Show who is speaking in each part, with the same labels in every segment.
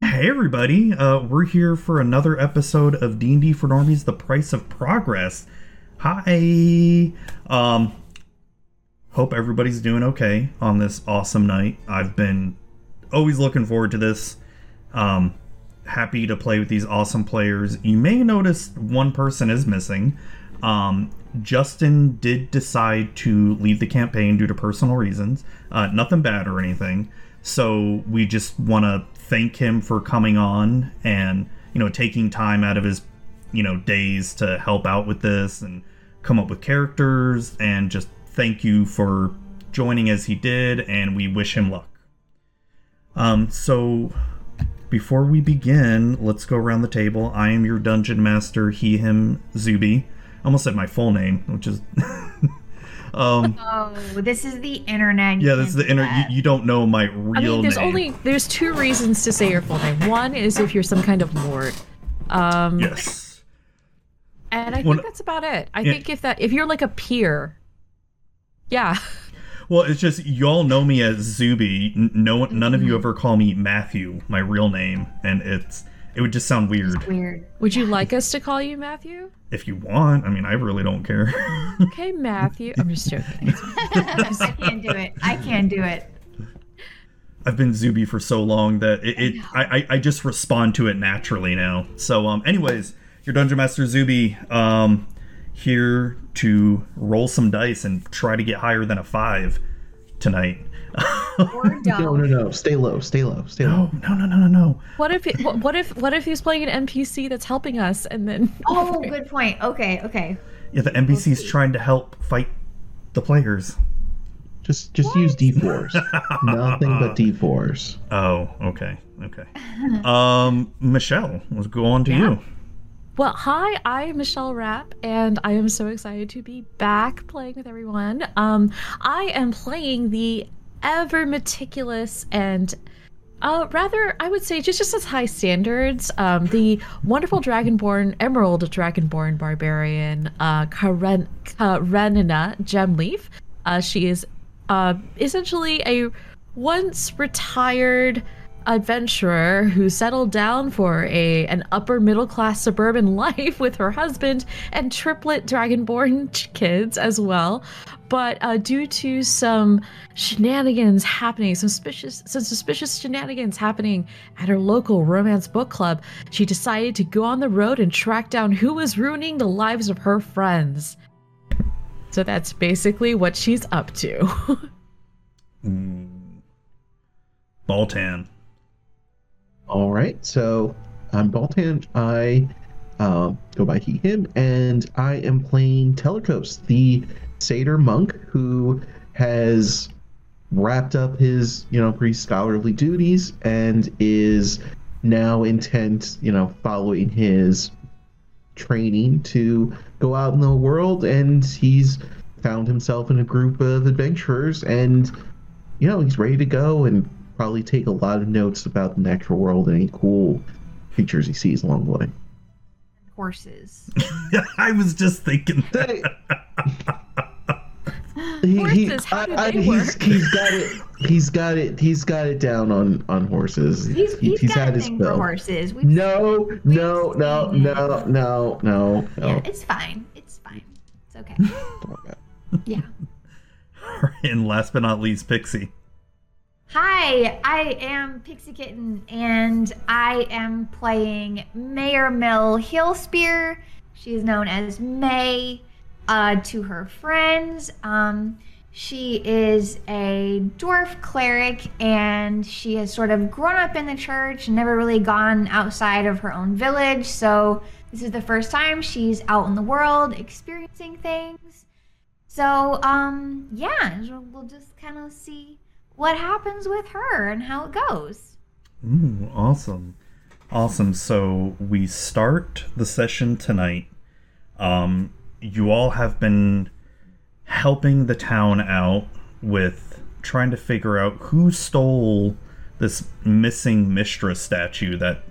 Speaker 1: Hey everybody, uh, we're here for another episode of D&D for Normies, The Price of Progress. Hi. Um hope everybody's doing okay on this awesome night. I've been always looking forward to this. Um happy to play with these awesome players. You may notice one person is missing. Um Justin did decide to leave the campaign due to personal reasons. Uh, nothing bad or anything. So we just want to thank him for coming on and you know taking time out of his you know days to help out with this and come up with characters and just thank you for joining as he did and we wish him luck. Um, so before we begin, let's go around the table. I am your dungeon master, he, him, Zuby. I almost said my full name, which is. um,
Speaker 2: Oh, this is the internet.
Speaker 1: yeah, this is the inner. You, you don't know my real
Speaker 3: I mean, there's
Speaker 1: name.
Speaker 3: only there's two reasons to say your full name. One is if you're some kind of lord, um,
Speaker 1: yes.
Speaker 3: and I think
Speaker 1: Well,
Speaker 3: that's about it. I
Speaker 1: yeah.
Speaker 3: think if that if you're like a peer, yeah,
Speaker 1: Well, it's just y'all know me as Zuby. N- No, one- none
Speaker 3: Mm-hmm.
Speaker 1: of you ever call me Matthew, my real name, and it's it would just sound weird
Speaker 2: weird.
Speaker 3: would you like us to call you Matthew?
Speaker 1: if you want. I mean, I really don't care.
Speaker 3: Okay, Matthew. I'm just joking.
Speaker 2: I can't do it. I can't do it.
Speaker 1: I've been Zuby for so long that it, it I, I I just respond to it naturally now. So um, anyways, your dungeon master Zuby um here to roll some dice and try to get higher than a five tonight.
Speaker 2: Or
Speaker 4: No,
Speaker 2: dumb.
Speaker 4: no, no. Stay low. Stay low. Stay
Speaker 1: No,
Speaker 4: low.
Speaker 1: no, no, no, no, no.
Speaker 3: What if it, what, what if what if he's playing an NPC that's helping us and then
Speaker 2: Oh, good point. Okay, okay.
Speaker 1: Yeah, the NPC's trying to help fight the players.
Speaker 4: Just, just use d4s. Nothing but d4s.
Speaker 1: Oh, okay, okay. Um, Michelle, let's go on to you.
Speaker 3: Well, hi, I'm Michelle Rapp, and I am so excited to be back playing with everyone. Um, I am playing the ever meticulous and uh, rather, I would say, just, just as high standards, um, the wonderful Dragonborn, Emerald Dragonborn Barbarian, uh, Karen, Karenina Gemleaf. Uh, she is uh, essentially a once retired adventurer who settled down for a an upper middle class suburban life with her husband and triplet dragonborn ch- kids as well but uh, due to some shenanigans happening some suspicious some suspicious shenanigans happening at her local romance book club she decided to go on the road and track down who was ruining the lives of her friends so that's basically what she's up to
Speaker 1: Baltan.
Speaker 4: All right. So I'm Baltan. I um, go by he, him, and I am playing Telecos, the satyr monk who has wrapped up his, you know, pretty scholarly duties and is now intent, you know, following his training to go out in the world and he's found himself in a group of adventurers and you know, he's ready to go and probably take a lot of notes about the natural world and any cool features he sees along the way.
Speaker 2: Horses.
Speaker 1: I was just thinking that.
Speaker 4: They- he, he-
Speaker 3: Horses, how do they
Speaker 4: he's,
Speaker 3: work?
Speaker 4: he's got it. He's got it. He's got it down on on horses.
Speaker 2: He's,
Speaker 4: He-
Speaker 2: he's got a thing for
Speaker 4: spell.
Speaker 2: horses. We,
Speaker 4: No, no, no,
Speaker 2: seen it.
Speaker 4: no, no, no,
Speaker 2: Yeah,
Speaker 4: no.
Speaker 2: it's fine. It's fine. It's okay. Yeah.
Speaker 1: And last but not least, Pixie.
Speaker 2: Hi, I am Pixie Kitten, and I am playing Mayor Mill Hillspear. She is known as May uh, to her friends. Um, she is a dwarf cleric, and she has sort of grown up in the church and never really gone outside of her own village. So, this is the first time she's out in the world experiencing things. So, um, yeah, we'll just kind of see what happens with her and how it goes.
Speaker 1: Ooh, awesome. Awesome. So we start the session tonight. Um, you all have been helping the town out with trying to figure out who stole this missing mistress statue that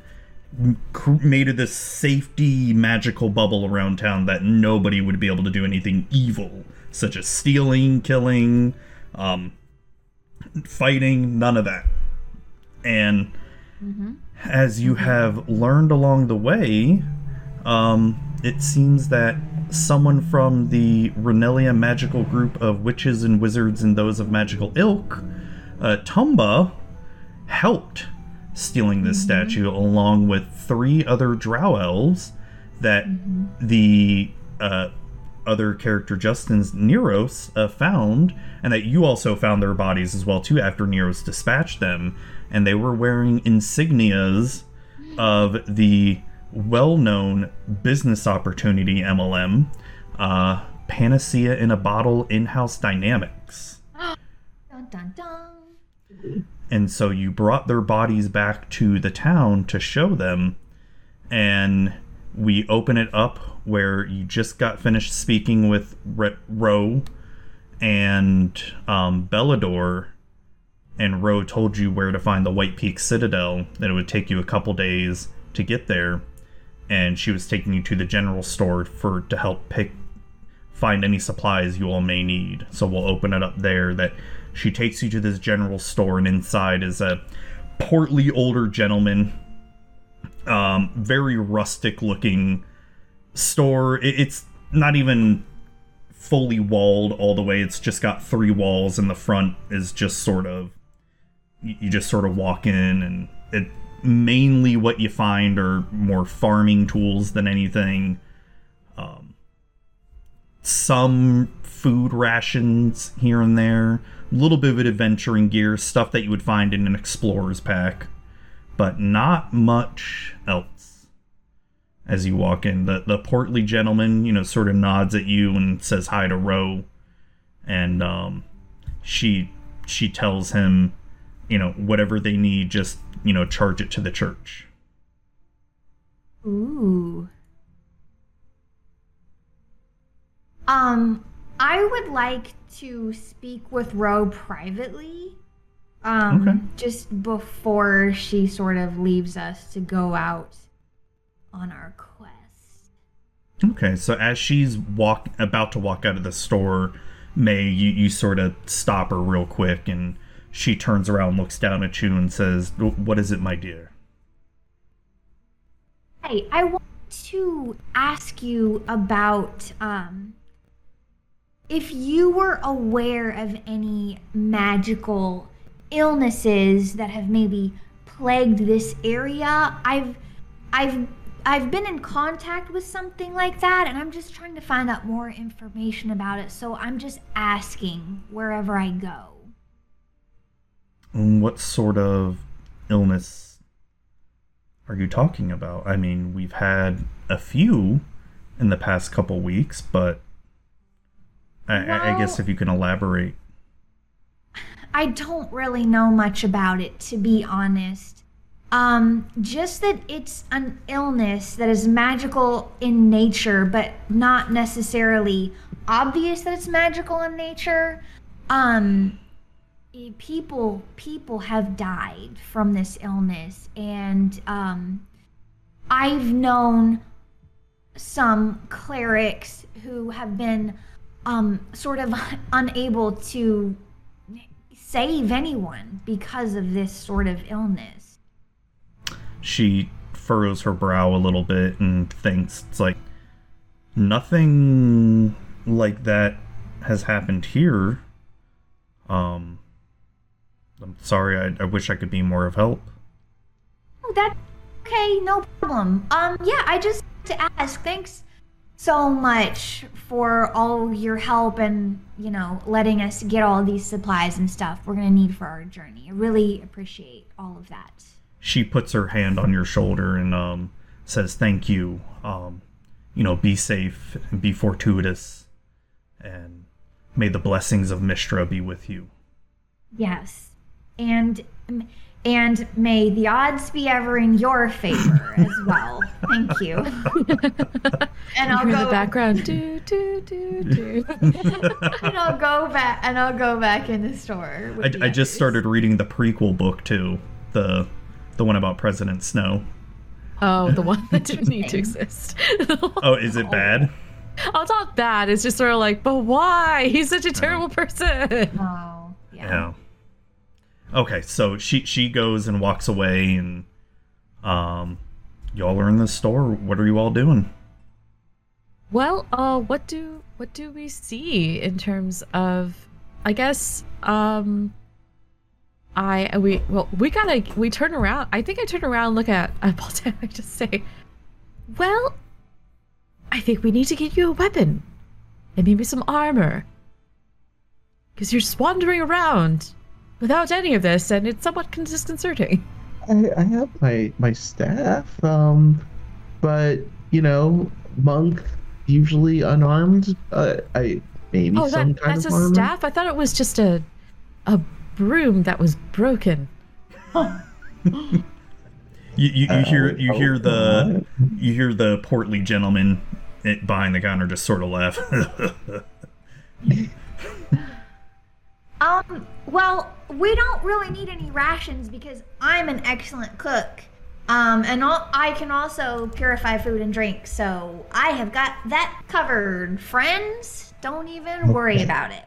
Speaker 1: created this safety magical bubble around town that nobody would be able to do anything evil, such as stealing, killing, um, fighting, none of that. And
Speaker 2: hmm
Speaker 1: As you have learned along the way, um, it seems that someone from the Renelia magical group of witches and wizards and those of magical ilk, uh, Tumba, helped stealing this statue along with three other drow elves that the uh, other character Justin's Neros uh, found, and that you also found their bodies as well too after Neros dispatched them, and they were wearing insignias of the well-known business opportunity MLM, uh, Panacea in a Bottle in-house dynamics.
Speaker 2: Dun dun dun.
Speaker 1: And so you brought their bodies back to the town to show them. And we open it up where you just got finished speaking with Re- Ro and um, Bellador. And Ro told you where to find the White Peak Citadel, that it would take you a couple days to get there. And she was taking you to the general store for to help pick find any supplies you all may need. So we'll open it up there. That she takes you to this general store, and inside is a portly older gentleman, um, very rustic looking store. It, it's not even fully walled all the way. It's just got three walls, and the front is just sort of you you just sort of walk in, and it mainly what you find are more farming tools than anything. Um, some food rations here and there, a little bit of adventuring gear, stuff that you would find in an explorer's pack, but not much else. As you walk in, the the portly gentleman, you know, sort of nods at you and says hi to Ro, and um, she she tells him, you know, whatever they need, just you know, charge it to the church.
Speaker 2: Ooh. Um, I would like to speak with Ro privately. Um,
Speaker 1: Okay.
Speaker 2: just before she sort of leaves us to go out on our quest.
Speaker 1: Okay, so as she's walk about to walk out of the store, May you, you sort of stop her real quick, and she turns around, looks down at you, and says, "What is it, my dear?"
Speaker 2: Hey, I want to ask you about um if you were aware of any magical illnesses that have maybe plagued this area. I've I've I've been in contact with something like that and I'm just trying to find out more information about it. So I'm just asking wherever I go.
Speaker 1: And What sort of illness are you talking about? I mean, we've had a few in the past couple weeks, but I, I I guess
Speaker 2: Well-
Speaker 1: if you can elaborate.
Speaker 2: I don't really know much about it, to be honest. Um, just that it's an illness that is magical in nature, but not necessarily obvious that it's magical in nature. Um, e- people people have died from this illness, and um, I've known some clerics who have been um, sort of unable to save anyone because of this sort of illness.
Speaker 1: she furrows her brow a little bit and thinks it's like nothing like that has happened here um i'm sorry i, I wish i could be more of help
Speaker 2: Oh, that okay, no problem. Um, yeah, I just to ask. Thanks so much for all your help and you know letting us get all these supplies and stuff we're gonna need for our journey. I really appreciate all of that.
Speaker 1: she puts her hand on your shoulder and um says thank you um you know be safe and be fortuitous and may the blessings of mistra be with you
Speaker 2: Yes, and and may the odds be ever in your favor as well. Thank you. and I'll
Speaker 5: You're in
Speaker 2: go
Speaker 5: the background. do, do, do, do.
Speaker 2: and I'll go back and I'll go back in the store.
Speaker 1: I, I just started reading the prequel book too, the the one about President Snow.
Speaker 5: Oh, the one that didn't need to exist.
Speaker 1: Oh, is it bad?
Speaker 5: Oh, it's not bad. It's just sort of like, but why? He's such a terrible person.
Speaker 2: Oh,
Speaker 1: Yeah.
Speaker 2: yeah.
Speaker 1: Okay, so she she goes and walks away, and Um, y'all are in the store. What are you all doing?
Speaker 3: Well, uh, what do what do we see in terms of? I guess um, I we well we gotta we turn around. I think I turn around, and look at at Baltan. I just say, well, I think we need to get you a weapon, and maybe some armor, because you're just wandering around without any of this, and it's somewhat disconcerting.
Speaker 4: I, I have my my staff, um, but you know, monk usually unarmed. Uh, I maybe
Speaker 3: Oh,
Speaker 4: some
Speaker 3: that,
Speaker 4: kind
Speaker 3: that's a
Speaker 4: of armor.
Speaker 3: staff. I thought it was just a a broom that was broken.
Speaker 1: You you, you hear
Speaker 4: Oh,
Speaker 1: you hear
Speaker 4: oh,
Speaker 1: the you hear the portly gentleman it- behind the counter just sort of laugh.
Speaker 2: Um, well, we don't really need any rations because I'm an excellent cook. Um, and all, I can also purify food and drink, so I have got that covered. Friends, don't even worry
Speaker 4: Okay.
Speaker 2: about it.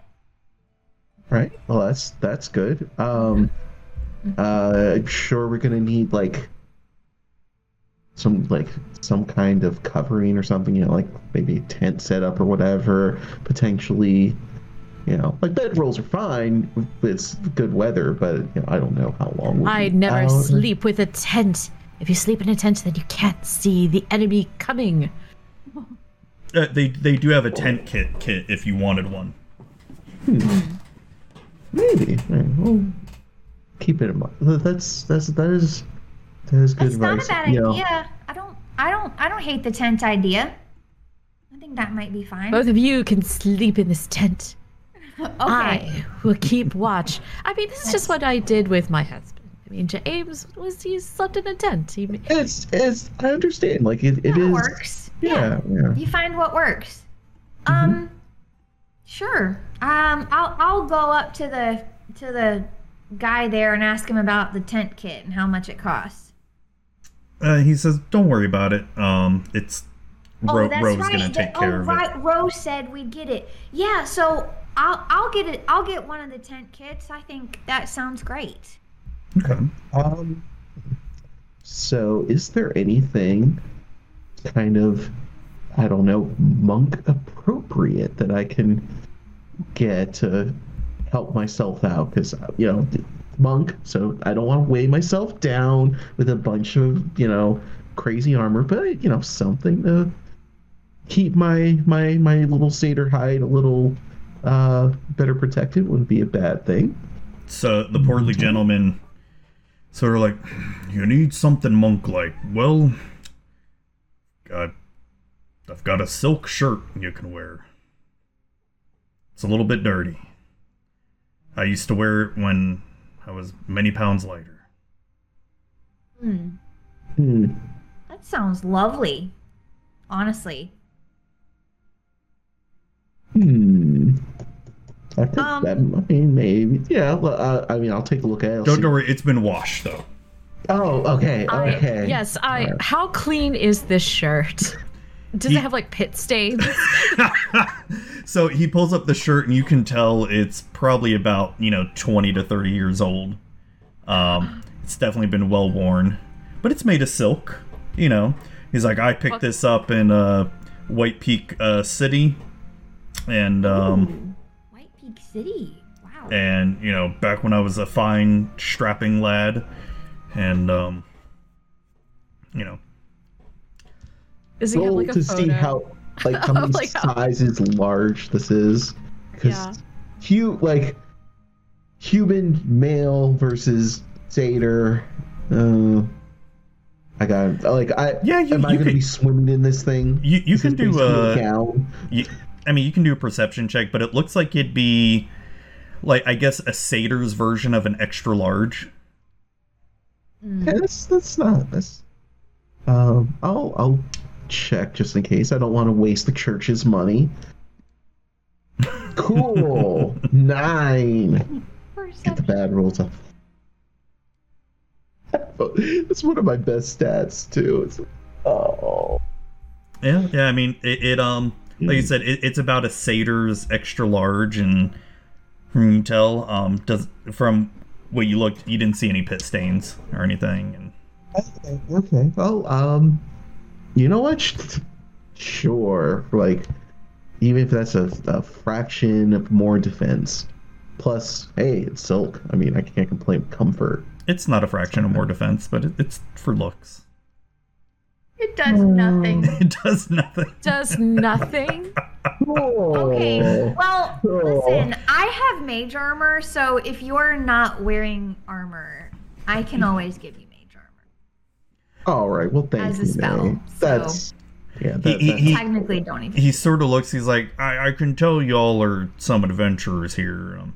Speaker 4: Right. Well, that's that's good. Um, uh, I'm sure we're gonna need like some like some kind of covering or something. You know, like maybe a tent setup or whatever. Potentially, you know, like bedrolls are fine with it's good weather, but you know, I don't know how long. we'll
Speaker 3: I
Speaker 4: be
Speaker 3: never
Speaker 4: out.
Speaker 3: sleep with a tent. If you sleep in a tent, then you can't see the enemy coming.
Speaker 1: Uh, they they do have a tent kit kit if you wanted one.
Speaker 4: Maybe. All right, well, keep it in mind. Th- That's that's that is that is good
Speaker 2: That's not
Speaker 4: advice.
Speaker 2: a bad
Speaker 4: you know.
Speaker 2: idea. I don't, I don't, I don't hate the tent idea. I think that might be fine.
Speaker 3: Both of you can sleep in this tent.
Speaker 2: okay.
Speaker 3: I will keep watch. I mean, this is just what I did with my husband. I mean, James was he slept in a tent. He,
Speaker 4: It's it's I understand. Like it, it
Speaker 2: That
Speaker 4: is.
Speaker 2: works.
Speaker 4: Yeah. yeah.
Speaker 2: You find what works. Um,
Speaker 1: Mm-hmm.
Speaker 2: sure. Um, I'll I'll go up to the to the guy there and ask him about the tent kit and how much it costs.
Speaker 1: Uh, he says, "Don't worry about it. Um, it's Ro-
Speaker 2: oh, that's
Speaker 1: Ro's
Speaker 2: right.
Speaker 1: gonna
Speaker 2: They-
Speaker 1: take care
Speaker 2: oh,
Speaker 1: of it."
Speaker 2: right. Rose said we'd get it. Yeah. So I'll I'll get it. I'll get one of the tent kits. I think that sounds great.
Speaker 1: Okay.
Speaker 4: Um, so, is there anything kind of, I don't know, monk appropriate that I can get to help myself out? Because, you know, monk, so I don't want to weigh myself down with a bunch of, you know, crazy armor, but, you know, something to keep my my my little satyr hide a little uh better protected wouldn't be a bad thing
Speaker 1: So the portly gentleman sort of like, "You need something monk-like. Well, God, I've got a silk shirt you can wear. It's a little bit dirty. I used to wear it when I was many pounds lighter.
Speaker 2: Hmm.
Speaker 4: Hmm.
Speaker 2: That sounds lovely. Honestly.
Speaker 4: Hmm. I think
Speaker 2: Um,
Speaker 4: that might maybe. Yeah. Well, uh, I mean, I'll take a look at it. I'll
Speaker 1: Don't,
Speaker 4: see-
Speaker 1: don't worry, it's been washed though.
Speaker 4: Oh, okay.
Speaker 3: I,
Speaker 4: Okay.
Speaker 3: yes, I. How clean is this shirt? Does
Speaker 1: Ye-
Speaker 3: it have like pit stains?
Speaker 1: so he pulls up the shirt, and you can tell it's probably about you know twenty to thirty years old. Um, it's definitely been well worn, but it's made of silk. You know, he's like, I picked this up in uh, White Peak uh, City, and um,
Speaker 2: Ooh, White Peak City. Wow.
Speaker 1: and you know back when I was a fine strapping lad, and um, you know,
Speaker 3: Does he have
Speaker 4: Roll
Speaker 3: like a
Speaker 4: Oh, to
Speaker 3: photo?
Speaker 4: see how, like, how many
Speaker 3: Like how-
Speaker 4: sizes large this is.
Speaker 3: Yeah.
Speaker 4: Because, hu like, human male versus satyr. Uh, I got like I.
Speaker 1: Yeah, you-
Speaker 4: am I
Speaker 1: you
Speaker 4: gonna
Speaker 1: could-
Speaker 4: be swimming in this thing?
Speaker 1: you you
Speaker 4: Is
Speaker 1: can
Speaker 4: this
Speaker 1: do
Speaker 4: basically
Speaker 1: uh,
Speaker 4: a gown?
Speaker 1: You, I mean, you can do a perception check, but it looks like it'd be, like, I guess a satyr's version of an extra large.
Speaker 4: Yeah, that's that's not that's. Um, I'll I'll check just in case. I don't want to waste the church's money. Cool. Nine. Get the
Speaker 2: Perception.
Speaker 4: bad rolls up. That's one of my best stats too. It's oh.
Speaker 1: Yeah, yeah. I mean, it, it um, like you said, it, it's about a satyr's extra large, and from you tell, um, does from what you looked, you didn't see any pit stains or anything, and
Speaker 4: Okay, okay. Well, um, you know what? Sure. Like, even if that's a, a fraction of more defense. Plus, hey, it's silk. I mean, I can't complain. with Comfort.
Speaker 1: It's not a fraction of more defense, but it, it's for looks.
Speaker 2: It does nothing.
Speaker 1: It does nothing.
Speaker 3: Does nothing.
Speaker 2: Okay.
Speaker 4: Oh.
Speaker 2: Well,
Speaker 4: Oh.
Speaker 2: listen, I have mage armor, so if you're not wearing armor, I can always give you mage armor.
Speaker 4: All right. Well, thank
Speaker 2: As a
Speaker 4: you.
Speaker 2: spell,
Speaker 4: May.
Speaker 2: so-
Speaker 4: That's yeah.
Speaker 1: He,
Speaker 4: That,
Speaker 1: he,
Speaker 4: that-
Speaker 1: he,
Speaker 2: Technically, don't even.
Speaker 1: he sort of looks. He's like, I, I can tell y'all are some adventurers here. Um,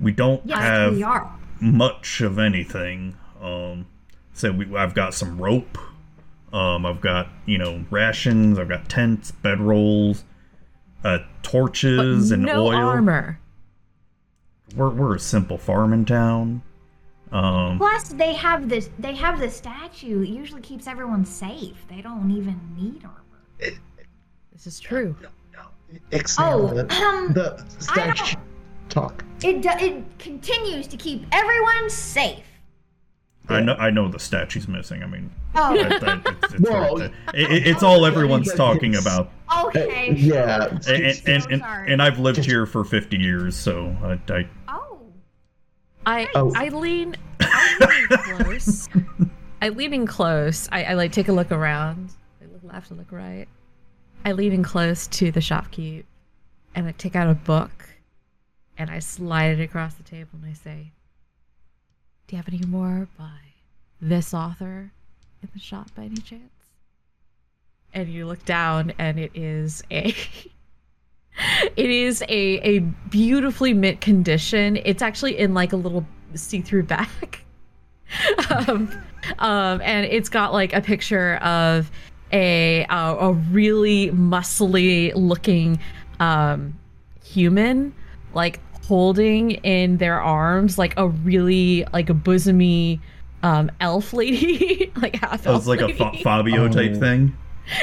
Speaker 1: we don't
Speaker 2: Yes,
Speaker 1: have
Speaker 2: we are.
Speaker 1: much of anything. Um, so we, I've got some rope. Um, I've got you know rations. I've got tents, bedrolls, uh,
Speaker 3: But
Speaker 1: torches, and
Speaker 3: no
Speaker 1: oil.
Speaker 3: armor.
Speaker 1: We're we're a simple farming town. Um,
Speaker 2: Plus, they have this. They have the statue. It usually keeps everyone safe. They don't even need armor.
Speaker 3: This is true.
Speaker 4: Exhale
Speaker 2: Oh,
Speaker 4: the,
Speaker 2: um,
Speaker 4: the statue talk.
Speaker 2: it do, it continues to keep everyone safe.
Speaker 1: I know I know the statue's missing. I mean,
Speaker 2: Oh,
Speaker 1: that- that- it's, it's,
Speaker 4: Well,
Speaker 1: right there. It- it- it's all everyone's talking about.
Speaker 2: okay.
Speaker 4: Yeah.
Speaker 1: And and, and, and, and I've lived
Speaker 4: Just-
Speaker 1: here for 50 years, so I, I
Speaker 2: Oh,
Speaker 3: I
Speaker 4: Oh.
Speaker 3: I lean I lean in close. I lean in close. I, I like take a look around. I look left and look right. I lean in close to the shopkeep and I take out a book and I slide it across the table and I say, Do you have any more by this author in the shop by any chance? And you look down and it is a it is a a beautifully mint condition. It's actually in like a little see-through bag. um, um, and it's got like a picture of a uh, a really muscly looking um, human like holding in their arms like a really like a bosomy um, elf lady like half
Speaker 1: that was
Speaker 3: elf
Speaker 1: like a
Speaker 3: lady.
Speaker 1: Fa- Fabio type
Speaker 4: Oh.
Speaker 1: thing.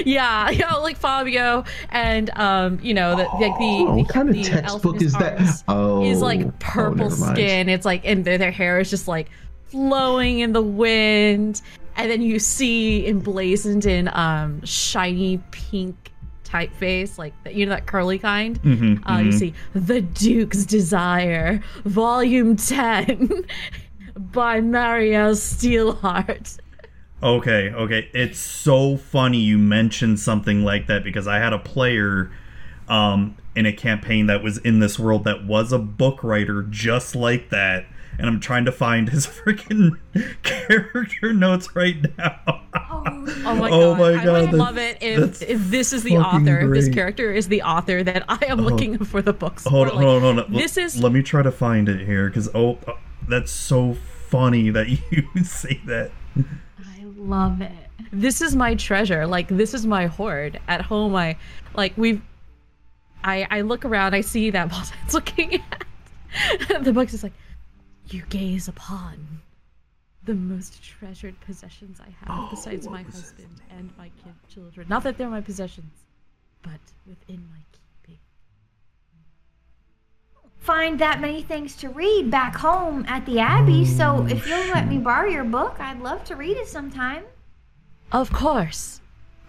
Speaker 3: Yeah, yeah, like Fabio, and um, you know, the, like the
Speaker 4: Oh,
Speaker 3: the-
Speaker 4: what kind of
Speaker 3: the
Speaker 4: textbook
Speaker 3: elf in
Speaker 4: is
Speaker 3: his
Speaker 4: that?
Speaker 3: arms
Speaker 4: Oh,
Speaker 3: Is
Speaker 4: oh,
Speaker 3: like purple
Speaker 4: never mind.
Speaker 3: skin. It's like, and their their hair is just like flowing in the wind, and then you see emblazoned in um shiny pink typeface, like you know that curly kind.
Speaker 1: hmm
Speaker 3: Uh,
Speaker 4: Mm-hmm.
Speaker 3: You see, The Duke's Desire, Volume Ten, by Mario Steelheart.
Speaker 1: Okay, okay. It's so funny you mentioned something like that because I had a player um, in a campaign that was in this world that was a book writer just like that. And I'm trying to find his freaking character notes right now.
Speaker 3: Oh my
Speaker 1: Oh
Speaker 3: god!
Speaker 1: my
Speaker 3: I
Speaker 1: God,
Speaker 3: would love
Speaker 1: that's-
Speaker 3: it
Speaker 1: that's
Speaker 3: if, if this is the
Speaker 1: fucking
Speaker 3: author. If this
Speaker 1: great.
Speaker 3: character is the author that I am looking for the books.
Speaker 1: hold
Speaker 3: for,
Speaker 1: on,
Speaker 3: like,
Speaker 1: hold on, hold on. L-
Speaker 3: This is
Speaker 1: Let me try to find it here because oh, uh, that's so funny that you say that.
Speaker 2: I love it.
Speaker 3: this is my treasure. Like this is my hoard at home. I like we've. I I look around. I see that Baltan's looking at the books. It's like you gaze upon the most treasured possessions I
Speaker 1: Oh,
Speaker 3: have besides my husband and my kid children. Not that they're my possessions, but within my keeping.
Speaker 2: Find that many things to read back home at the Abbey, so if you'll let me borrow your book, I'd love to read it sometime.
Speaker 3: Of course.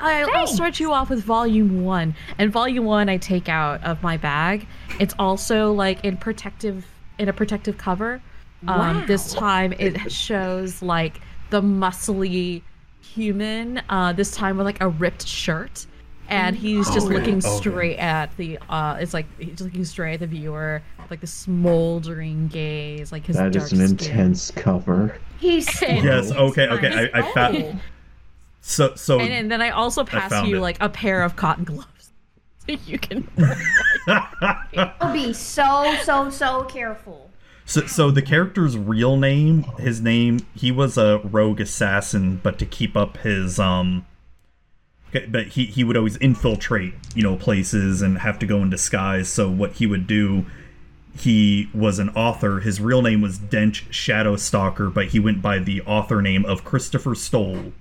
Speaker 3: I, I'll start you off with volume one. And volume one, I take out of my bag. It's also like in protective, in a protective cover. Um, This
Speaker 2: Wow.
Speaker 3: time, it shows like the muscly human. Uh, this time with like a ripped shirt, and he's just
Speaker 4: Oh,
Speaker 1: Okay,
Speaker 3: looking
Speaker 1: okay.
Speaker 3: straight at the. Uh, it's like he's looking straight at the viewer, like the smoldering gaze, like his.
Speaker 4: That
Speaker 3: dark
Speaker 4: is an
Speaker 3: skin.
Speaker 4: intense cover.
Speaker 2: He's
Speaker 1: Yes, okay, okay.
Speaker 2: Nice.
Speaker 1: I, I found. So, so.
Speaker 3: And, and then I also pass
Speaker 1: found
Speaker 3: you
Speaker 1: it.
Speaker 3: like a pair of cotton gloves. So you can
Speaker 2: I'll Oh, be so so so careful.
Speaker 1: So, so the character's real name, his name, he was a rogue assassin, but to keep up his um, but he he would always infiltrate, you know, places and have to go in disguise. So what he would do, he was an author. His real name was Dench Shadowstalker, but he went by the author name of Christopher Stoll.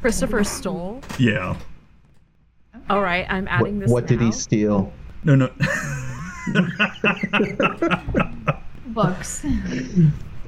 Speaker 3: Christopher stole.
Speaker 1: Yeah.
Speaker 3: All right, I'm
Speaker 4: What,
Speaker 3: adding this.
Speaker 4: what did he
Speaker 3: now.
Speaker 4: steal?
Speaker 1: No, no.
Speaker 2: Books.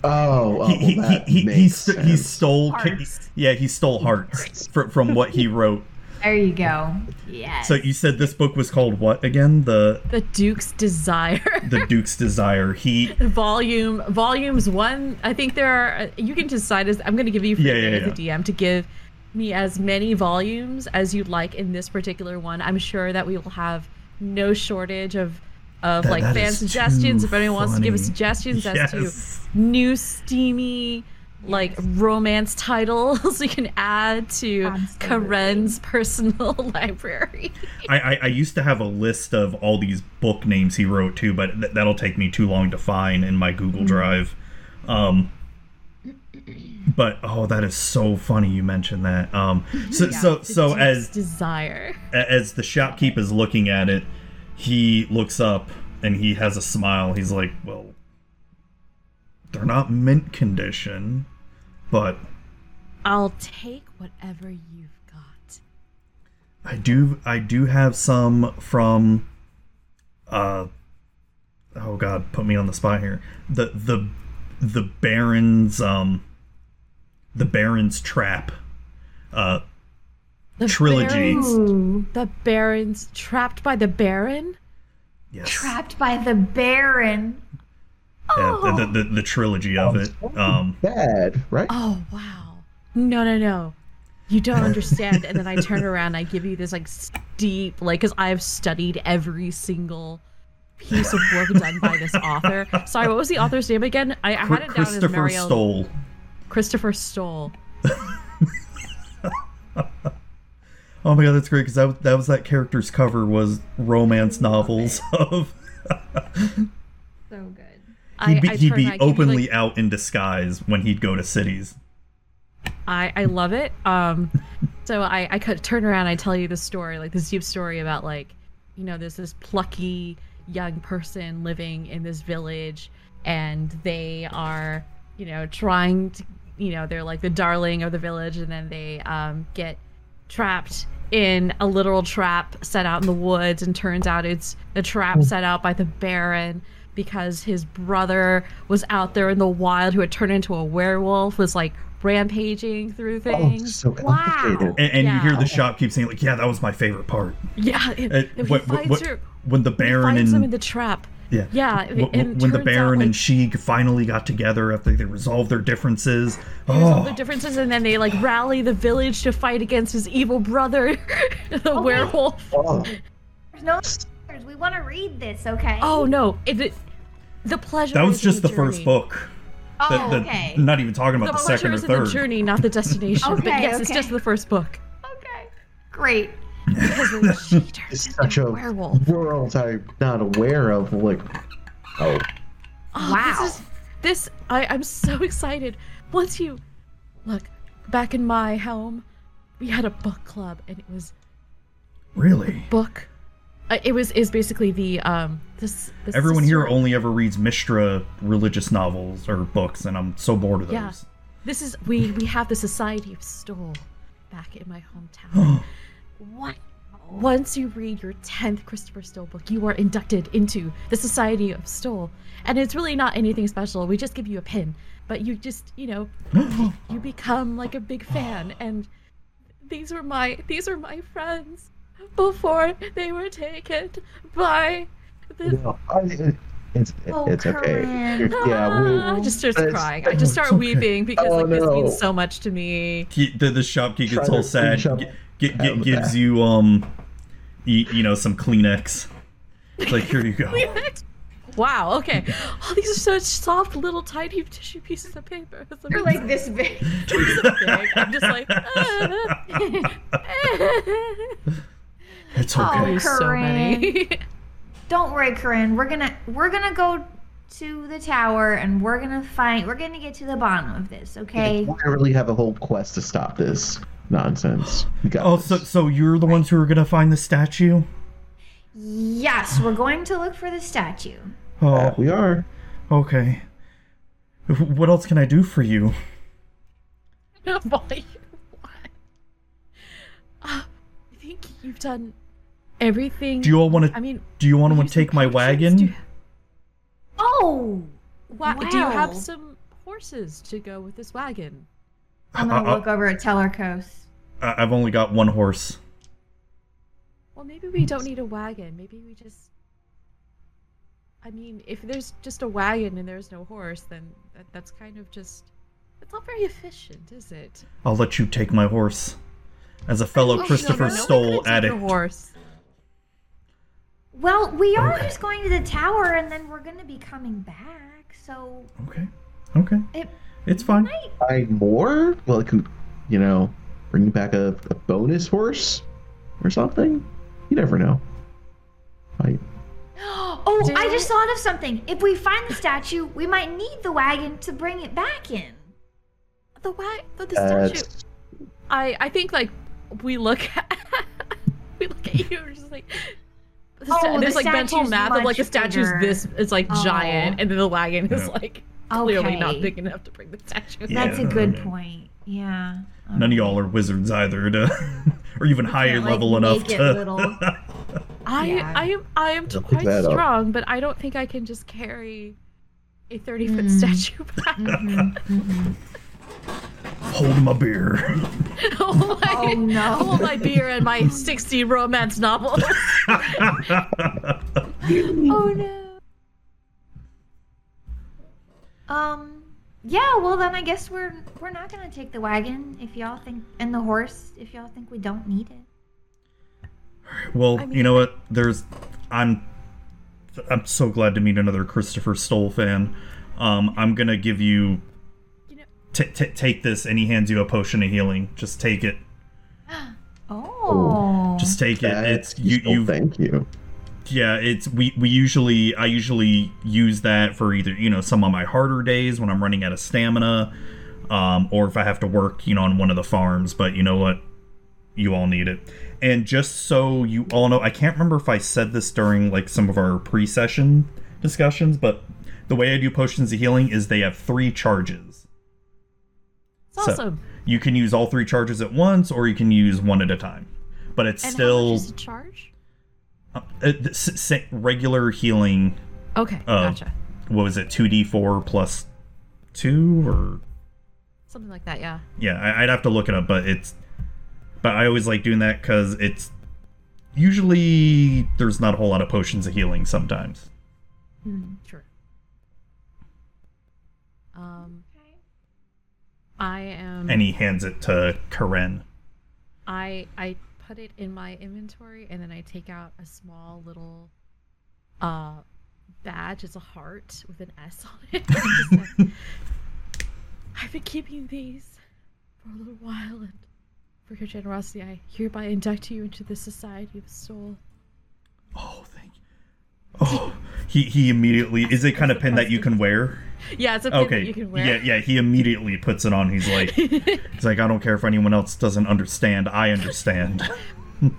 Speaker 4: Oh, oh,
Speaker 1: he,
Speaker 4: well,
Speaker 1: he,
Speaker 4: that
Speaker 1: he, he, he,
Speaker 4: makes
Speaker 1: st- he
Speaker 4: sense.
Speaker 1: stole
Speaker 3: Hearts.
Speaker 1: yeah he stole hearts fr- from what he wrote
Speaker 2: There you go. Yes.
Speaker 1: so you said this book was called what again the
Speaker 3: The Duke's Desire.
Speaker 1: the duke's desire he
Speaker 3: Volume volumes one. I think there are. uh, You can decide as I'm going to give you free
Speaker 1: Yeah, yeah,
Speaker 3: reign as a DM to give me as many volumes as you'd like in this particular one. I'm sure that we will have no shortage of of
Speaker 1: That-
Speaker 3: like
Speaker 1: that
Speaker 3: fan
Speaker 1: is too
Speaker 3: suggestions. If anyone wants to give us
Speaker 1: funny.
Speaker 3: suggestions as to
Speaker 1: yes
Speaker 3: new steamy like romance titles you can add to
Speaker 2: Absolutely.
Speaker 3: Karen's personal library.
Speaker 1: I, I i used to have a list of all these book names he wrote too but th- that'll take me too long to find in my google drive um but oh that is so funny you mentioned that um so so
Speaker 3: The
Speaker 1: so
Speaker 3: Duke's
Speaker 1: as
Speaker 3: desire.
Speaker 1: A- as the shopkeep is looking at it, he looks up and he has a smile. He's like, "Well, they're not mint condition, but
Speaker 3: I'll take whatever you've got.
Speaker 1: I do I do have some from uh oh god, put me on the spot here. The the the Baron's um the Baron's trap uh
Speaker 3: The
Speaker 1: Trilogy.
Speaker 3: Barons,
Speaker 2: Ooh,
Speaker 3: the Barons trapped by the Baron.
Speaker 1: yes.
Speaker 2: trapped by the Baron.
Speaker 1: Yeah,
Speaker 2: Oh.
Speaker 1: the, the, the the trilogy of it. Um
Speaker 4: Oh, Bad, right?
Speaker 3: Oh wow! No, no, no. You don't understand. and then I turn around. I give you this like s- deep, like, because I've studied every single piece of work done by this author. Sorry, what was the author's name again? I, I had it down as
Speaker 1: Christopher
Speaker 3: Mario
Speaker 1: Stoll.
Speaker 3: Christopher Stoll.
Speaker 1: Oh my god, that's great because that, was- that was that character's cover was romance novels of
Speaker 2: So good.
Speaker 3: I,
Speaker 1: he'd be,
Speaker 3: I
Speaker 1: he'd
Speaker 3: turn,
Speaker 1: be
Speaker 3: I give you, like,
Speaker 1: openly out in disguise when he'd go to cities.
Speaker 3: I, I love it. Um, so I, I could turn around, I tell you the story, like this deep story about like, you know, there's this plucky young person living in this village, and they are, you know, trying to, you know, they're like the darling of the village, and then they um, get trapped in a literal trap set out in the woods and turns out it's the trap set out by the baron because his brother was out there in the wild who had turned into a werewolf was like rampaging through
Speaker 4: Oh,
Speaker 3: things
Speaker 4: so
Speaker 2: Wow.
Speaker 4: complicated.
Speaker 1: And, and you hear
Speaker 3: Yeah.
Speaker 1: the shop keep saying like, "Yeah, that was my favorite part."
Speaker 3: yeah it,
Speaker 1: Uh,
Speaker 3: he
Speaker 1: what- what-
Speaker 3: finds
Speaker 1: what-
Speaker 3: her
Speaker 1: when the
Speaker 3: he
Speaker 1: Baron
Speaker 3: finds
Speaker 1: and
Speaker 3: him in the trap
Speaker 1: yeah,
Speaker 3: yeah
Speaker 1: wh- wh-
Speaker 3: and
Speaker 1: when the
Speaker 3: turns out,
Speaker 1: Baron
Speaker 3: like,
Speaker 1: and Sheeg finally got together after they resolved their differences.
Speaker 3: there's all
Speaker 1: Oh,
Speaker 3: the differences and then they like rally the village to fight against his evil brother the
Speaker 2: my-
Speaker 3: werewolf
Speaker 4: Oh,
Speaker 2: There's no spoilers. We want to read this, okay?
Speaker 3: oh no it, it- the pleasure
Speaker 1: that was
Speaker 3: is in
Speaker 1: just the first
Speaker 3: journey.
Speaker 1: book.
Speaker 2: Oh,
Speaker 1: The- the-
Speaker 2: okay.
Speaker 1: Not even talking
Speaker 3: the
Speaker 1: about the,
Speaker 3: pleasure
Speaker 1: second or
Speaker 3: is in the
Speaker 1: third.
Speaker 3: journey, not the destination. but
Speaker 2: Okay,
Speaker 3: yes, it's
Speaker 2: okay.
Speaker 3: just the first book.
Speaker 2: Okay. Great.
Speaker 3: Because the she turns
Speaker 4: it's
Speaker 3: into
Speaker 4: such a
Speaker 3: werewolf.
Speaker 4: world I'm not aware of. Like, oh,
Speaker 3: Oh,
Speaker 2: Wow.
Speaker 3: This, is, this I, I'm so excited. Once you look back in my home, we had a book club, and it was
Speaker 1: Really,
Speaker 3: book. Uh, it was is basically the um this. this
Speaker 1: everyone here
Speaker 3: sister-
Speaker 1: only ever reads Mishra religious novels or books, and I'm so bored of those.
Speaker 3: Yeah. This is we we have the Society of Stole back in my hometown.
Speaker 2: Wow.
Speaker 3: Once you read your 10th Christopher Stoll book, you are inducted into the Society of Stoll. And it's really not anything special. We just give you a pin. But you just, you know, you become like a big fan. And these were my these were my friends before they were taken by the
Speaker 4: no, I, it's
Speaker 2: Oh,
Speaker 4: it's okay.
Speaker 2: Corinne.
Speaker 4: Yeah, we,
Speaker 3: Ah, I just starts
Speaker 4: It's-
Speaker 3: crying. I just
Speaker 1: Oh, it's
Speaker 3: start
Speaker 1: okay.
Speaker 3: weeping because
Speaker 4: Oh,
Speaker 3: like this
Speaker 4: no.
Speaker 3: means so much to me.
Speaker 1: he, the, the shopkeep
Speaker 4: Try
Speaker 1: gets all
Speaker 4: to
Speaker 1: sad.
Speaker 4: reach up
Speaker 1: G- g- g-
Speaker 4: out of
Speaker 1: gives
Speaker 4: that.
Speaker 1: you um, you, you know, some Kleenex. It's like here you go.
Speaker 3: Wow, okay. Oh, these are such soft little tiny tissue pieces of paper. It's
Speaker 2: You're like this big.
Speaker 3: big. I'm just like, uh.
Speaker 1: It's
Speaker 2: Oh,
Speaker 1: okay.
Speaker 3: There's so many.
Speaker 2: Don't worry, Corinne. We're gonna we're gonna go to the tower and we're gonna find we're gonna get to the bottom of this, okay?
Speaker 4: we really have a whole quest to stop this nonsense. We got
Speaker 1: Oh,
Speaker 4: this.
Speaker 1: so so you're the ones who are gonna find the statue?
Speaker 2: Yes, we're going to look for the statue.
Speaker 4: Uh,
Speaker 1: Oh,
Speaker 4: we are.
Speaker 1: okay. Wh- What else can I do for you?
Speaker 3: Why? Why? Uh, I think you've done everything.
Speaker 1: Do you all want
Speaker 3: I
Speaker 1: to?
Speaker 3: mean,
Speaker 1: Do you want
Speaker 3: we
Speaker 1: to
Speaker 3: used
Speaker 1: take my
Speaker 3: pictures. Do you-
Speaker 1: wagon?
Speaker 2: Oh
Speaker 3: Wha- Do you have
Speaker 2: Wow.
Speaker 3: some horses to go with this wagon.
Speaker 2: I'm gonna
Speaker 1: I- I-
Speaker 2: look over at Tellercoast.
Speaker 1: I- I've only got one horse.
Speaker 3: Well, maybe we don't need a wagon. Maybe we just. I mean, if there's just a wagon and there's no horse, then that, that's kind of just. It's not very efficient, is it?
Speaker 1: I'll let you take my horse. As a fellow
Speaker 3: Oh, no, no,
Speaker 1: Christopher
Speaker 3: no one's gonna
Speaker 1: Stoll
Speaker 3: take your
Speaker 1: addict.
Speaker 3: horse.
Speaker 2: Well, we are
Speaker 1: Okay.
Speaker 2: just going to the tower, and then we're gonna be coming back. So
Speaker 1: Okay. Okay.
Speaker 2: it
Speaker 1: It's fine.
Speaker 2: might.
Speaker 4: buy more? Well, it could, you know, bring back a, a bonus horse or something. You never know. I,
Speaker 2: Oh,
Speaker 3: Did-
Speaker 2: I just thought of something. If we find the statue, we might need the wagon to bring it back in.
Speaker 3: The wa- the, the
Speaker 4: uh,
Speaker 3: statue. I I think like we look at we look at you and we're just like the
Speaker 2: Oh,
Speaker 3: sta-
Speaker 2: the
Speaker 3: there's like mental
Speaker 2: statue's
Speaker 3: math of like the
Speaker 2: much
Speaker 3: statue's
Speaker 2: bigger.
Speaker 3: this it's like giant
Speaker 2: Oh.
Speaker 3: and then the wagon is
Speaker 1: Yeah.
Speaker 3: like clearly not
Speaker 2: Okay.
Speaker 3: big enough to bring the statue.
Speaker 1: Yeah.
Speaker 2: That's a good point. Yeah.
Speaker 1: None of y'all are wizards either, to, or even higher
Speaker 2: can't, like,
Speaker 1: level enough
Speaker 2: make it little.
Speaker 1: to.
Speaker 3: I
Speaker 2: Yeah.
Speaker 3: I am I am
Speaker 4: Don't pick
Speaker 3: quite
Speaker 4: that up.
Speaker 3: strong, but I don't think I can just carry a thirty foot
Speaker 2: Mm.
Speaker 3: statue back.
Speaker 2: Mhm, mhm.
Speaker 1: Hold my beer.
Speaker 3: hold my,
Speaker 2: Oh, no.
Speaker 3: hold my beer and my sixty romance novel.
Speaker 2: oh no. Um. Yeah. Well, then I guess we're we're not gonna take the wagon if y'all think and the horse if y'all think we don't need it.
Speaker 1: well,
Speaker 3: I
Speaker 1: you
Speaker 3: mean-
Speaker 1: know what? There's, I'm, I'm so glad to meet another Christopher Stoll fan. Um, I'm gonna give you,
Speaker 3: You know-
Speaker 1: t- t- take this, and he hands you a potion of healing. Just take it.
Speaker 2: Oh.
Speaker 1: Just take it.
Speaker 4: that's
Speaker 1: It's you.
Speaker 4: useful,
Speaker 1: You
Speaker 4: Thank you.
Speaker 1: yeah it's we we usually i usually use that for either you know some of my harder days when i'm running out of stamina um, or if i have to work you know on one of the farms but you know what you all need it and just so you all know i can't remember if i said this during like some of our pre-session discussions but the way i do potions of healing is they have three charges
Speaker 3: It's awesome.
Speaker 1: you can use all three charges at once or you can use one at a time but it's
Speaker 3: And how
Speaker 1: still
Speaker 3: much is the charge?
Speaker 1: uh, uh, s- s- regular healing
Speaker 3: Okay,
Speaker 4: Oh.
Speaker 1: uh,
Speaker 3: gotcha.
Speaker 1: what was it 2d4 plus 2 or
Speaker 3: Something like that, yeah.
Speaker 1: yeah I, i'd have to look it up but it's but i always like doing that because it's usually there's not a whole lot of potions of healing sometimes
Speaker 3: Sure. Um, I am.
Speaker 1: and he hands it to karen
Speaker 3: I I put it in my inventory, and then I take out a small little, uh, badge. It's a heart with an S on it. I'm just like, I've been keeping these for a little while, and for your generosity, I hereby induct you into the Society of the Soul.
Speaker 1: oh thank you oh he he immediately is it kind of pin that you can wear
Speaker 3: Yeah, it's a pin
Speaker 1: okay
Speaker 3: that you can wear.
Speaker 1: yeah yeah he immediately puts it on he's like he's like i don't care if anyone else doesn't understand i understand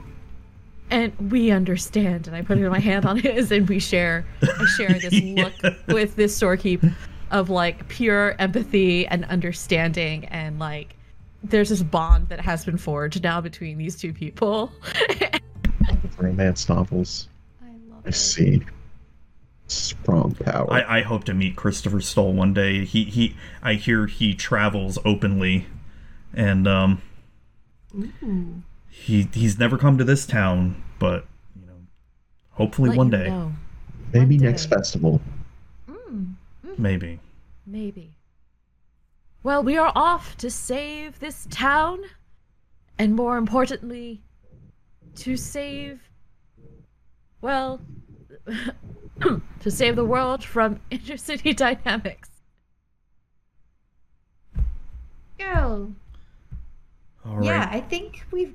Speaker 3: and we understand and i put it in my hand on his and we share i share this
Speaker 1: Yeah.
Speaker 3: look with this storekeep of like pure empathy and understanding and like there's this bond that has been forged now between these two people
Speaker 4: Romance novels.
Speaker 3: i love
Speaker 4: I see. Strong power.
Speaker 1: I, I hope to meet Christopher Stoll one day. He he I hear he travels openly and um he he's never come to this town, but you know hopefully one day
Speaker 4: Maybe
Speaker 3: one
Speaker 4: next
Speaker 3: day.
Speaker 4: festival.
Speaker 2: Mm.
Speaker 1: maybe.
Speaker 3: maybe well we are off to save this town and more importantly to save well to save the world from intercity dynamics
Speaker 2: Go.
Speaker 1: All right.
Speaker 2: Yeah, I think we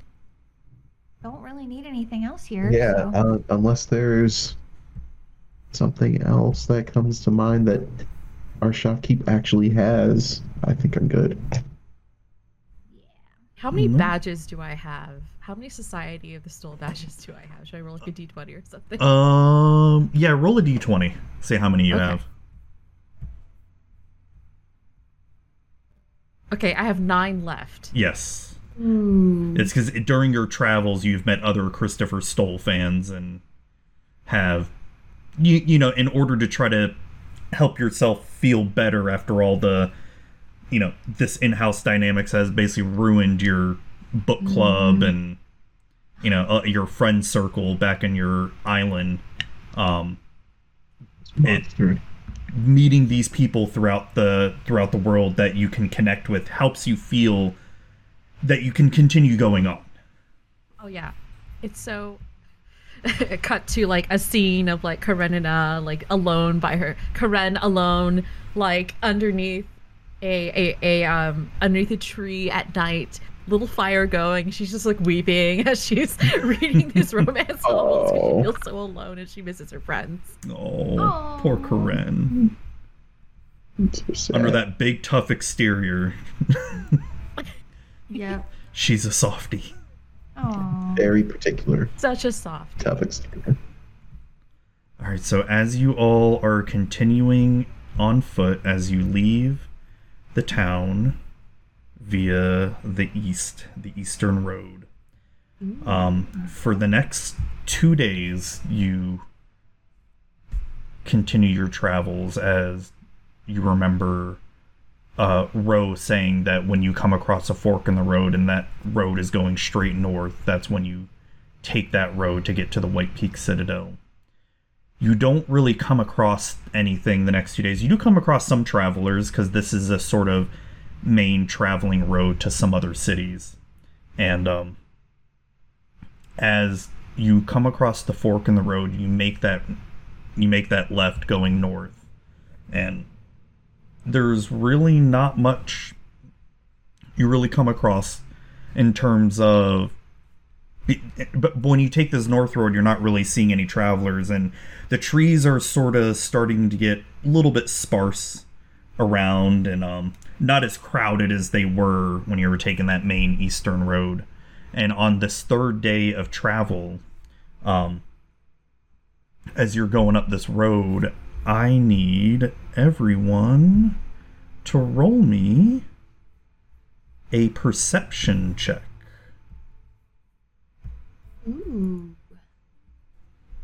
Speaker 2: don't really need anything else here.
Speaker 4: Yeah,
Speaker 2: so-
Speaker 4: uh, unless there's something else that comes to mind that our shopkeep actually has, I think I'm good.
Speaker 3: How many
Speaker 1: Mhm.
Speaker 3: badges do I have? How many Society of the Stole badges do I have? Should I roll like a d20 or something?
Speaker 1: Uh, Um yeah, roll a D twenty. See how many you
Speaker 3: Okay.
Speaker 1: have.
Speaker 3: okay, I have nine left.
Speaker 1: Yes.
Speaker 2: Ooh.
Speaker 1: It's cause during your travels you've met other Christopher Stoll fans and have you you know, in order to try to help yourself feel better after all the you know this in-house dynamics has basically ruined your book club and you know uh, your friend circle back in your island um
Speaker 4: Monster.
Speaker 1: meeting these people throughout the throughout the world that you can connect with helps you feel that you can continue going on
Speaker 5: Oh yeah, it's so. cut to like a scene of like Karenina like alone by her Karen alone like underneath a a, a um underneath a tree at night little fire going she's just like weeping as she's reading this romance novel because
Speaker 4: Oh.
Speaker 5: she feels so alone and she misses her friends
Speaker 1: oh poor
Speaker 2: Aw.
Speaker 1: corinne
Speaker 4: It's so sad.
Speaker 1: under that big tough exterior
Speaker 2: Yep.
Speaker 1: she's a softie
Speaker 2: Aww.
Speaker 4: very particular
Speaker 5: such a soft
Speaker 4: tough exterior.
Speaker 1: All right, so as you all are continuing on foot as you leave the town via the east, the eastern road, um, for the next two days, you continue your travels as you remember uh, Roe saying that when you come across a fork in the road and that road is going straight north, that's when you take that road to get to the White Peak Citadel you don't really come across anything the next two days. You do come across some travelers because this is a sort of main traveling road to some other cities. And um, as you come across the fork in the road, you make that you make that left going north, and there's really not much you really come across in terms of but when you take this north road you're not really seeing any travelers and the trees are sort of starting to get a little bit sparse around and um not as crowded as they were when you were taking that main eastern road and on this third day of travel um as you're going up this road i need everyone to roll me a perception check
Speaker 2: Ooh.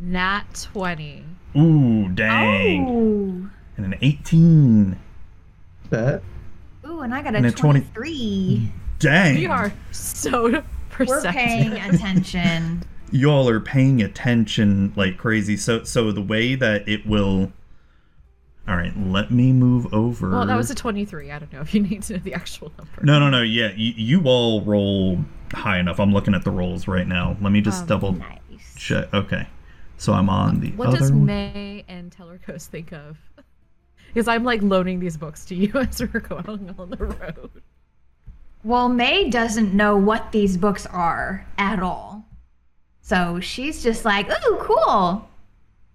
Speaker 5: nat 20
Speaker 1: Ooh, dang.
Speaker 2: Oh. Ooh.
Speaker 1: And an 18.
Speaker 4: That
Speaker 2: Ooh, and I got a
Speaker 1: And a 20
Speaker 2: twenty-three.
Speaker 1: Dang.
Speaker 5: we are so
Speaker 2: We're
Speaker 5: perceptive
Speaker 2: paying attention.
Speaker 1: Y'all are paying attention like crazy. So so the way that it will All right, let me move over.
Speaker 5: well that was a 23 i don't know if you need to know the actual number
Speaker 1: No, no, no. Yeah, you, you all roll high enough. I'm looking at the rolls right now. Let me just
Speaker 5: Um,
Speaker 1: double
Speaker 2: nice.
Speaker 1: check. Okay. So I'm on the
Speaker 5: What
Speaker 1: other
Speaker 5: does
Speaker 1: one.
Speaker 5: May and Tellercoast think of? Because I'm like loaning these books to you as we're going on the road.
Speaker 2: Well, May doesn't know what these books are at all. So she's just like, ooh, cool.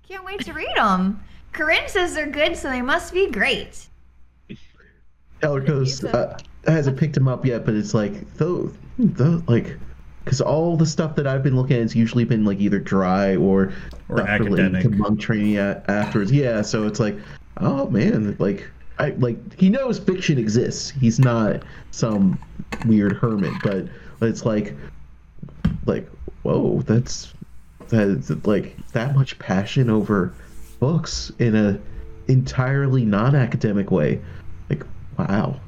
Speaker 2: Can't wait to read them. Corinne says they're good, so they must be great.
Speaker 4: Eldercoast
Speaker 5: Lisa.
Speaker 4: uh, hasn't picked him up yet, but it's like though, though like, because all the stuff that I've been looking at has usually been like either dry or
Speaker 1: Or
Speaker 4: not related to
Speaker 1: academic.
Speaker 4: monk training a- afterwards. Yeah, so it's like, oh man, like I like he knows fiction exists. He's not some weird hermit, but it's like, like whoa, that's that's like that much passion over books in a entirely non-academic way. Like wow,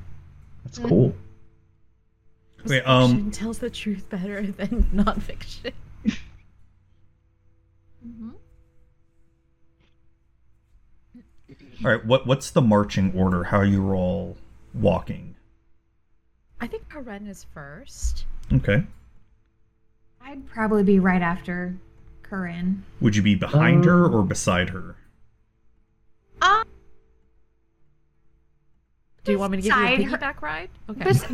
Speaker 4: that's cool.
Speaker 1: Wait, um-
Speaker 5: Fiction tells the truth better than nonfiction.
Speaker 1: All right, what what's the marching order? How are you all walking?
Speaker 5: I think Karen is first.
Speaker 1: Okay.
Speaker 2: I'd probably be right after Corinne.
Speaker 1: Would you be behind her
Speaker 4: Um,
Speaker 1: or beside her?
Speaker 5: Do you want me to give
Speaker 2: Beside
Speaker 5: you
Speaker 2: her-
Speaker 5: a piggyback ride? Okay.
Speaker 2: Bes-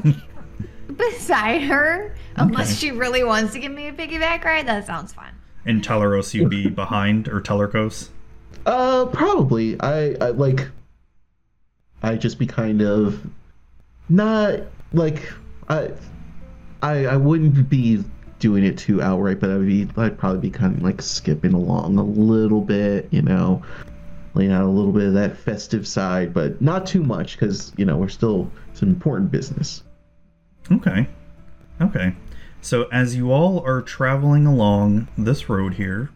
Speaker 2: beside her, unless she really wants to give me a piggyback ride, that sounds fun.
Speaker 1: And Teleros, you'd be behind or Tellercos?
Speaker 4: Uh, probably. I, I like. I just be kind of, not like I, I I wouldn't be doing it too outright, but I'd be I'd probably be kind of like skipping along a little bit, you know, laying out a little bit of that festive side, but not too much because you know we're still it's an important business.
Speaker 1: Okay. Okay. So as you all are traveling along this road here,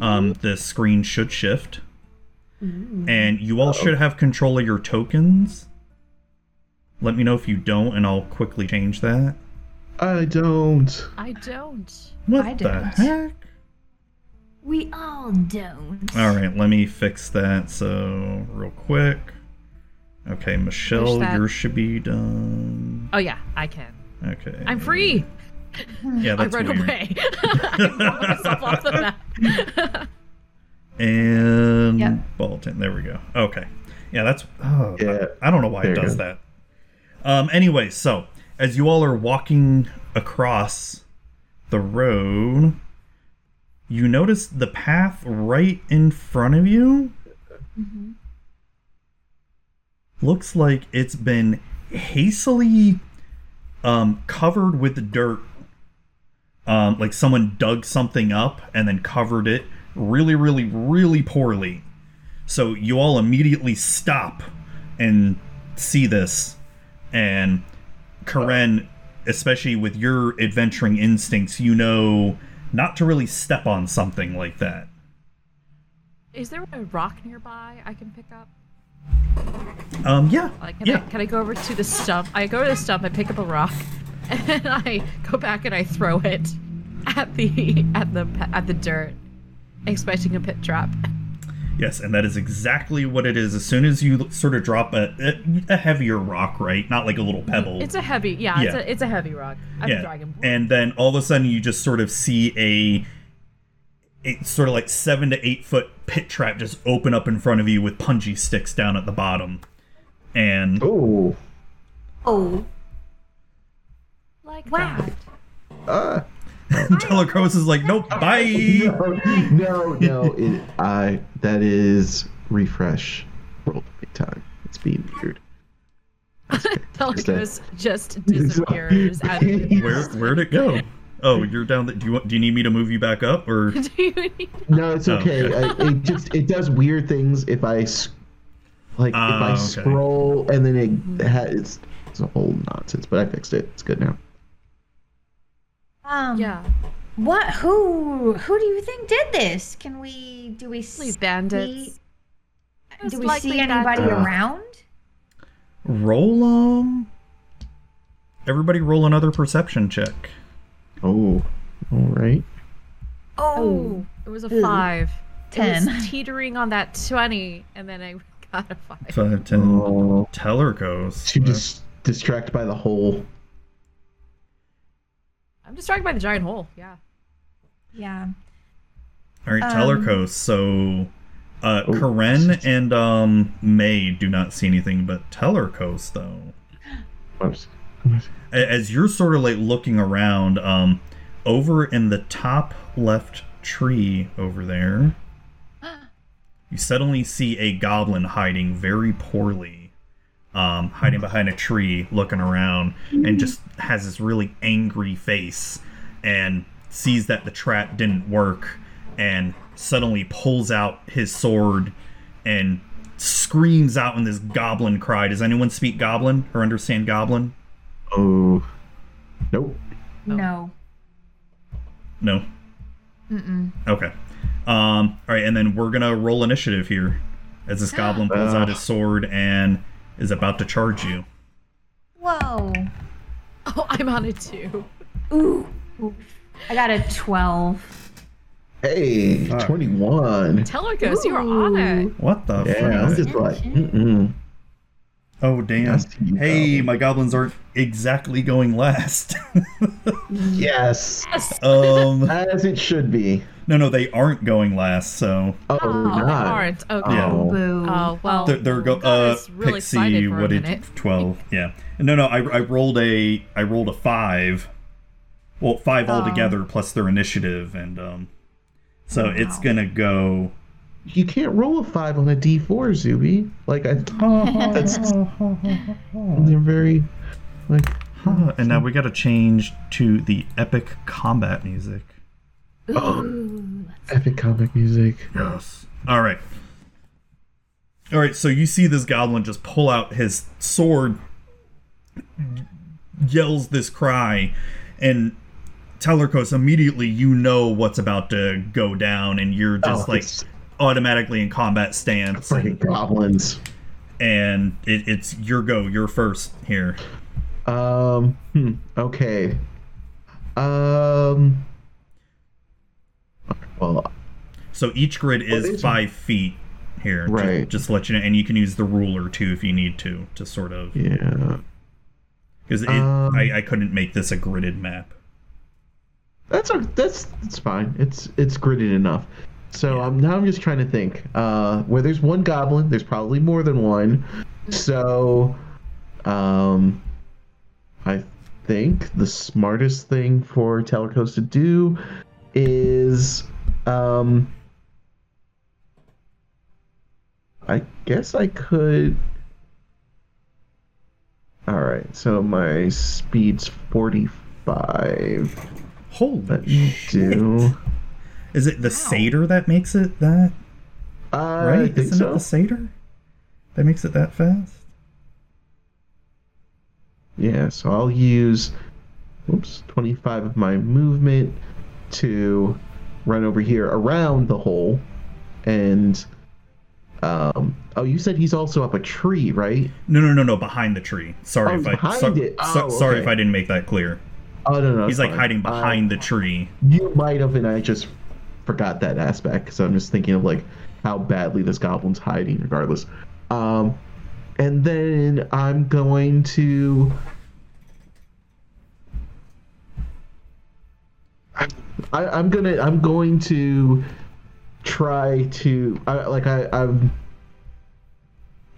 Speaker 1: um,
Speaker 5: Mm-hmm.
Speaker 1: the screen should shift, and you all should have control of your tokens. Let me know if you don't, and I'll quickly change that.
Speaker 4: I don't.
Speaker 5: I don't.
Speaker 1: What
Speaker 2: I
Speaker 1: the
Speaker 2: don't.
Speaker 1: heck?
Speaker 2: We all don't.
Speaker 1: All right, let me fix that. So real quick. Okay, Michelle,
Speaker 5: that.
Speaker 1: yours should be done.
Speaker 5: Oh yeah, I can.
Speaker 1: Okay.
Speaker 5: I'm free.
Speaker 1: Yeah,
Speaker 5: I
Speaker 1: that's
Speaker 5: run
Speaker 1: weird.
Speaker 5: away. I brought myself off the map.
Speaker 1: And
Speaker 2: Yep.
Speaker 1: Bolton. There we go. Okay. Yeah, that's. Oh,
Speaker 4: Yeah.
Speaker 1: I, I don't know why
Speaker 4: There
Speaker 1: it
Speaker 4: you
Speaker 1: does
Speaker 4: go.
Speaker 1: that. Um. Anyway, so as you all are walking across the road, you notice the path right in front of you
Speaker 2: Mhm.
Speaker 1: looks like it's been hastily um, covered with dirt. Um, like someone dug something up and then covered it really, really, really poorly. So you all immediately stop and see this. And Karen, especially with your adventuring instincts, you know not to really step on something like that.
Speaker 5: Is there a rock nearby I can pick up?
Speaker 1: Um, yeah.
Speaker 5: Like, can,
Speaker 1: yeah.
Speaker 5: I, can I go over to the stump? I go to the stump, I pick up a rock, and I go back and I throw it at the at the at the dirt, expecting a pit drop.
Speaker 1: Yes, and that is exactly what it is. As soon as you l- sort of drop a, a, a heavier rock, right? Not like a little pebble.
Speaker 5: Mm, It's a heavy, yeah, It's,
Speaker 1: Yeah.
Speaker 5: a, it's a heavy rock. I'm a dragon.
Speaker 1: And then all of a sudden you just sort of see a a sort of like seven to eight foot pit trap just open up in front of you with punji sticks down at the bottom. And
Speaker 4: Oh.
Speaker 2: Oh,
Speaker 5: like
Speaker 2: wow.
Speaker 5: that.
Speaker 4: Ah.
Speaker 1: Telecros is like, nope, bye.
Speaker 4: No, no, no. It, I. That is refresh world play time. It's being weird.
Speaker 5: Telecos just disappears. out of the-
Speaker 1: Where where'd it go? Oh, you're down. The, do you want? Do you need me to move you back up, or
Speaker 5: Do you need-
Speaker 4: No, it's
Speaker 1: Oh,
Speaker 4: okay. I, it just it does weird things if I s- like if
Speaker 1: Ah,
Speaker 4: I
Speaker 1: okay.
Speaker 4: scroll and then it has it's, it's a whole nonsense. But I fixed it. It's good now.
Speaker 2: Um,
Speaker 5: Yeah,
Speaker 2: What? Who? Who do you think did this? Can we? Do we?
Speaker 5: please,
Speaker 2: See,
Speaker 5: bandits. Most
Speaker 2: do we
Speaker 5: likely
Speaker 2: see anybody
Speaker 4: bandits.
Speaker 2: around?
Speaker 1: roll um? Everybody, roll another perception check.
Speaker 4: Oh, all right.
Speaker 2: Oh,
Speaker 5: Oh, it was a five. It
Speaker 2: Ten.
Speaker 5: was teetering on that twenty, and then I got a five.
Speaker 1: Five, ten.
Speaker 4: Oh,
Speaker 1: Teller goes.
Speaker 4: too dis- distracted by the whole.
Speaker 5: I'm distracted by the giant hole. Yeah.
Speaker 2: yeah.
Speaker 1: All right,
Speaker 2: um,
Speaker 1: Tellercoast. So, uh,
Speaker 4: Oh.
Speaker 1: Karen and um May do not see anything, but Tellercoast though.
Speaker 4: Whoops.
Speaker 1: A- As you're sort of like looking around, um, over in the top left tree over there, you suddenly see a goblin hiding very poorly, um, hiding behind a tree, looking around, and just has this really angry face, and sees that the trap didn't work, and suddenly pulls out his sword, and screams out in this goblin cry. Does anyone speak goblin or understand goblin?
Speaker 4: Oh, nope.
Speaker 5: Oh.
Speaker 2: No.
Speaker 1: No.
Speaker 2: Mm-mm.
Speaker 1: Okay. Um, all right, and then we're gonna roll initiative here, as this goblin pulls out his sword and is about to charge you.
Speaker 2: Whoa.
Speaker 5: Oh, I'm on a two.
Speaker 2: Ooh. I got a twelve.
Speaker 4: Hey,
Speaker 1: Fuck.
Speaker 4: 21.
Speaker 5: Telergos, you are on it.
Speaker 1: What the?
Speaker 4: Yeah, I'm
Speaker 1: frick?
Speaker 4: just like, mm-mm.
Speaker 1: Oh damn!
Speaker 4: Nasty you
Speaker 1: Hey,
Speaker 4: goblin.
Speaker 1: my goblins aren't exactly going last.
Speaker 4: yes,
Speaker 5: Yes.
Speaker 1: um,
Speaker 4: as it should be.
Speaker 1: no, no, they aren't going last. So
Speaker 4: Oh,
Speaker 5: Oh,
Speaker 4: not.
Speaker 5: they aren't. Okay.
Speaker 1: Yeah.
Speaker 4: Oh.
Speaker 2: Boo.
Speaker 5: Oh well.
Speaker 1: they're, they're go.
Speaker 5: God, I
Speaker 1: Uh,
Speaker 5: was really
Speaker 1: Pixie,
Speaker 5: excited for a
Speaker 1: what did
Speaker 5: minute.
Speaker 1: twelve? Yeah. No, no, I, I rolled a I rolled a five. Well,
Speaker 5: Oh.
Speaker 1: five altogether plus their initiative, and um, so
Speaker 5: Oh,
Speaker 1: it's gonna go.
Speaker 4: You can't roll a 5 on a d4, Zuby. Like, I that's, they're very, like,
Speaker 1: Huh, and now we gotta change to the epic combat music.
Speaker 4: epic comic music.
Speaker 1: Yes. All right. All right. So you see this goblin just pull out his sword, yells this cry, and Telerkos immediately you know what's about to go down, and you're just
Speaker 4: Oh,
Speaker 1: like
Speaker 4: it's
Speaker 1: automatically in combat stance.
Speaker 4: freaking
Speaker 1: And,
Speaker 4: goblins.
Speaker 1: and it, it's your go. You're first here.
Speaker 4: Um. Hmm, okay. Um. Well,
Speaker 1: So each grid
Speaker 4: these are-
Speaker 1: is five feet here. ju-
Speaker 4: Right.
Speaker 1: Just to let you know, and you can use the ruler too if you need to to sort of
Speaker 4: yeah.
Speaker 1: because it
Speaker 4: Um,
Speaker 1: I, I couldn't make this a gridded map.
Speaker 4: That's a, that's that's fine. It's it's gridded enough. So um, now I'm just trying to think. Uh, where there's one goblin, there's probably more than one. So, um, I think the smartest thing for Telecos to do is, um, I guess I could. All right. So my speed's 45.
Speaker 1: Holy
Speaker 4: Let me
Speaker 1: shit!
Speaker 4: do.
Speaker 1: Is it the satyr that makes it that
Speaker 4: Uh,
Speaker 1: right?
Speaker 4: I think
Speaker 1: Isn't it
Speaker 4: so.
Speaker 1: the satyr that makes it that fast?
Speaker 4: Yeah, so I'll use, oops, 25 of my movement to run over here around the hole, and um. Oh, you said he's also up a tree, right?
Speaker 1: No, no, no, no. Behind the tree. Sorry
Speaker 4: Oh,
Speaker 1: if I.
Speaker 4: behind
Speaker 1: so-
Speaker 4: it.
Speaker 1: so-
Speaker 4: Oh,
Speaker 1: Sorry
Speaker 4: okay.
Speaker 1: if I didn't make that clear.
Speaker 4: Oh no, no.
Speaker 1: He's
Speaker 4: it's
Speaker 1: like
Speaker 4: fine.
Speaker 1: hiding
Speaker 4: Uh,
Speaker 1: behind the tree.
Speaker 4: you might have, and I just forgot that aspect because I'm just thinking of like how badly this goblin's hiding, regardless. Um, and then I'm going to. I, I'm gonna. I'm going to try to. I, like I, I'm.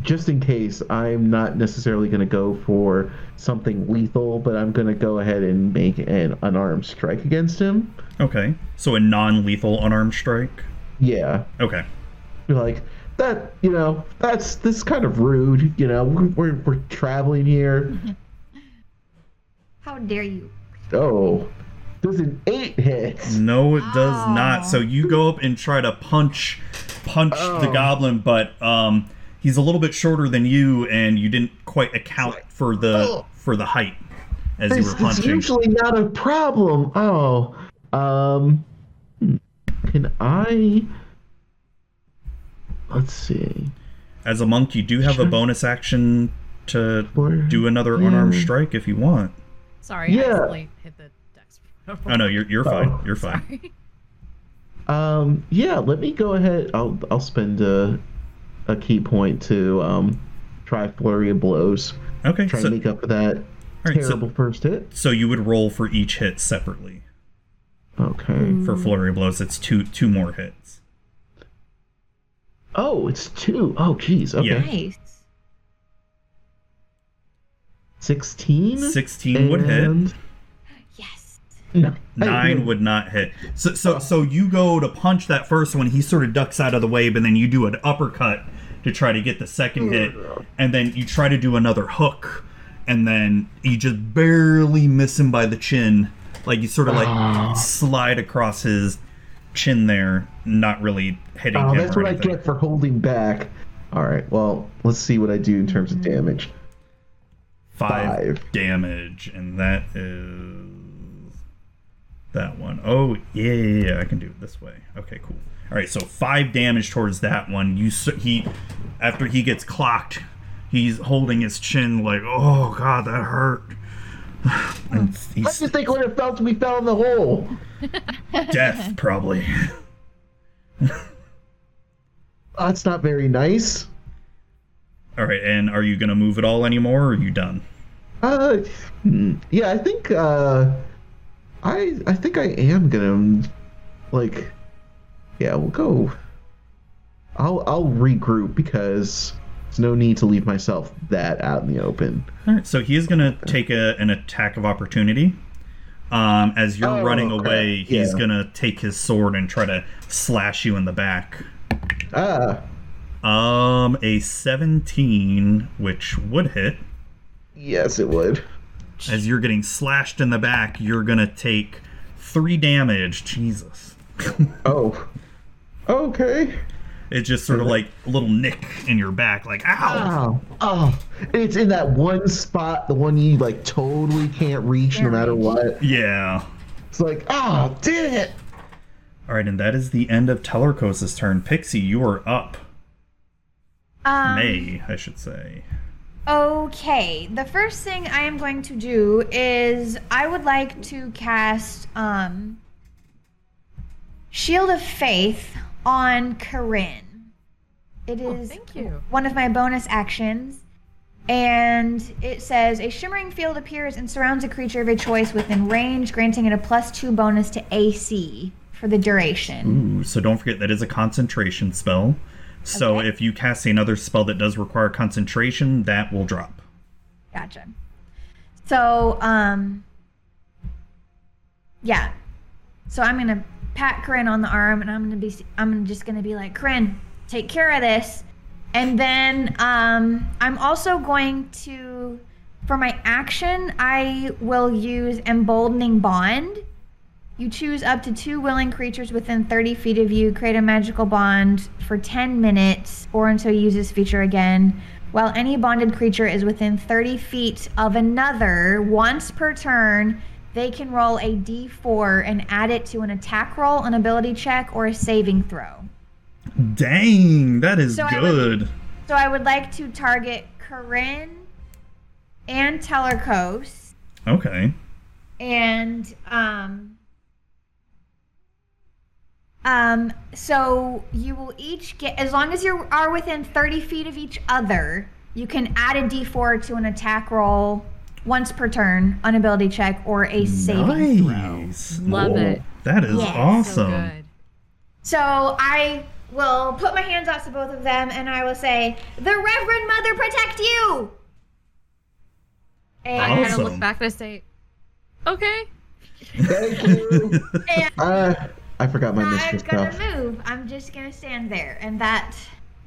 Speaker 4: Just in case, I'm not necessarily going to go for something lethal, but I'm going to go ahead and make an unarmed strike against him.
Speaker 1: Okay. So a non-lethal unarmed strike.
Speaker 4: Yeah,
Speaker 1: Okay.
Speaker 4: You're like that you know that's this is kind of rude you know we're, we're, we're traveling here
Speaker 2: How dare you?
Speaker 4: oh there's an eight hits
Speaker 1: No, it does
Speaker 2: Ow.
Speaker 1: not. So you go up and try to punch, punch the
Speaker 4: Oh.
Speaker 1: goblin, but um, he's a little bit shorter than you, and you didn't quite account for the
Speaker 4: oh.
Speaker 1: for the height as you
Speaker 4: this
Speaker 1: were
Speaker 4: is
Speaker 1: punching.
Speaker 4: usually not a problem oh um hmm. can i let's see
Speaker 1: As a monk, you do have a
Speaker 4: Sure. Hmm.
Speaker 1: bonus action to
Speaker 4: Where-
Speaker 1: do another unarmed
Speaker 4: yeah.
Speaker 1: strike if you want.
Speaker 3: Sorry, I
Speaker 4: Yeah.
Speaker 3: accidentally hit the dex.
Speaker 1: Oh no, you're you're fine.
Speaker 4: Oh.
Speaker 1: You're fine.
Speaker 4: um yeah let me go ahead i'll i'll spend a a key point to um try flurry of blows
Speaker 1: Okay.
Speaker 4: try
Speaker 1: so,
Speaker 4: to make up for that
Speaker 1: all right, so-
Speaker 4: terrible first hit
Speaker 1: So you would roll for each hit separately.
Speaker 4: okay
Speaker 1: For flurry blows, it's two two more hits.
Speaker 4: Oh, it's two. Oh, geez. Okay.
Speaker 1: Yeah.
Speaker 2: Nice.
Speaker 4: 16?
Speaker 1: Sixteen would hit.
Speaker 4: Hmm. and-
Speaker 2: Yes.
Speaker 4: No.
Speaker 1: Nine
Speaker 4: I-
Speaker 1: would not hit. So, so, so you go to punch that first one. He sort of ducks out of the way, but then you do an uppercut to try to get the
Speaker 4: Oh,
Speaker 1: second hit, and then you try to do another hook, and then you just barely miss him by the chin. Like you sort of
Speaker 4: Uh-huh.
Speaker 1: like slide across his chin there, not really hitting
Speaker 4: Oh,
Speaker 1: him.
Speaker 4: that's
Speaker 1: or
Speaker 4: what I
Speaker 1: anything.
Speaker 4: get for holding back. All right. Well, let's see what I do in terms of damage.
Speaker 1: five,
Speaker 4: Five.
Speaker 1: damage, and that is that one. Oh yeah, yeah, yeah, I can do it this way. Okay, cool. All right, so five damage towards that one. You s- he after he gets clocked, he's holding his chin like, oh god, that hurt. and
Speaker 4: I just
Speaker 1: he's
Speaker 4: think Hmm. what it felt when we fell in the hole.
Speaker 1: death probably.
Speaker 4: Oh, that's not very nice.
Speaker 1: All right, and are you gonna move at all anymore? Or are you done?
Speaker 4: Uh, hmm. yeah, I think uh, I I think I am gonna like, yeah, we'll go. I'll I'll regroup because there's no need to leave myself that out in the open.
Speaker 1: All right, so he is gonna take a, an attack of opportunity. Um, as you're
Speaker 4: Oh,
Speaker 1: running
Speaker 4: crap.
Speaker 1: away, he's
Speaker 4: Yeah.
Speaker 1: gonna take his sword and try to slash you in the back.
Speaker 4: Ah,
Speaker 1: Um, a 17, which would hit.
Speaker 4: yes, it would.
Speaker 1: As you're getting slashed in the back, you're gonna take three damage. Jesus,
Speaker 4: Oh, okay.
Speaker 1: it's just sort of like a little nick in your back, like ow.
Speaker 4: Oh, oh, it's in that one spot, the one you like totally can't reach no matter what.
Speaker 1: Yeah.
Speaker 4: It's like, ah, did it.
Speaker 1: All right, and that is the end of Tellercosa's turn. Pixie, you are up.
Speaker 2: Um,
Speaker 1: May, I should say.
Speaker 2: Okay, the first thing I am going to do is I would like to cast um Shield of Faith on Corinne. It
Speaker 3: Oh,
Speaker 2: is
Speaker 3: thank you.
Speaker 2: one of my bonus actions. And it says a shimmering field appears and surrounds a creature of a choice within range, granting it a plus two bonus to AC for the duration.
Speaker 1: Ooh, so don't forget that is a concentration spell. So
Speaker 2: Okay.
Speaker 1: if you cast another spell that does require concentration, that will drop.
Speaker 2: Gotcha. So, um, yeah. So I'm gonna pat Corinne on the arm, and I'm gonna be, I'm just gonna be like, Corinne, take care of this. And then, um, I'm also going to, for my action, I will use emboldening bond. You choose up to two willing creatures within 30 feet of you, create a magical bond for 10 minutes or until you use this feature again. While any bonded creature is within 30 feet of another once per turn, they can roll a d4 and add it to an attack roll, an ability check, or a saving throw.
Speaker 1: Dang, that is
Speaker 2: So I would-
Speaker 1: good.
Speaker 2: So I would like to target Corinne and Tellercoast
Speaker 1: Okay.
Speaker 2: and um um so you will each get as long as you are within 30 feet of each other you can add a d4 to an attack roll once per turn an ability check or a saving
Speaker 1: Nice.
Speaker 5: Love it.
Speaker 1: That is
Speaker 2: Yeah, so
Speaker 1: awesome.
Speaker 3: So good.
Speaker 2: so i will put my hands out to both of them and i will say the reverend mother protect you
Speaker 5: I kind of
Speaker 1: Awesome.
Speaker 5: look back and I say, okay.
Speaker 4: Thank you.
Speaker 2: and
Speaker 4: I, I forgot my
Speaker 2: I'm
Speaker 4: mistress
Speaker 2: gonna
Speaker 4: now.
Speaker 2: move. I'm just gonna stand there, and that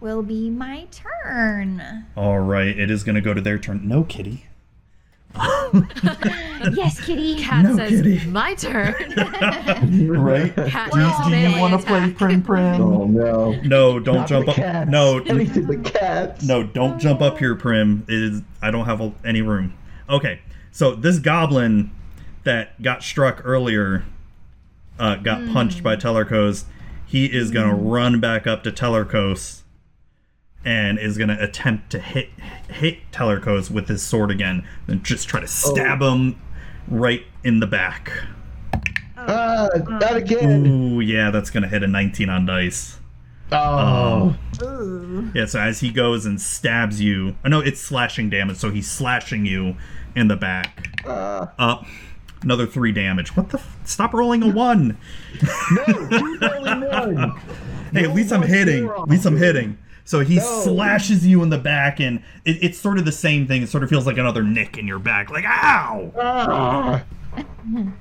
Speaker 2: will be my turn.
Speaker 1: All right, it is going to go to their turn. No, kitty.
Speaker 2: yes, kitty.
Speaker 5: Cat
Speaker 1: No
Speaker 5: says,
Speaker 1: kidding.
Speaker 5: my turn.
Speaker 1: Right?
Speaker 5: Cat
Speaker 1: Do,
Speaker 5: does
Speaker 1: do you
Speaker 5: melee
Speaker 1: want to play
Speaker 5: attack.
Speaker 1: Prim Prim?
Speaker 4: Oh no.
Speaker 1: No, don't
Speaker 4: Not
Speaker 1: jump
Speaker 4: the
Speaker 1: up.
Speaker 4: Cats.
Speaker 1: No,
Speaker 4: anything but cats.
Speaker 1: No, don't jump up here, Prim. It is I don't have a- any room. Okay, so this goblin that got struck earlier, uh, got punched by Tellercos. He is gonna run back up to Tellercos, and is gonna attempt to hit hit Tellercos with his sword again, and just try to stab him right in the back.
Speaker 4: Ah, not again.
Speaker 1: Ooh, yeah, that's gonna hit a 19 on dice.
Speaker 4: Oh.
Speaker 1: Yeah, so as he goes and stabs you, oh no, it's slashing damage, so he's slashing you in the back.
Speaker 4: Ah.
Speaker 1: Up, another three damage. What the? F- Stop rolling a one.
Speaker 4: no, you only one.
Speaker 1: Hey, at least I'm
Speaker 4: one
Speaker 1: hitting.
Speaker 4: zero.
Speaker 1: At least I'm hitting. So he
Speaker 4: No.
Speaker 1: slashes you in the back, and it, it's sort of the same thing. It sort of feels like another nick in your back, like ow.
Speaker 4: Ah.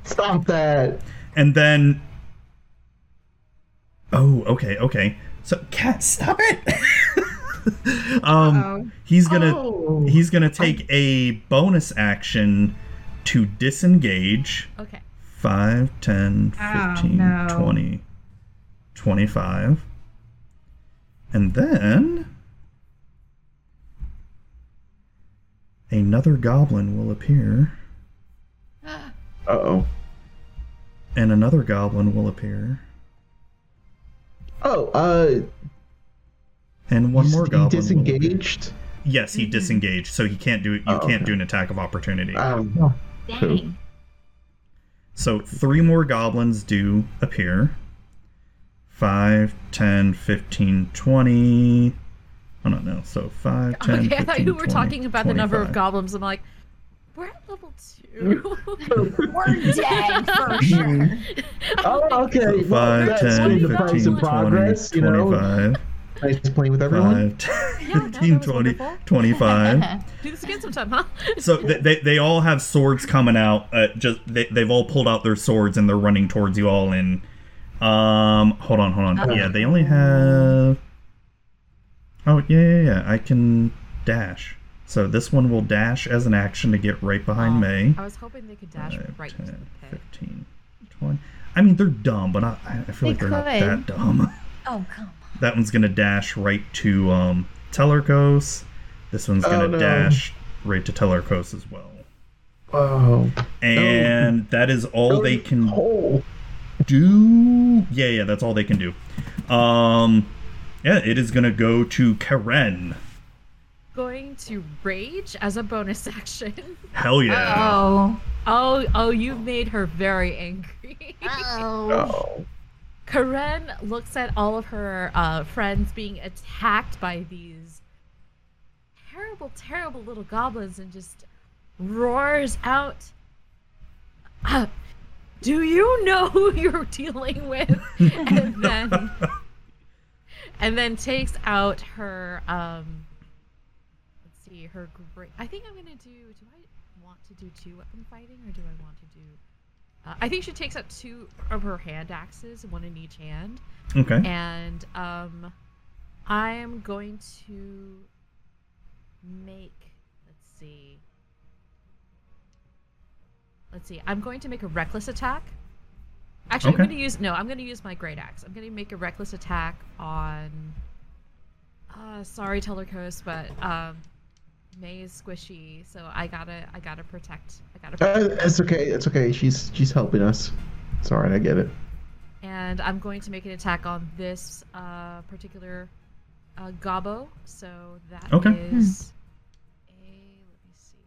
Speaker 4: Stop that.
Speaker 1: And then, oh, okay, okay. So, cat, stop it. um, he's gonna
Speaker 4: Oh.
Speaker 1: he's gonna take a bonus action to disengage.
Speaker 5: Okay.
Speaker 1: 5, 10,
Speaker 2: Oh,
Speaker 1: 15,
Speaker 2: no.
Speaker 1: 20, 25. And then another goblin will appear,
Speaker 4: Uh-oh.
Speaker 1: and another goblin will appear,
Speaker 4: Oh, uh,
Speaker 1: and one
Speaker 4: he's-
Speaker 1: more
Speaker 4: he
Speaker 1: goblin. will appear.
Speaker 4: disengaged.
Speaker 1: Yes, he disengaged, so he can't do it. You
Speaker 4: Oh,
Speaker 1: can't
Speaker 4: okay.
Speaker 1: do an attack of opportunity.
Speaker 4: Um,
Speaker 2: Dang.
Speaker 1: So three more goblins do appear. 5, 10, 15, 20. Oh, no, no. So 5, 10,
Speaker 5: okay, Oh, I thought
Speaker 1: 15,
Speaker 5: you were
Speaker 1: 20,
Speaker 5: talking about the number of
Speaker 1: 25.
Speaker 5: goblins. I'm like, we're at level two.
Speaker 2: We're dead for sure.
Speaker 4: oh, okay.
Speaker 1: So
Speaker 4: well,
Speaker 1: 5,
Speaker 4: that's
Speaker 1: 10,
Speaker 4: been the price
Speaker 1: 15,
Speaker 4: of
Speaker 1: 20,
Speaker 4: progress, you know.
Speaker 1: 25.
Speaker 4: Nice playing with everyone.
Speaker 1: 5, 10,
Speaker 5: Yeah, that
Speaker 1: 15,
Speaker 5: was
Speaker 1: 20,
Speaker 5: wonderful.
Speaker 1: 25.
Speaker 5: Do this again sometime, huh?
Speaker 1: So th- they, they all have swords coming out. Uh, just they, They've all pulled out their swords and they're running towards you all. And um, hold on, hold on.
Speaker 2: Oh.
Speaker 1: Yeah, they only have. Oh yeah, yeah, yeah. I can dash. So this one will dash as an action to get right behind
Speaker 2: Oh,
Speaker 1: May.
Speaker 5: I was hoping they could dash
Speaker 1: Five,
Speaker 5: right into
Speaker 1: 10,
Speaker 5: the pit.
Speaker 1: 15, 20. I mean, they're dumb, but I, I feel
Speaker 2: They
Speaker 1: like they're not
Speaker 2: could.
Speaker 1: that dumb.
Speaker 2: Oh come
Speaker 1: That one's gonna dash right to um, Tellercos. This one's
Speaker 4: Oh,
Speaker 1: gonna
Speaker 4: no.
Speaker 1: dash right to Tellercos as well.
Speaker 4: Oh.
Speaker 1: And that is all they can
Speaker 4: Oh.
Speaker 1: do. Yeah, yeah, that's all they can do. Um, yeah, it is gonna go to Karen.
Speaker 3: going to rage as a bonus action.
Speaker 1: Hell yeah.
Speaker 2: Oh.
Speaker 3: Oh, oh, you made her very angry.
Speaker 2: Oh.
Speaker 4: Oh.
Speaker 3: Karen looks at all of her uh, friends being attacked by these terrible, terrible little goblins and just roars out, "Uh, Do you know who you're dealing with? and then. And then takes out her, um, let's see, her great. I think I'm gonna do. Do I want to do two weapon fighting, or do I want to do? Uh, I think she takes out two of her hand axes, one in each hand,
Speaker 1: Okay.
Speaker 3: and um, I am going to make. Let's see. Let's see. I'm going to make a reckless attack. Actually,
Speaker 1: Okay.
Speaker 3: I'm going to use no. I'm going to use my great axe. I'm going to make a reckless attack on. Uh, sorry, Tellercoast, but um, May is squishy, so I gotta, I gotta protect, I gotta.
Speaker 4: Uh,
Speaker 3: Protect her.
Speaker 4: it's okay. It's okay. She's she's helping us. It's all right. I get it.
Speaker 3: and I'm going to make an attack on this uh, particular uh, gobbo. So that is
Speaker 1: Okay.
Speaker 3: a. Let me see.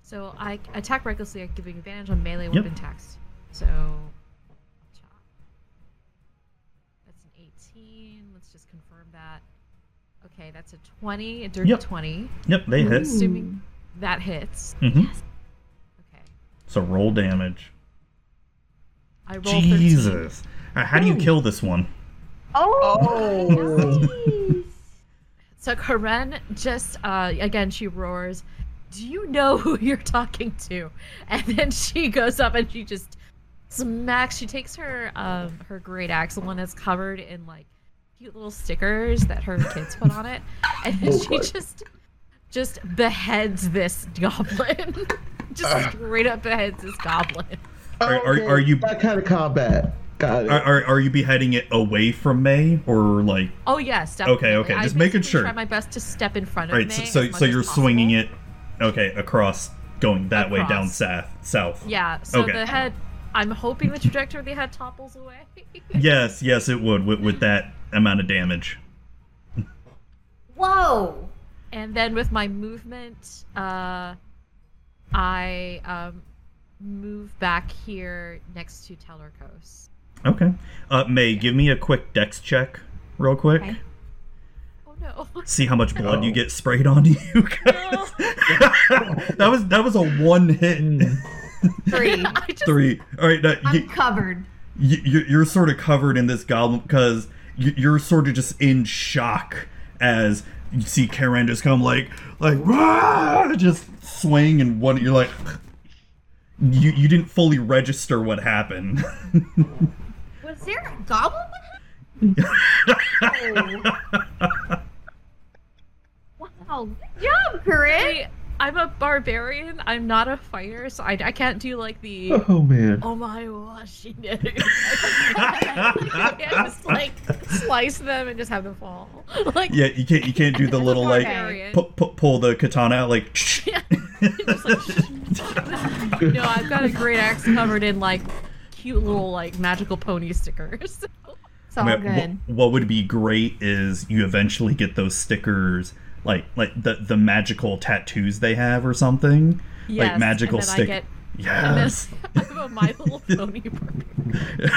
Speaker 3: So I c- attack recklessly, at giving advantage on melee
Speaker 1: Yep.
Speaker 3: weapon attacks. So. chop. That's an 18. Let's just confirm that. Okay, that's a 20, a dirty
Speaker 1: Yep.
Speaker 3: 20.
Speaker 1: Yep, they hit.
Speaker 3: Assuming that hits.
Speaker 1: hmm
Speaker 3: Okay.
Speaker 1: So roll damage.
Speaker 3: I roll 13.
Speaker 1: Jesus. Uh, how do you
Speaker 3: Ooh.
Speaker 1: kill this one?
Speaker 2: Oh. nice.
Speaker 3: So Karen just uh, again she roars, "Do you know who you're talking to?" And then she goes up and she just smacks. She takes her um, her great axe, the one that's covered in like cute little stickers that her kids put on it, and then
Speaker 4: Oh,
Speaker 3: she
Speaker 4: God.
Speaker 3: just just beheads this goblin. just
Speaker 1: Ah.
Speaker 3: straight up beheads this goblin.
Speaker 1: Are- are- are you-
Speaker 4: that kind of combat? Got it.
Speaker 1: Are, are, are you beheading it away from May or like?
Speaker 3: Oh yes,
Speaker 1: Okay,
Speaker 3: definitely.
Speaker 1: okay,
Speaker 3: I
Speaker 1: just making
Speaker 3: basically Try
Speaker 1: sure.
Speaker 3: my best to step in front of.
Speaker 1: All right, so
Speaker 3: May
Speaker 1: so,
Speaker 3: as
Speaker 1: so
Speaker 3: much as
Speaker 1: you're swinging it,
Speaker 3: possible.
Speaker 1: okay, across, going that way down
Speaker 3: Across.
Speaker 1: south, south.
Speaker 3: Yeah, so
Speaker 1: Okay.
Speaker 3: the head. I'm hoping the trajectory of the head topples away.
Speaker 1: Yes, yes, it would with, with that amount of damage.
Speaker 2: Whoa.
Speaker 3: and then with my movement, uh, I um, move back here next to Tellercoast.
Speaker 1: Okay. Uh, May, give me a quick dex check, real quick.
Speaker 2: Okay.
Speaker 3: Oh no.
Speaker 1: See how much blood you
Speaker 4: Oh.
Speaker 1: get sprayed onto you.
Speaker 2: Oh.
Speaker 1: guys. that was that was a one hit
Speaker 4: Mm.
Speaker 2: Three.
Speaker 3: I just,
Speaker 1: three. All right, now,
Speaker 2: I'm
Speaker 1: you,
Speaker 2: covered.
Speaker 1: you, you're sort of covered in this goblin because you, you're sort of just in shock as you see Karen just come like like "Rah!" just swing and one you're like you you didn't fully register what happened.
Speaker 2: Was there a goblin with him? oh. Wow. Good job, Corinne.
Speaker 3: I, am a barbarian. I'm not a fighter, so I, I can't do like the.
Speaker 4: Oh man.
Speaker 3: Oh my gosh, she did it. I just like slice them and just have them fall. Like
Speaker 1: yeah, you can't you can't do the little like
Speaker 3: barbarian.
Speaker 1: pu- pu- pull the katana out like
Speaker 3: Just like- no, I've got a great axe covered in like cute little like magical pony stickers.
Speaker 2: It's all
Speaker 1: I mean,
Speaker 2: good.
Speaker 1: wh- what would be great is you eventually get those stickers, like like the the magical tattoos they have or something,
Speaker 3: Yes,
Speaker 1: like magical
Speaker 3: and then I
Speaker 1: stick.
Speaker 3: get- and then
Speaker 1: yes.
Speaker 3: I have a My Little Pony barbarian.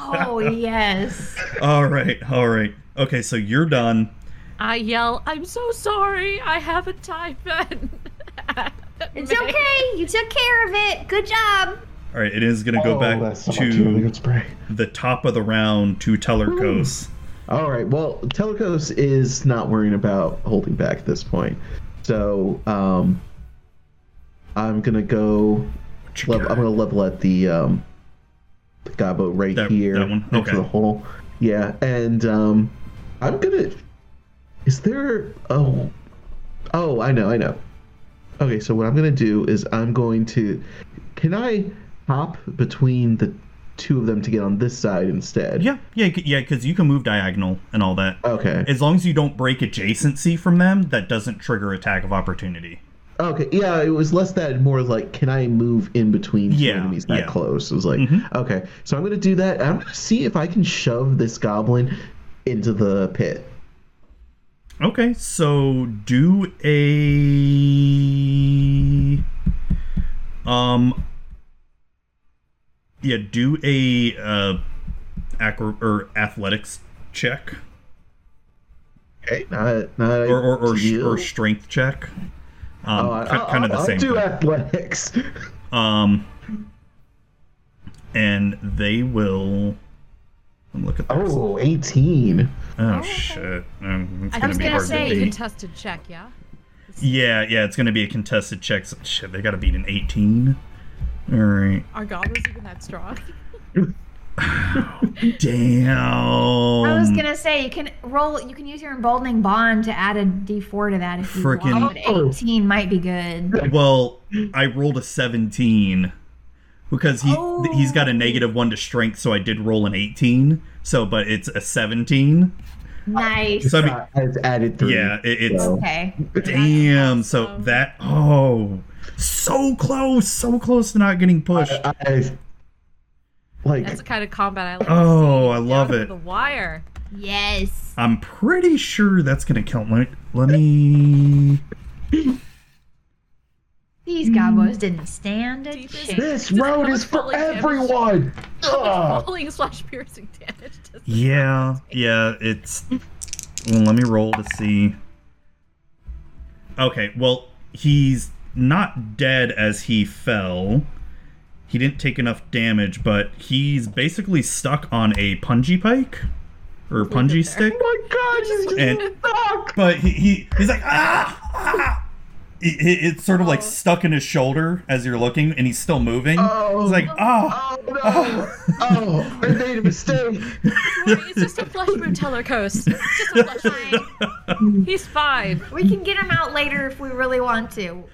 Speaker 2: Oh yes.
Speaker 1: all right. All right. Okay. So you're done.
Speaker 3: I yell, "I'm so sorry! I haven't typed in."
Speaker 2: It's okay. You took care of it. Good job.
Speaker 1: All right. It is gonna go
Speaker 4: Oh,
Speaker 1: back
Speaker 4: that's so much really
Speaker 1: to
Speaker 4: good spray.
Speaker 1: the top of the round to Tellerkos.
Speaker 4: All right. Well, Telekos is not worrying about holding back at this point. So, um, I'm gonna go.
Speaker 1: Chica.
Speaker 4: Level, I'm gonna level at the um, the gobbo right
Speaker 1: That-
Speaker 4: here
Speaker 1: that one?
Speaker 4: next to
Speaker 1: Okay.
Speaker 4: the hole. Yeah, and um, I'm gonna. Is there? Oh, oh, I know, I know. Okay, so what I'm gonna do is I'm going to. Can I hop between the two of them to get on this side instead?
Speaker 1: Yeah. Yeah. c- Yeah. Because you can move diagonal and all that.
Speaker 4: Okay.
Speaker 1: As long as you don't break adjacency from them, that doesn't trigger attack of opportunity.
Speaker 4: Okay, yeah, it was less that, more like, can I move in between two
Speaker 1: Yeah,
Speaker 4: enemies that
Speaker 1: yeah. Mm-hmm.
Speaker 4: close? It was like, okay, so I'm gonna do that. and I'm gonna see if I can shove this goblin into the pit.
Speaker 1: Okay, so do a um yeah, do a uh acro- or athletics check
Speaker 4: Okay, not not
Speaker 1: or or or,
Speaker 4: you.
Speaker 1: or strength check. Um
Speaker 4: Oh, I-
Speaker 1: ki- kind of the
Speaker 4: I'll-
Speaker 1: same
Speaker 4: I'll do
Speaker 1: thing.
Speaker 4: athletics.
Speaker 1: Um, and they will. I'm looking. at this.
Speaker 4: Oh, 18.
Speaker 1: oh shit! Um, it's
Speaker 3: I
Speaker 1: gonna
Speaker 3: was
Speaker 1: be
Speaker 3: gonna
Speaker 1: hard
Speaker 3: say
Speaker 1: to beat.
Speaker 3: contested check, yeah.
Speaker 1: Yeah, yeah, it's gonna be a contested check. So, shit, they gotta beat an 18. All right.
Speaker 3: Our god was even that strong.
Speaker 1: Damn.
Speaker 2: I
Speaker 1: Um,
Speaker 2: was gonna say you can roll. You can use your emboldening bond to add a D4 to that if you
Speaker 1: Frickin-
Speaker 2: want. But
Speaker 4: Oh.
Speaker 2: 18 might be good.
Speaker 1: Well, I rolled a 17 because he
Speaker 2: Oh.
Speaker 1: th- he's got a negative one to strength, so I did roll an 18. So, but it's a 17.
Speaker 2: Nice.
Speaker 1: So I mean,
Speaker 4: Uh, I've added three.
Speaker 1: yeah, it, it's
Speaker 4: so-
Speaker 2: Okay.
Speaker 1: Damn. So
Speaker 3: awesome.
Speaker 1: that oh, so close, so close to not getting pushed.
Speaker 4: I, I- like
Speaker 3: That's the kind of combat I like. to
Speaker 1: Oh,
Speaker 3: see.
Speaker 1: I
Speaker 3: Down
Speaker 1: love
Speaker 3: to
Speaker 1: it.
Speaker 3: The wire.
Speaker 2: Yes.
Speaker 1: I'm pretty sure that's gonna count. Let me, let me.
Speaker 2: These gobos didn't stand a
Speaker 3: Deepest-
Speaker 2: chance.
Speaker 4: this road is for everyone. Oh, Ugh.
Speaker 3: Rolling slash piercing damage. does-
Speaker 1: Yeah, yeah. It's. Well, let me roll to see. Okay. Well, he's not dead as he fell. He didn't take enough damage, but he's basically stuck on a punji pike or punji stick.
Speaker 4: Oh my god, you just
Speaker 1: And-
Speaker 4: suck.
Speaker 1: but he, he he's like ah, ah!" He- he- it's sort of like
Speaker 3: Oh.
Speaker 1: stuck in his shoulder as you're looking and he's still moving
Speaker 4: Oh.
Speaker 1: he's like ah
Speaker 4: Oh no! Oh, I made a mistake.
Speaker 3: Don't worry, It's just a flesh wound teller coast. It's just a flesh wound. He's fine.
Speaker 2: We can get them out later if we really want to.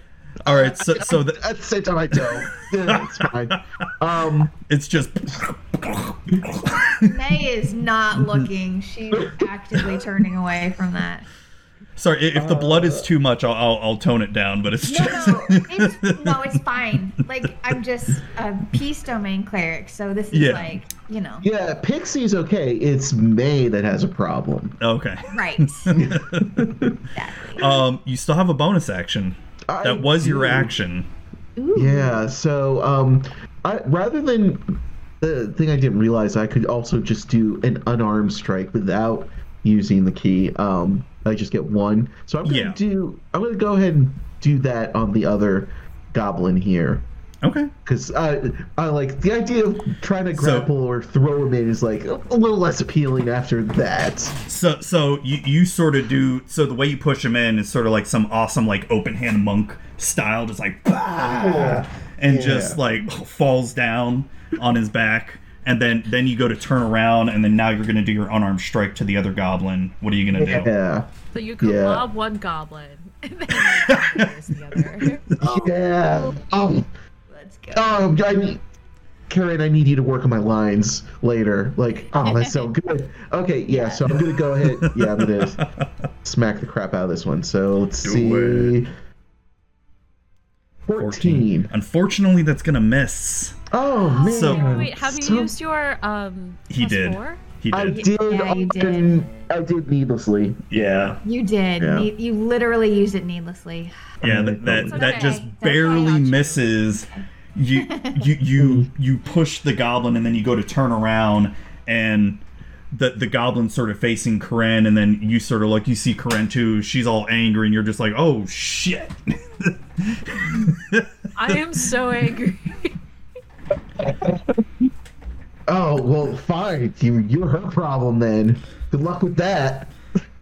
Speaker 1: all right so so th-
Speaker 4: At the same time, I don't. Yeah, it's fine. Um,
Speaker 1: it's just
Speaker 2: May is not looking. She's actively turning away from that.
Speaker 1: sorry i- if the blood is too much i'll i'll, I'll tone it down but it's
Speaker 2: No,
Speaker 1: just
Speaker 2: no, it's, no, it's fine. Like I'm just a peace domain cleric, so this is
Speaker 1: Yeah.
Speaker 2: like you know,
Speaker 4: yeah, Pixie's okay. It's May that has a problem.
Speaker 1: okay
Speaker 2: right? Exactly.
Speaker 1: um you still have a bonus action
Speaker 4: I
Speaker 1: that was your
Speaker 4: do.
Speaker 1: action
Speaker 4: Yeah. So, um, I, rather than the thing I didn't realize, I could also just do an unarmed strike without using the key. Um, I just get one. So I'm gonna
Speaker 1: Yeah.
Speaker 4: do. I'm gonna go ahead and do that on the other goblin here.
Speaker 1: okay
Speaker 4: Because I, I like the idea of trying to
Speaker 1: So-
Speaker 4: grapple or throw him in is like a little less appealing after that.
Speaker 1: So, so you, you sort of do. So the way you push him in is sort of like some awesome, like open hand monk style, just like, "Bah!" and just
Speaker 4: Yeah.
Speaker 1: like falls down on his back, and then then you go to turn around, and then now you're gonna do your unarmed strike to the other goblin. What are you gonna do?
Speaker 4: Yeah.
Speaker 3: So you can
Speaker 4: Yeah.
Speaker 3: lob one goblin and then you pierce the other.
Speaker 4: Yeah. Um.
Speaker 2: Let's go.
Speaker 4: Oh, I need, Karen, I need you to work on my lines later. Like, oh, that's so good. Okay, yeah. So I'm gonna go ahead. Yeah, I'm gonna smack the crap out of this one. So let's
Speaker 1: Do
Speaker 4: see. Fourteen.
Speaker 1: Unfortunately, that's gonna miss.
Speaker 4: Oh man.
Speaker 1: So-
Speaker 3: Wait, have you
Speaker 4: So-
Speaker 3: used your um?
Speaker 1: He
Speaker 3: plus
Speaker 1: did.
Speaker 3: Four?
Speaker 1: He
Speaker 4: I
Speaker 1: did.
Speaker 4: did.
Speaker 2: Yeah, you
Speaker 4: often-
Speaker 2: did.
Speaker 4: I did needlessly.
Speaker 1: Yeah,
Speaker 2: You did.
Speaker 4: Yeah.
Speaker 2: You, you literally used it needlessly.
Speaker 1: yeah.
Speaker 4: Oh,
Speaker 1: That that,
Speaker 4: it's
Speaker 1: that
Speaker 2: okay.
Speaker 1: just
Speaker 2: That's why I got
Speaker 1: barely
Speaker 2: you.
Speaker 1: misses. You you you you push the goblin, and then you go to turn around, and the the goblin sort of facing Karen, and then you sort of like you see Karen too. She's all angry, and you're just like, oh shit.
Speaker 3: I am so angry.
Speaker 4: Oh well, fine. You, you're her problem then. Good luck with that.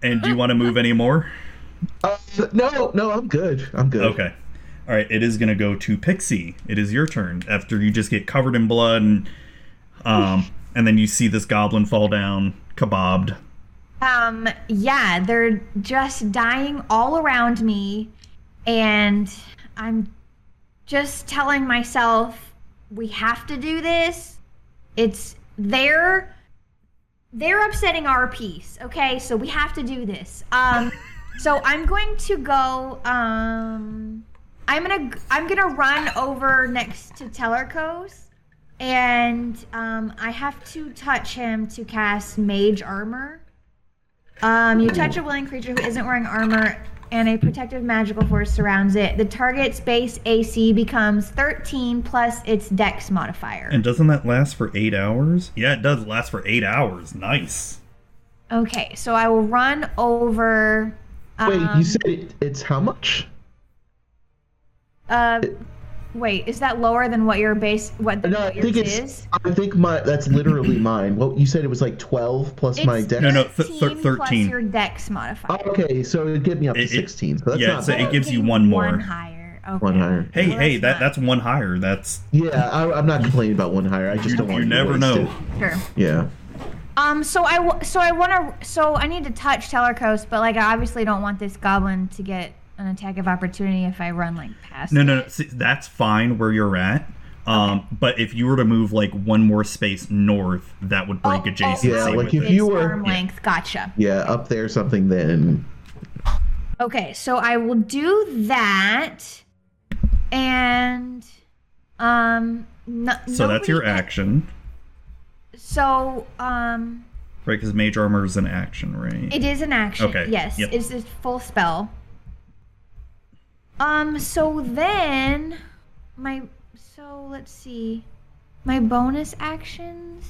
Speaker 1: And do you want to move any more?
Speaker 4: Uh, no, no, I'm good. I'm good.
Speaker 1: Okay. All right. It is gonna go to Pixie. It is your turn after you just get covered in blood, and um, and then you see this goblin fall down, kebabbed.
Speaker 2: Um, yeah, they're just dying all around me, and I'm just telling myself we have to do this. It's they're they're upsetting our peace, okay? So we have to do this. Um, so I'm going to go. Um, I'm gonna I'm gonna run over next to Tellerco's, and um, I have to touch him to cast Mage Armor. Um, you touch a willing creature who isn't wearing armor, and a protective magical force surrounds it. The target's base AC becomes 13 plus its dex modifier.
Speaker 1: And doesn't that last for eight hours? Yeah, it does last for eight hours. Nice.
Speaker 2: okay, so I will run over. Um,
Speaker 4: Wait, you said it, it's how much?
Speaker 2: Uh, wait, is that lower than what your base? What, the,
Speaker 4: No, I
Speaker 2: what yours
Speaker 4: think it's.
Speaker 2: is?
Speaker 4: I think my that's literally mine. Well, you said it was like twelve plus my
Speaker 2: It's
Speaker 4: dex.
Speaker 1: No, no, th- th-
Speaker 2: plus
Speaker 1: 13.
Speaker 2: your dex modifier.
Speaker 4: Oh, okay, so it'd get me up
Speaker 1: It- it-
Speaker 4: to sixteen. So that's
Speaker 1: yeah,
Speaker 4: not
Speaker 1: so it
Speaker 4: bad.
Speaker 2: Oh,
Speaker 1: gives you
Speaker 2: getting
Speaker 1: one more.
Speaker 2: One higher. Okay.
Speaker 4: one higher.
Speaker 1: Hey,
Speaker 2: Well,
Speaker 1: hey,
Speaker 2: that's
Speaker 1: that
Speaker 2: not-
Speaker 1: that's one higher. That's
Speaker 4: Yeah, I, I'm not complaining about one higher. I just don't want
Speaker 1: you
Speaker 4: to
Speaker 1: never
Speaker 4: waste
Speaker 1: know.
Speaker 4: it.
Speaker 2: Sure.
Speaker 4: Yeah.
Speaker 2: Um. So I w- so I want to so I need to touch Tellercoast, but like I obviously don't want this goblin to get an attack of opportunity if I run like past.
Speaker 1: No,
Speaker 2: it.
Speaker 1: no, no. See, that's fine where you're at. Um, but if you were to move like one more space north, that would break
Speaker 2: Oh, oh,
Speaker 1: adjacency.
Speaker 4: Yeah,
Speaker 2: I
Speaker 4: like
Speaker 1: with
Speaker 2: see.
Speaker 4: if
Speaker 1: it.
Speaker 2: It's
Speaker 4: you were-
Speaker 2: arm length. Gotcha.
Speaker 4: Yeah, up there something then.
Speaker 2: Okay. So I will do that, and um. No,
Speaker 1: So that's your
Speaker 2: nobody-
Speaker 1: action,
Speaker 2: So um,
Speaker 1: right? Because mage armor is an action, right?
Speaker 2: it is an action.
Speaker 1: Okay,
Speaker 2: Yes.
Speaker 1: yep.
Speaker 2: It's a full spell. Um. So then, my so let's see, my bonus actions.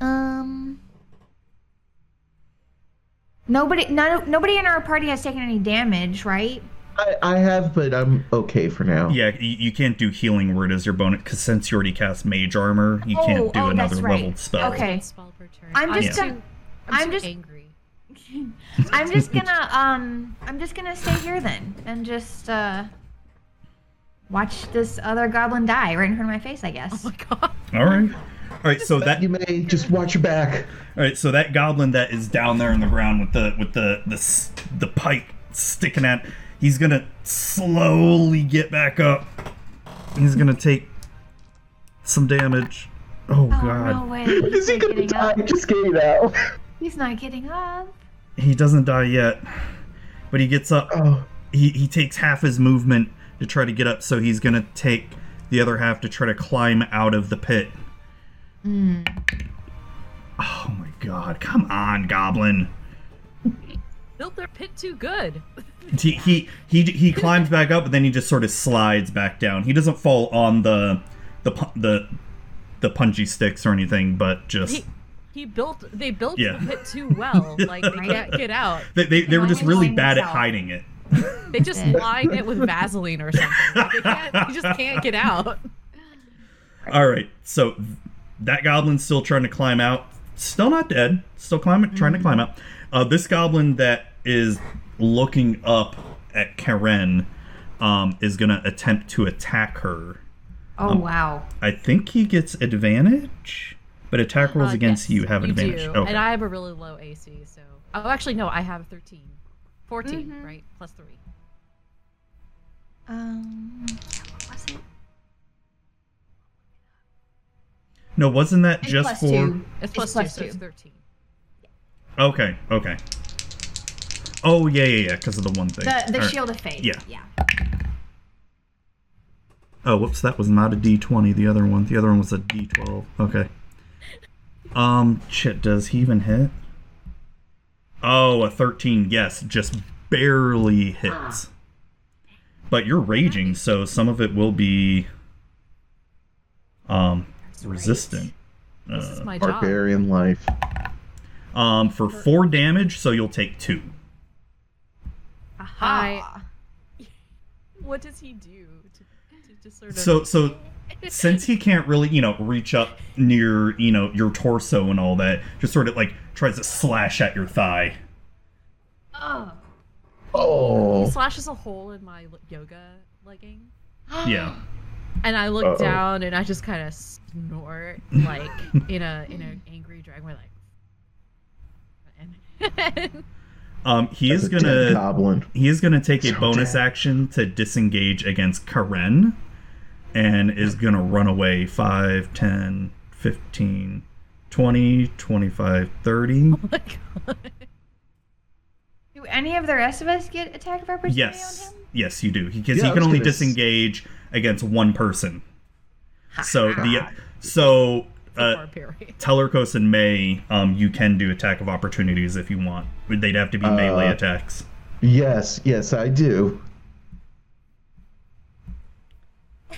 Speaker 2: Um. Nobody, none, nobody in our party has taken any damage, right?
Speaker 4: I, I have, but I'm okay for now.
Speaker 1: yeah, you, you can't do healing word as your bonus because since you already cast mage armor, you
Speaker 2: Oh,
Speaker 1: can't do
Speaker 2: oh,
Speaker 1: another
Speaker 2: that's right.
Speaker 1: leveled spell.
Speaker 2: Okay.
Speaker 3: One spell per turn.
Speaker 2: I'm
Speaker 3: I'm
Speaker 2: just
Speaker 3: too,
Speaker 2: gonna-
Speaker 3: I'm,
Speaker 2: I'm
Speaker 3: too
Speaker 2: just-
Speaker 3: angry.
Speaker 2: I'm just gonna um I'm just gonna stay here then and just uh watch this other goblin die right in front of my face, I guess.
Speaker 3: Oh my god.
Speaker 1: All right. All right. So that
Speaker 4: You may just watch your back.
Speaker 1: All right, so that goblin that is down there in the ground with the with the the s- the pike sticking out, he's gonna slowly get back up. He's gonna take some damage. Oh, god,
Speaker 2: no way. He's
Speaker 4: Is he
Speaker 2: not
Speaker 4: gonna
Speaker 2: getting
Speaker 4: die?
Speaker 2: up.
Speaker 4: Just kidding now.
Speaker 2: He's not getting up.
Speaker 1: he doesn't die yet, but he gets up.
Speaker 4: Oh,
Speaker 1: He he takes half his movement to try to get up, so he's gonna take the other half to try to climb out of the pit. Oh my god! Come on, goblin.
Speaker 3: Built their pit too good.
Speaker 1: he he he he climbs back up and then he just sort of slides back down. He doesn't fall on the the pu- the the punchy sticks or anything, but just
Speaker 3: He, he built. They built
Speaker 1: Yeah.
Speaker 3: the pit too well. Like they can't get out.
Speaker 1: they they, they were just
Speaker 2: Mine's
Speaker 1: really
Speaker 2: going
Speaker 1: bad at
Speaker 2: south.
Speaker 1: hiding it.
Speaker 3: They just lined it with Vaseline or something. Like, they, can't, they just can't get out.
Speaker 1: All right, so that goblin's still trying to climb out. Still not dead. Still climbing, trying to climb
Speaker 3: Mm-hmm.
Speaker 1: out. Uh, this goblin that is looking up at Karen um, is gonna attempt to attack her.
Speaker 2: Oh wow.
Speaker 1: I think he gets advantage, but attack rolls
Speaker 3: Uh,
Speaker 1: against
Speaker 3: yes,
Speaker 1: you have advantage.
Speaker 3: do.
Speaker 1: Okay.
Speaker 3: And I have a really low AC, so. Oh, actually, no, I have 13. 14,
Speaker 2: Mm-hmm.
Speaker 3: right? Plus 3.
Speaker 2: Um what was it?
Speaker 1: No, wasn't that
Speaker 2: And
Speaker 1: just
Speaker 2: plus
Speaker 1: for?
Speaker 2: two.
Speaker 3: It's
Speaker 2: It's
Speaker 3: plus,
Speaker 2: plus
Speaker 3: 2, so it's
Speaker 2: two.
Speaker 3: 13.
Speaker 1: Okay, okay. Oh yeah, yeah, yeah, because of the one thing.
Speaker 2: The the
Speaker 1: All right.
Speaker 2: shield of faith.
Speaker 1: Yeah.
Speaker 2: Yeah.
Speaker 1: Oh, whoops, that was not a D twenty. The other one, the other one was a D twelve. Okay. Um, shit. Does he even hit? Oh, a thirteen. Yes, just barely hits. But you're raging, so some of it will be um resistant.
Speaker 3: This is
Speaker 1: Uh,
Speaker 3: my job.
Speaker 4: barbarian life.
Speaker 1: um, for four damage, so you'll take two.
Speaker 2: Aha.
Speaker 3: What does he do to, to just sort of.
Speaker 1: So so since he can't really, you know, reach up near, you know, your torso and all that, just sort of like tries to slash at your thigh.
Speaker 2: Oh.
Speaker 3: he
Speaker 4: Oh,
Speaker 3: slashes a hole in my l- yoga legging.
Speaker 1: Yeah.
Speaker 3: And I look
Speaker 4: Uh-oh.
Speaker 3: down and I just kind of snort, like, in a in an angry drag way, like. And
Speaker 1: Um he
Speaker 4: that's
Speaker 1: is
Speaker 4: a dead
Speaker 1: gonna
Speaker 4: goblin.
Speaker 1: he is gonna take a
Speaker 4: So
Speaker 1: bonus
Speaker 4: dead.
Speaker 1: action to disengage against Karen and is gonna run away 5, 10, 15, 20, 25,
Speaker 2: Oh,
Speaker 1: 30.
Speaker 3: like,
Speaker 2: Do any of the rest of us get attack of opportunity
Speaker 1: Yes.
Speaker 2: on him?
Speaker 1: Yes, you do. Because
Speaker 4: Yeah, I
Speaker 1: he can
Speaker 4: was
Speaker 1: only
Speaker 4: gonna s-
Speaker 1: disengage against one person. So the so uh,
Speaker 3: for a period.
Speaker 1: Tellerkos and May, um, you can do attack of opportunities if you want. They'd have to be melee
Speaker 4: Uh,
Speaker 1: attacks.
Speaker 4: Yes, yes, I do.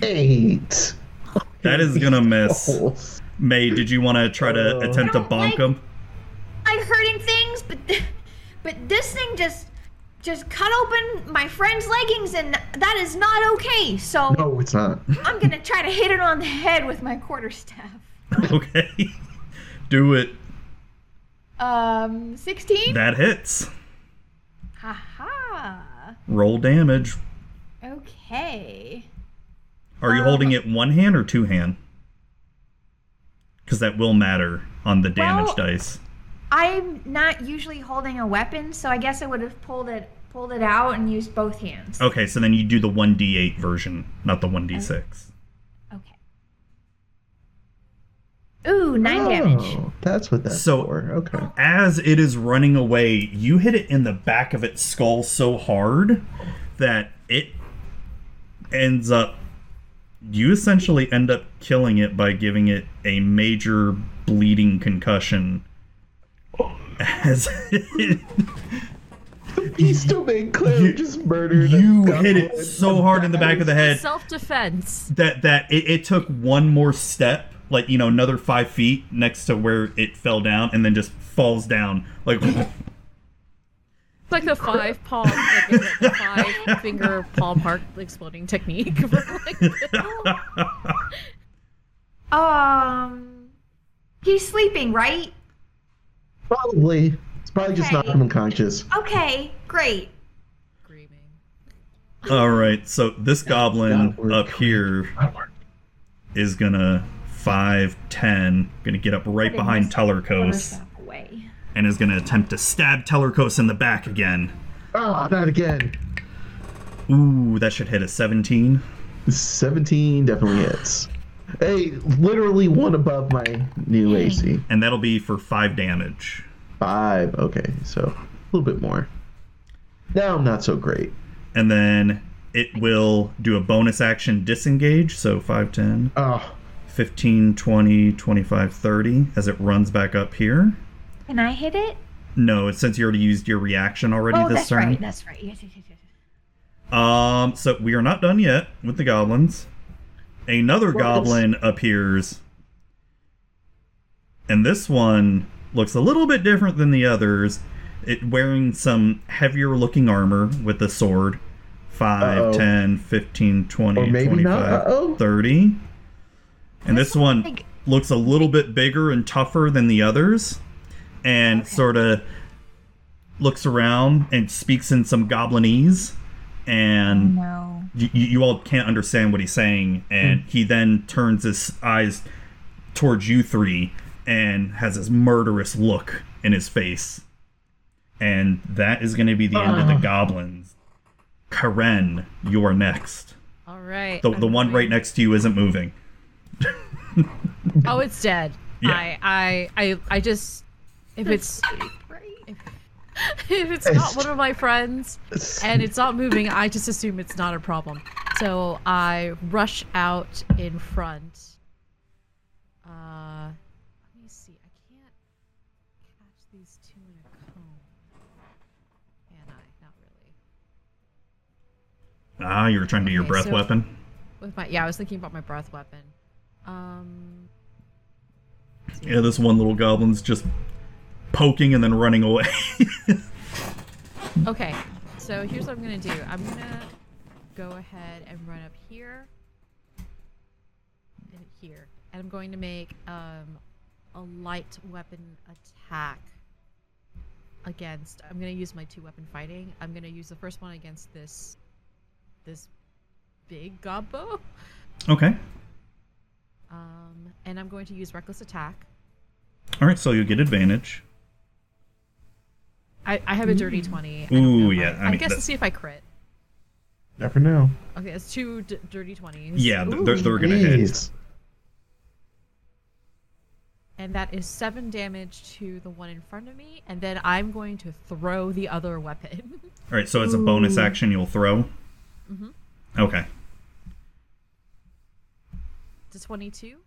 Speaker 4: Eight.
Speaker 1: That is gonna miss.
Speaker 4: Oh,
Speaker 1: May, did you want to try to
Speaker 4: Uh,
Speaker 1: attempt to
Speaker 2: I
Speaker 1: bonk
Speaker 2: don't like-
Speaker 1: him?
Speaker 2: like hurting things, but but this thing just just cut open my friend's leggings, and that is not okay. So
Speaker 4: no, it's not.
Speaker 2: I'm gonna try to hit it on the head with my quarterstaff.
Speaker 1: okay, do it.
Speaker 2: Um, sixteen.
Speaker 1: That hits.
Speaker 2: Haha.
Speaker 1: Roll damage.
Speaker 2: Okay.
Speaker 1: Are
Speaker 2: Uh.
Speaker 1: you holding it one hand or two hand? Because that will matter on the damage
Speaker 2: Well-
Speaker 1: dice.
Speaker 2: I'm not usually holding a weapon, so I guess I would have pulled it pulled it out and used both hands.
Speaker 1: Okay, so then you do the one d eight version, not the one d six.
Speaker 4: Oh.
Speaker 2: Okay. Ooh, nine damage.
Speaker 4: Oh, that's what that's
Speaker 1: So-
Speaker 4: for. Okay.
Speaker 1: As it is running away, you hit it in the back of its skull so hard that it ends up. You essentially end up killing it by giving it a major bleeding concussion. As it
Speaker 4: He's still being clear.
Speaker 1: You-
Speaker 4: just murdered. a
Speaker 1: You
Speaker 4: couple
Speaker 1: hit it
Speaker 4: and-
Speaker 1: so hard in the back of the head
Speaker 3: Self defense.
Speaker 1: that that it, it took one more step, like you know, another five feet next to where it fell down, and then just falls down. Like
Speaker 3: It's like the five palm, like, the- the five finger palm heart exploding technique. Like,
Speaker 2: Um, he's sleeping, right?
Speaker 4: Probably. It's probably just knocked
Speaker 2: Okay.
Speaker 4: him unconscious.
Speaker 2: Okay, great.
Speaker 3: screaming.
Speaker 1: all right, so this goblin
Speaker 4: God, we're
Speaker 1: up
Speaker 4: coming.
Speaker 1: here is gonna five ten, gonna get up right
Speaker 2: Putting
Speaker 1: behind
Speaker 2: this
Speaker 1: Tellerkos
Speaker 2: Quarterstaff away.
Speaker 1: and is gonna attempt to stab Tellerkos in the back again.
Speaker 4: Ah, not again.
Speaker 1: Ooh, that should hit a seventeen.
Speaker 4: 17 definitely hits. Hey, literally one above my new AC.
Speaker 1: And that'll be for five damage.
Speaker 4: Five. Okay, so a little bit more. Now I'm not so great.
Speaker 1: And then it will do a bonus action disengage, so 5, 10,
Speaker 4: Oh,
Speaker 1: 15, 20, 25, 30 as it runs back up here.
Speaker 2: Can I hit it?
Speaker 1: No, it's since you already used your reaction already
Speaker 2: Oh,
Speaker 1: this
Speaker 2: that's
Speaker 1: turn.
Speaker 2: right. That's right. Yes, yes, yes, yes.
Speaker 1: Um, so we are not done yet with the goblins. Another
Speaker 4: Well, it's-
Speaker 1: goblin appears. And this one looks a little bit different than the others. It wearing some heavier looking armor with a sword. 5,
Speaker 4: Uh-oh.
Speaker 1: 10, 15, 20,
Speaker 4: Or maybe not.
Speaker 1: 25,
Speaker 4: Uh-oh.
Speaker 1: 30. And this one
Speaker 2: like-
Speaker 1: looks a little bit bigger and tougher than the others. And sort of looks around and speaks in some goblinese and
Speaker 2: No.
Speaker 3: Mm-hmm.
Speaker 1: you, you all can't understand what he's saying
Speaker 3: Mm.
Speaker 1: and he then turns his eyes towards you three and has this murderous look in his face and that is going to be the end of the
Speaker 4: Ugh.
Speaker 1: goblins karen you're next
Speaker 3: All right.
Speaker 1: the,
Speaker 3: I'm
Speaker 1: the one right
Speaker 3: moving.
Speaker 1: next to you isn't moving
Speaker 3: Oh, it's dead.
Speaker 1: Yeah.
Speaker 3: I, I, I, I just. If it's
Speaker 2: Right.
Speaker 3: if it's
Speaker 4: It's-
Speaker 3: not one of my friends and it's not moving, I just assume it's not a problem. So I rush out in front. Uh, let me see. I can't catch these two in a cone. Can I? Not really.
Speaker 1: ah you were trying to do your
Speaker 3: Okay,
Speaker 1: breath
Speaker 3: so-
Speaker 1: weapon
Speaker 3: With my yeah, I was thinking about my breath weapon. Um,
Speaker 1: yeah this one little goblin's just poking and then running away
Speaker 3: Okay, so here's what I'm gonna do. I'm gonna go ahead and run up here and here, and I'm going to make um, a light weapon attack against. I'm gonna use my two weapon fighting. I'm gonna use the first one against this this big gobbo,
Speaker 1: okay
Speaker 3: um, and I'm going to use reckless attack.
Speaker 1: all right so you get advantage
Speaker 3: I, I have a dirty twenty. I don't
Speaker 1: Mm. Ooh,
Speaker 3: know if
Speaker 1: yeah, I
Speaker 3: I, I,
Speaker 1: mean,
Speaker 3: guess
Speaker 1: that-
Speaker 3: to see if I crit.
Speaker 4: never know.
Speaker 3: Okay, it's two d- dirty twenties.
Speaker 1: yeah th- they're, they're gonna hit
Speaker 4: Jeez.
Speaker 3: And that is seven damage to the one in front of me, and then I'm going to throw the other weapon.
Speaker 1: All right, so it's a bonus action you'll throw. Mm-hmm. Okay.
Speaker 3: to 22?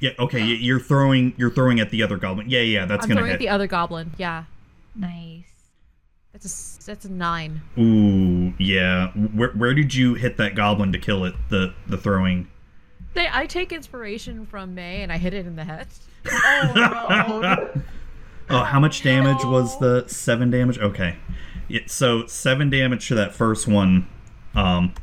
Speaker 1: Yeah. Okay. y- You're throwing. You're throwing at the other goblin. Yeah. Yeah. That's
Speaker 3: I'm
Speaker 1: gonna
Speaker 3: throwing
Speaker 1: hit.
Speaker 3: at the other goblin. Yeah,
Speaker 2: Nice.
Speaker 3: that's a s- that's a nine.
Speaker 1: Ooh. Yeah. Where, where did you hit that goblin to kill it? The the throwing.
Speaker 3: They, I take inspiration from May and I hit it in the head.
Speaker 1: Oh, how much damage was the seven damage? Okay, Yeah, so seven damage to that first one. Um,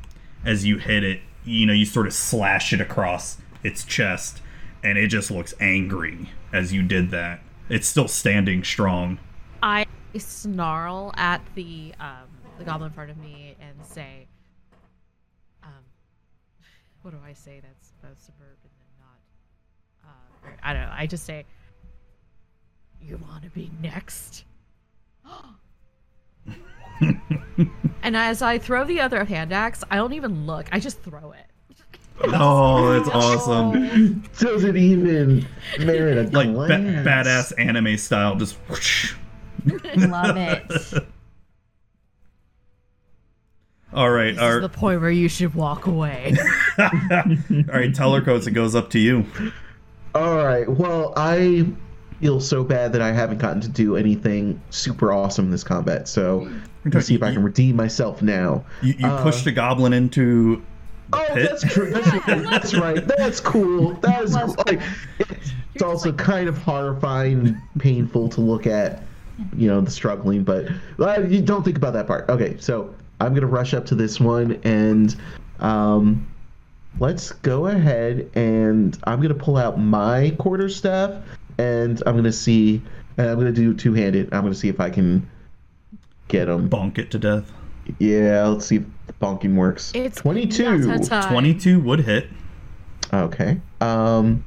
Speaker 1: as you hit it, you know you sort of slash it across its chest, and it just looks angry as you did that. It's still standing strong.
Speaker 3: I snarl at the um, the goblin in front of me and say, um, "What do I say? That's both suburban and not." Uh, I don't know. I just say, "You want to be next?" and as I throw the other hand axe, I don't even look. I just throw it.
Speaker 1: Oh, that's awesome!
Speaker 4: Does it even merit a
Speaker 1: Like ba-
Speaker 4: glance?
Speaker 1: badass anime style, just. whoosh.
Speaker 2: Love it.
Speaker 1: All right,
Speaker 3: This
Speaker 1: all
Speaker 3: is
Speaker 1: right,
Speaker 3: the point where you should walk away.
Speaker 1: all right. Teller codes. It goes up to you.
Speaker 4: All right. Well, I feel so bad that I haven't gotten to do anything super awesome in this combat. So let's see if I can redeem myself now.
Speaker 1: You, you
Speaker 4: Uh,
Speaker 1: pushed a goblin into
Speaker 4: Oh,
Speaker 1: pit.
Speaker 4: that's true. That's, right. that's right. That's cool. That is cool. Like, it's, it's also kind of horrifying and painful to look at. You know, the struggling, but uh, you don't think about that part. Okay, so I'm gonna rush up to this one and um, let's go ahead and I'm gonna pull out my quarterstaff and I'm gonna see and I'm gonna do two handed. I'm gonna see if I can get him.
Speaker 1: bonk it to death.
Speaker 4: Yeah, let's see if the bonking works.
Speaker 3: It's
Speaker 4: 22.
Speaker 3: Not time.
Speaker 1: Twenty-two would hit.
Speaker 4: Okay. Um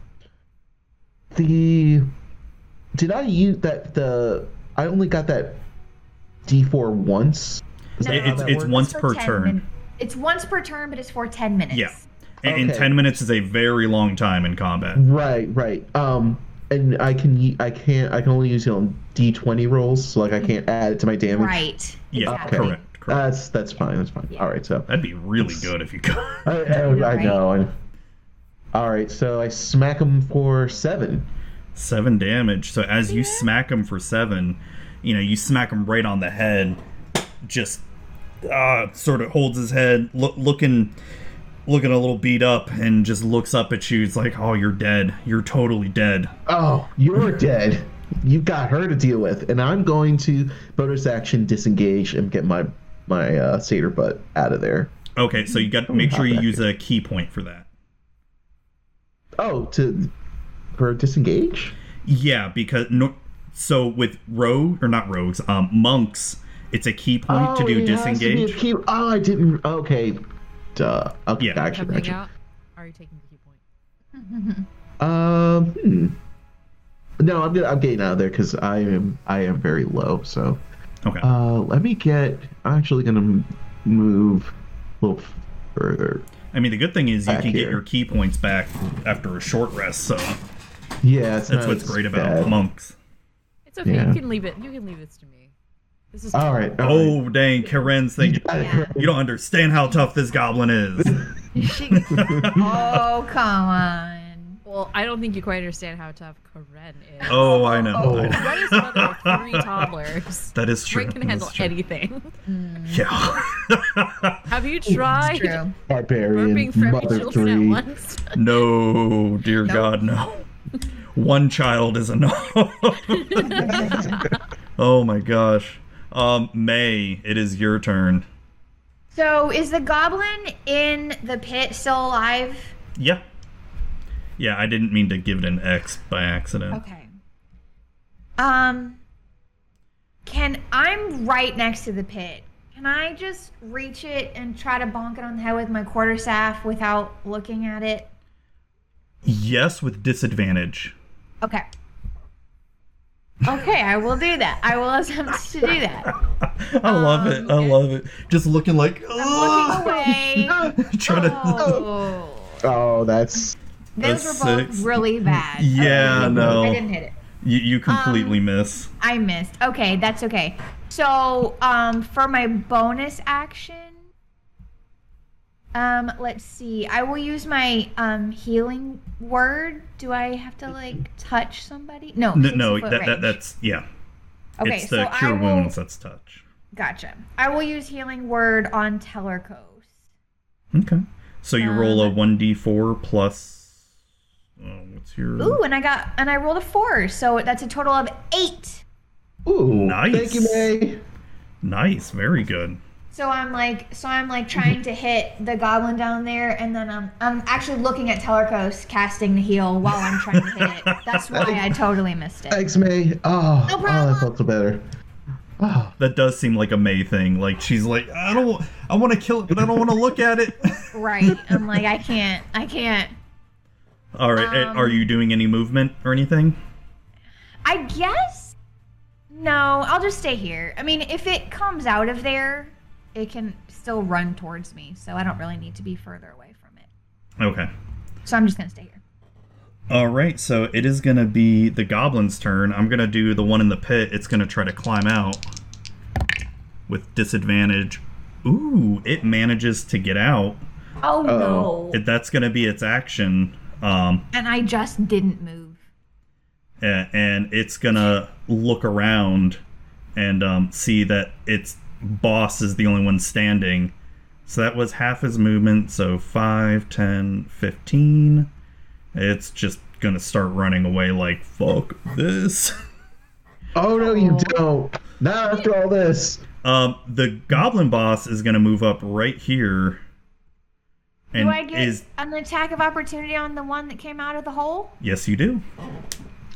Speaker 4: the did I use that the I only got that D4 once. Is
Speaker 2: No.
Speaker 4: that how
Speaker 1: it's
Speaker 4: that
Speaker 1: it's
Speaker 4: works?
Speaker 1: once
Speaker 2: for
Speaker 1: per
Speaker 2: 10
Speaker 1: turn.
Speaker 2: min- it's once per turn, but it's for 10 minutes.
Speaker 1: Yeah. And, and
Speaker 4: Okay.
Speaker 1: 10 minutes is a very long time in combat.
Speaker 4: Right, right. Um and I can y- I can't I can only use it on D20 rolls, so like I can't add it to my damage.
Speaker 2: Right.
Speaker 1: Yeah,
Speaker 2: Exactly.
Speaker 1: correct. correct.
Speaker 4: That's that's fine. That's fine.
Speaker 2: Yeah.
Speaker 4: All right, so
Speaker 1: That'd be really good if you could.
Speaker 4: I, I, I know. I, all right, so I smack him for 7.
Speaker 1: seven damage. So as you smack him for seven, you know, you smack him right on the head, just uh, sort of holds his head, look, looking looking a little beat up and just looks up at you. It's like, oh, you're dead. You're totally dead.
Speaker 4: Oh, you're dead. You've got her to deal with, and I'm going to bonus action disengage and get my my uh, satyr butt out of there.
Speaker 1: Okay, so you got to make sure you use a key point for that.
Speaker 4: Oh, to for disengage?
Speaker 1: Yeah, because no, so with rogue or not rogues, um, monks, it's a key point
Speaker 4: oh,
Speaker 1: to do
Speaker 4: it has to be a
Speaker 1: disengage.
Speaker 4: key- oh, I didn't. Okay, duh. Okay,
Speaker 1: Yeah.
Speaker 4: gotcha,
Speaker 3: Coming
Speaker 4: gotcha.
Speaker 3: out. Are you taking the key point?
Speaker 4: Um, hmm. no, I'm gonna, I'm getting out of there because I am I am very low. So,
Speaker 1: Okay.
Speaker 4: uh, let me get. I'm actually gonna m- move a little further.
Speaker 1: I mean, the good thing is you
Speaker 4: back
Speaker 1: can get
Speaker 4: here.
Speaker 1: your key points back after a short rest, so
Speaker 4: Yeah, it's
Speaker 1: that's
Speaker 4: not
Speaker 1: what's
Speaker 4: as
Speaker 1: great about
Speaker 4: bad.
Speaker 1: monks.
Speaker 3: It's okay.
Speaker 4: Yeah.
Speaker 3: You can leave it. You can leave this to me. This is
Speaker 4: All right. all right.
Speaker 1: Oh, dang, Karen's thinking,
Speaker 2: Yeah.
Speaker 1: you don't understand how tough this goblin is.
Speaker 2: She, oh, come on.
Speaker 3: Well, I don't think you quite understand how tough Karen is.
Speaker 1: Oh, I know. I know.
Speaker 3: Karen is the mother of three toddlers.
Speaker 1: That is true.
Speaker 3: Karen can
Speaker 1: that is
Speaker 3: handle
Speaker 1: true.
Speaker 3: anything.
Speaker 1: Yeah.
Speaker 3: Have you
Speaker 2: It's
Speaker 3: tried
Speaker 2: true.
Speaker 4: barbarian
Speaker 3: burping for every
Speaker 4: mother
Speaker 3: children
Speaker 4: three.
Speaker 3: at once?
Speaker 1: no, dear God, no. One child is enough. oh my gosh. Um, May, it is your turn.
Speaker 2: So, is the goblin in the pit still alive?
Speaker 1: Yeah. Yeah, I didn't mean to give it an X by accident.
Speaker 2: Okay. Um, can I'm right next to the pit? Can I just reach it and try to bonk it on the head with my quarterstaff without looking at it?
Speaker 1: Yes, with disadvantage.
Speaker 2: Okay. Okay, I will do that. I will attempt to do that.
Speaker 1: I love it. I love it. Just looking like
Speaker 2: Um, I'm looking away.
Speaker 1: trying to.
Speaker 2: Oh.
Speaker 4: Oh, that's
Speaker 2: Those
Speaker 1: A
Speaker 2: were both
Speaker 1: six.
Speaker 2: really bad.
Speaker 1: Yeah,
Speaker 2: Okay.
Speaker 1: no.
Speaker 2: I didn't hit it.
Speaker 1: You, you completely
Speaker 2: Um,
Speaker 1: miss.
Speaker 2: I missed. Okay, that's okay. So, um, for my bonus action, Um, let's see. I will use my um healing word. Do I have to like touch somebody? No.
Speaker 1: No,
Speaker 2: 60
Speaker 1: no that,
Speaker 2: foot
Speaker 1: that
Speaker 2: range.
Speaker 1: that's yeah.
Speaker 2: okay.
Speaker 1: it's
Speaker 2: so
Speaker 1: the cure
Speaker 2: I will,
Speaker 1: wounds that's touch.
Speaker 2: Gotcha. I will use healing word on Tellercoast.
Speaker 1: Okay. So you roll a
Speaker 2: Um,
Speaker 1: 1d4 plus oh, what's your
Speaker 2: Ooh, and I got and I rolled a four, so that's a total of eight.
Speaker 4: Ooh,
Speaker 1: Nice.
Speaker 4: Thank you, May.
Speaker 1: Nice, very good.
Speaker 2: So I'm like, so I'm like trying to hit the goblin down there, and then I'm I'm actually looking at Tellercoast casting the heal while I'm trying to hit it. That's why I totally missed it.
Speaker 4: Thanks, May. Oh,
Speaker 2: No
Speaker 4: oh,
Speaker 2: problem.
Speaker 4: that felt so better. Oh,
Speaker 1: That does seem like a May thing. Like she's like, I don't I wanna kill it, but I don't wanna look at it.
Speaker 2: Right? I'm like, I can't, I can't.
Speaker 1: Alright, eh,
Speaker 2: Um,
Speaker 1: are you doing any movement or anything?
Speaker 2: I guess. No, I'll just stay here. I mean, if it comes out of there, it can still run towards me, so I don't really need to be further away from it.
Speaker 1: Okay.
Speaker 2: So I'm just gonna stay here.
Speaker 1: All right, so it is going to be the goblin's turn. I'm going to do the one in the pit. It's going to try to climb out with disadvantage. Ooh, it manages to get out.
Speaker 2: Oh
Speaker 4: Uh-oh.
Speaker 2: no!
Speaker 1: It, that's going to be its action. Um,
Speaker 2: And I just didn't move.
Speaker 1: a- and it's going to look around and um, see that its boss is the only one standing. So that was half his movement, so 5, 10, 15. It's just going to start running away like, fuck this.
Speaker 4: oh no, you don't. Not after all this.
Speaker 1: Um, the goblin boss is gonna move up right here. And
Speaker 2: Do I get
Speaker 1: is
Speaker 2: an attack of opportunity on the one that came out of the hole?
Speaker 1: yes, you do.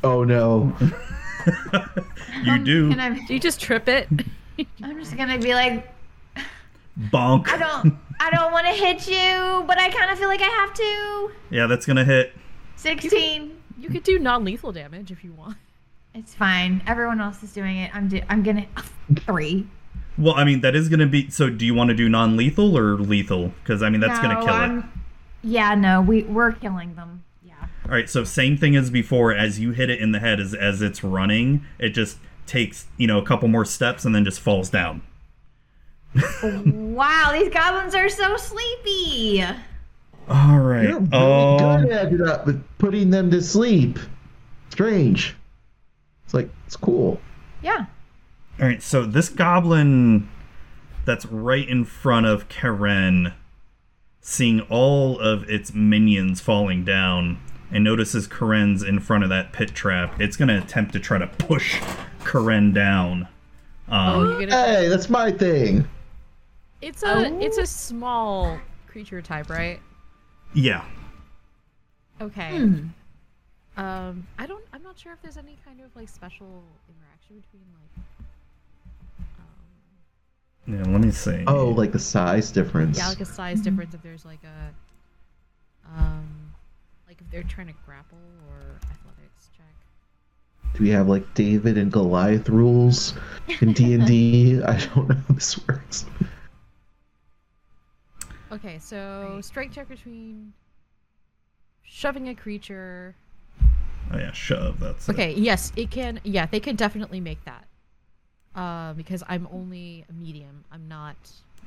Speaker 4: Oh no.
Speaker 2: Um,
Speaker 1: You do
Speaker 2: And I'm,
Speaker 3: Do you just trip it?
Speaker 2: I'm just gonna be like,
Speaker 1: bonk.
Speaker 2: I don't, I don't want to hit you, but I kind of feel like I have to.
Speaker 1: Yeah, that's gonna hit.
Speaker 2: Sixteen.
Speaker 3: You could do non-lethal damage if you want.
Speaker 2: It's fine. Everyone else is doing it. I'm, do- I'm gonna three.
Speaker 1: Well, I mean that is gonna be. So, do you want to do non-lethal or lethal? Because I mean that's gonna kill it.
Speaker 2: Yeah, no, we we're killing them. Yeah.
Speaker 1: All right. So same thing as before. As you hit it in the head, as as it's running, it just takes you know a couple more steps and then just falls down.
Speaker 2: wow, these goblins are so sleepy.
Speaker 1: All right.
Speaker 4: You're really
Speaker 1: um,
Speaker 4: good at it up with putting them to sleep. Strange. It's like it's cool.
Speaker 2: Yeah.
Speaker 1: All right, so this goblin that's right in front of Karen, seeing all of its minions falling down, and notices Karen's in front of that pit trap, it's going to attempt to try to push Karen down. Um,
Speaker 3: You're
Speaker 2: Uh,
Speaker 3: gonna-
Speaker 4: Hey, that's my thing.
Speaker 3: it's a it's
Speaker 2: oh.
Speaker 3: a small creature type, right?
Speaker 1: yeah.
Speaker 3: Okay.
Speaker 2: Hmm.
Speaker 3: Um, I don't. I'm not sure if there's any kind of like special interaction between like. Um,
Speaker 1: Yeah, let me see.
Speaker 4: Oh, like the size difference.
Speaker 3: yeah, like a size difference. If there's like a, um, like if they're trying to grapple or athletics check.
Speaker 4: Do we have like David and Goliath rules in D and D? I don't know how this works.
Speaker 3: Okay, so strike check between shoving a creature.
Speaker 1: Oh, yeah, shove. That's it.
Speaker 3: Okay. Yes, it can. Yeah, they can definitely make that. Uh, because I'm only a medium. I'm not.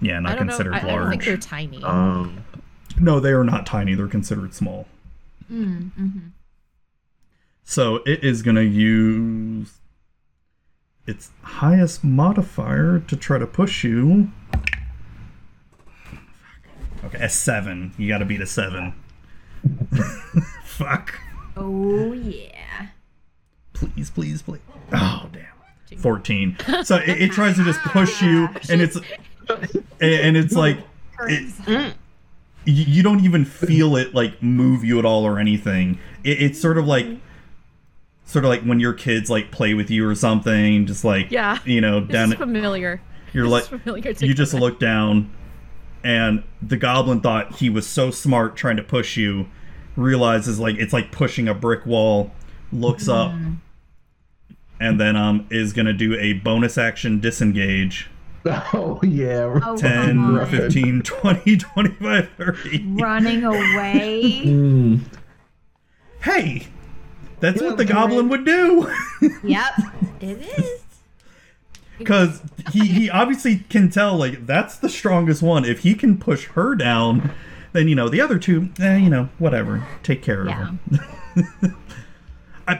Speaker 1: Yeah,
Speaker 3: I
Speaker 1: not
Speaker 3: don't know.
Speaker 1: considered
Speaker 3: I, I don't
Speaker 1: large.
Speaker 3: think they're tiny.
Speaker 4: Um,
Speaker 1: no, they are not tiny. They're considered small.
Speaker 3: Mm,
Speaker 2: Mm-hmm.
Speaker 1: So it is going to use its highest modifier to try to push you. Okay, a seven. You got to beat a seven. Fuck.
Speaker 2: Oh yeah.
Speaker 1: Please, please, please. Oh damn. 14 so it, it tries to just push you and it's and, and it's like it, you you don't even feel it like move you at all or anything. It, it's sort of like sort of like when your kids like play with you or something, just like
Speaker 3: Yeah.
Speaker 1: you know,
Speaker 3: This is
Speaker 1: down
Speaker 3: familiar.
Speaker 1: you're
Speaker 3: This
Speaker 1: like
Speaker 3: is familiar to
Speaker 1: you
Speaker 3: me.
Speaker 1: just look down and the goblin thought he was so smart trying to push you, realizes like it's like pushing a brick wall, looks up and then um is gonna do a bonus action disengage.
Speaker 4: oh yeah.
Speaker 2: Oh, come
Speaker 1: 10,
Speaker 2: on.
Speaker 1: 15, 20, 25, 30.
Speaker 2: Running away.
Speaker 4: Mm.
Speaker 1: Hey, that's
Speaker 4: Yeah,
Speaker 1: what the
Speaker 4: do
Speaker 1: goblin would do.
Speaker 2: yep. It is.
Speaker 1: because he he obviously can tell like that's the strongest one. If he can push her down, then you know the other two, eh, you know, whatever, take care
Speaker 2: Yeah.
Speaker 1: of them. I,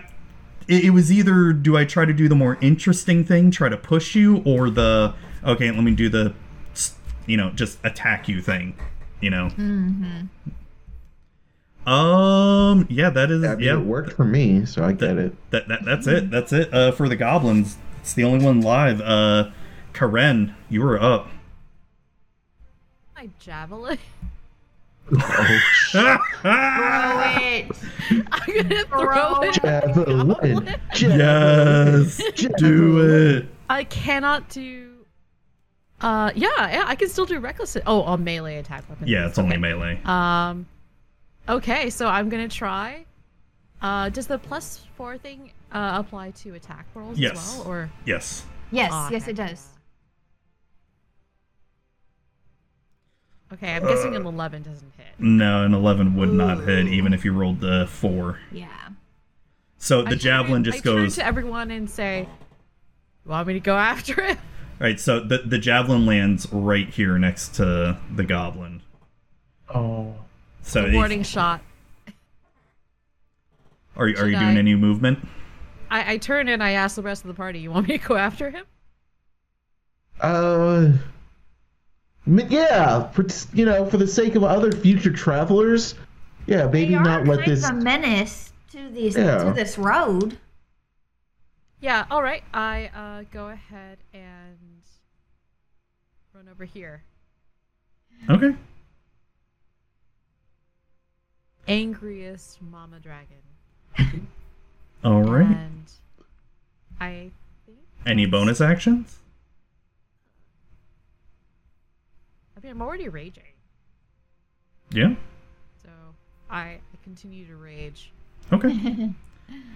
Speaker 1: it, it was either do I try to do the more interesting thing, try to push you, or the okay, let me do the s- you know just attack you thing, you know. Um. Yeah, that is.
Speaker 4: I mean,
Speaker 1: yeah,
Speaker 4: it worked for me, so I get it.
Speaker 1: that, that that's it. That's it uh, for the goblins. It's the only one live. Uh, Karen, you were up.
Speaker 3: My javelin.
Speaker 4: Oh,
Speaker 2: Throw
Speaker 1: yes.
Speaker 2: it.
Speaker 3: I'm gonna
Speaker 2: Throw
Speaker 3: throw it.
Speaker 4: javelin,
Speaker 1: Do it.
Speaker 3: I cannot do. Uh, yeah, yeah, I can still do reckless. Oh, a melee attack weapon.
Speaker 1: Yeah, it's only melee.
Speaker 3: Um, okay, so I'm gonna try. Uh, does the plus four thing uh, apply to attack rolls
Speaker 1: Yes.
Speaker 3: as well, or
Speaker 1: Yes.
Speaker 2: Yes,
Speaker 3: Oh,
Speaker 2: yes, it
Speaker 3: heck
Speaker 2: does.
Speaker 3: okay? I'm guessing an eleven doesn't hit.
Speaker 1: Uh, No, an eleven would not hit, even if you rolled the four.
Speaker 2: Yeah.
Speaker 1: So the
Speaker 3: I turn-
Speaker 1: javelin just
Speaker 3: I turn
Speaker 1: goes.
Speaker 3: to everyone and say, "You want me to go after it?"
Speaker 1: All right. So the the javelin lands right here next to the goblin.
Speaker 4: Oh,
Speaker 1: So if-
Speaker 3: Warning shot.
Speaker 1: are you are you
Speaker 3: Should
Speaker 1: doing
Speaker 3: I-
Speaker 1: any movement?
Speaker 3: I, I turn and I ask the rest of the party, "You want me to go after him?"
Speaker 4: uh, m- yeah. For you know, for the sake of other future travelers, yeah, maybe
Speaker 2: they are
Speaker 4: not let
Speaker 2: kind
Speaker 4: this.
Speaker 2: of a menace to this
Speaker 4: Yeah.
Speaker 2: to this road.
Speaker 3: Yeah, all right. I uh, go ahead and run over here.
Speaker 1: Okay.
Speaker 3: Angriest mama dragon.
Speaker 1: All right.
Speaker 3: And I think
Speaker 1: Any bonus actions?
Speaker 3: I mean I'm already raging,
Speaker 1: Yeah.
Speaker 3: so I, I continue to rage.
Speaker 1: Okay.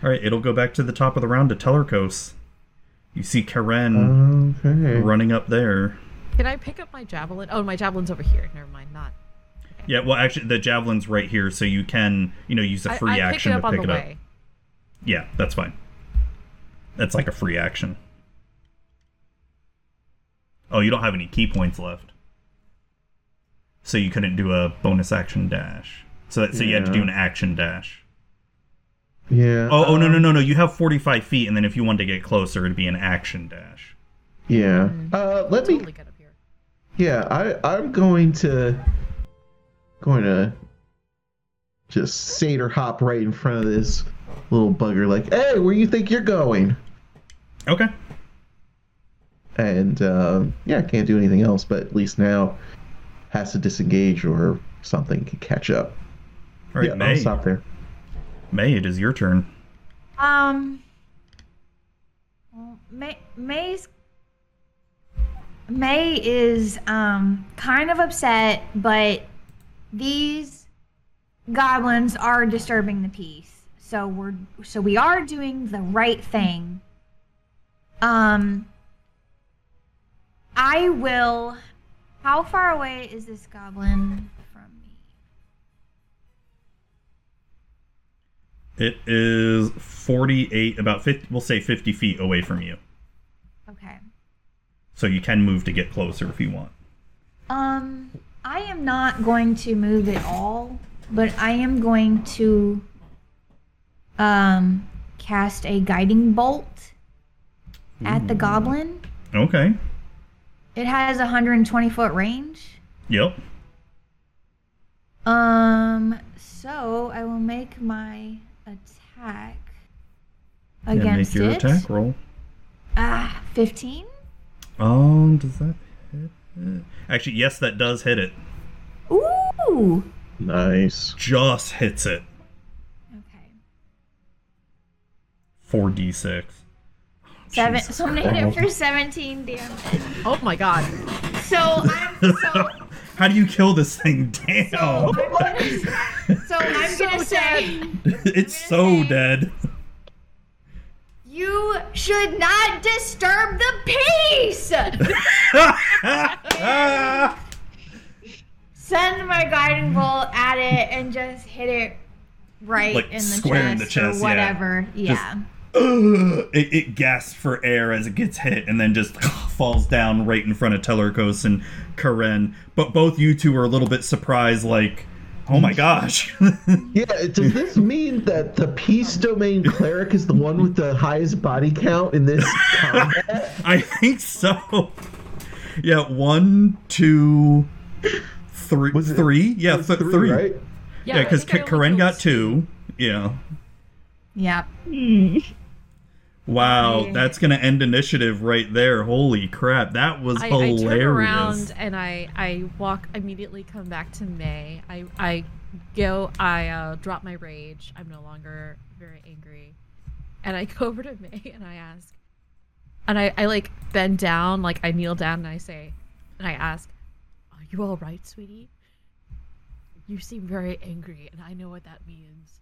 Speaker 1: All right, it'll go back to the top of the round to Tellerkos. You see Karen
Speaker 4: Okay.
Speaker 1: running up there.
Speaker 3: Can I pick up my javelin? Oh, my javelin's over here. Never mind. Not.
Speaker 1: Yeah, well, actually, the javelin's right here, so you can, you know, use a
Speaker 3: I,
Speaker 1: free
Speaker 3: I pick
Speaker 1: action
Speaker 3: it up
Speaker 1: to
Speaker 3: on
Speaker 1: pick
Speaker 3: the
Speaker 1: it up.
Speaker 3: way.
Speaker 1: Yeah, that's fine. That's like a free action. Oh, you don't have any key points left, so you couldn't do a bonus action dash. So, that, so you had to
Speaker 4: Yeah.
Speaker 1: do an action dash.
Speaker 4: Yeah.
Speaker 1: Oh, oh no, no, no, no! You have forty-five feet, and then if you wanted to get closer, it'd be an action dash.
Speaker 4: Yeah. Uh, let me.
Speaker 3: Totally good up here.
Speaker 4: Yeah, I I'm going to going to just satyr hop right in front of this little bugger. Like, hey, where you think you're going?
Speaker 1: Okay.
Speaker 4: And um, yeah, can't do anything else. But at least now has to disengage or something can catch up.
Speaker 1: All right,
Speaker 4: yeah,
Speaker 1: May.
Speaker 4: I'll stop there.
Speaker 1: May, it is your turn.
Speaker 2: Um. well, May May's May is um kind of upset, but these goblins are disturbing the peace. So we're so we are doing the right thing. Um. I will. How far away is this goblin from me?
Speaker 1: It is 48, about 50, we'll say 50 feet away from you.
Speaker 2: Okay.
Speaker 1: So you can move to get closer if you want.
Speaker 2: Um, I am not going to move at all, but I am going to um cast a guiding bolt at the goblin.
Speaker 1: Okay.
Speaker 2: It has 120 foot range.
Speaker 1: Yep.
Speaker 2: Um, so I will make my attack
Speaker 1: and
Speaker 2: against
Speaker 1: make your
Speaker 2: it.
Speaker 1: attack roll.
Speaker 2: Ah, 15.
Speaker 1: Um, does that hit it? Actually, yes, that does hit it.
Speaker 2: Ooh.
Speaker 4: Nice.
Speaker 1: Just hits it.
Speaker 2: Okay.
Speaker 1: 4d6.
Speaker 2: Seven.
Speaker 1: Jesus
Speaker 2: So I'm gonna hit it for 17 damage.
Speaker 3: Oh my god.
Speaker 2: So I'm so
Speaker 1: How do you kill this thing? Damn.
Speaker 2: So I'm gonna, so I'm gonna say
Speaker 1: it's so
Speaker 2: say-
Speaker 1: dead.
Speaker 2: you should not disturb the peace. Send my guiding bolt at it and just hit it right
Speaker 1: Like,
Speaker 2: in the
Speaker 1: square
Speaker 2: chest,
Speaker 1: in the chest,
Speaker 2: or
Speaker 1: yeah.
Speaker 2: whatever.
Speaker 1: Just
Speaker 2: Yeah.
Speaker 1: "Ugh," it, it gasps for air as it gets hit and then just falls down right in front of Tellerkos and Karen. But both you two are a little bit surprised, like, oh my gosh.
Speaker 4: Yeah, does this mean that the peace domain cleric is the one with the highest body count in this combat?
Speaker 1: I think so. Yeah, one, two, three,
Speaker 4: Was it-
Speaker 1: three? Yeah, th- three.
Speaker 4: right?
Speaker 1: Yeah,
Speaker 3: I
Speaker 1: because
Speaker 3: think I only
Speaker 1: Karen got
Speaker 3: killed-
Speaker 1: two. Yeah.
Speaker 2: Yeah.
Speaker 1: Wow,
Speaker 2: Okay.
Speaker 1: that's gonna end initiative right there. Holy crap, that was
Speaker 3: I, I
Speaker 1: hilarious.
Speaker 3: turn around and I, I walk immediately come back to May. I I go I uh, drop my rage. I'm no longer very angry, and I go over to May and I ask, and I, I like bend down like I kneel down and I say, and I ask, "Are you all right, sweetie? You seem very angry, and I know what that means."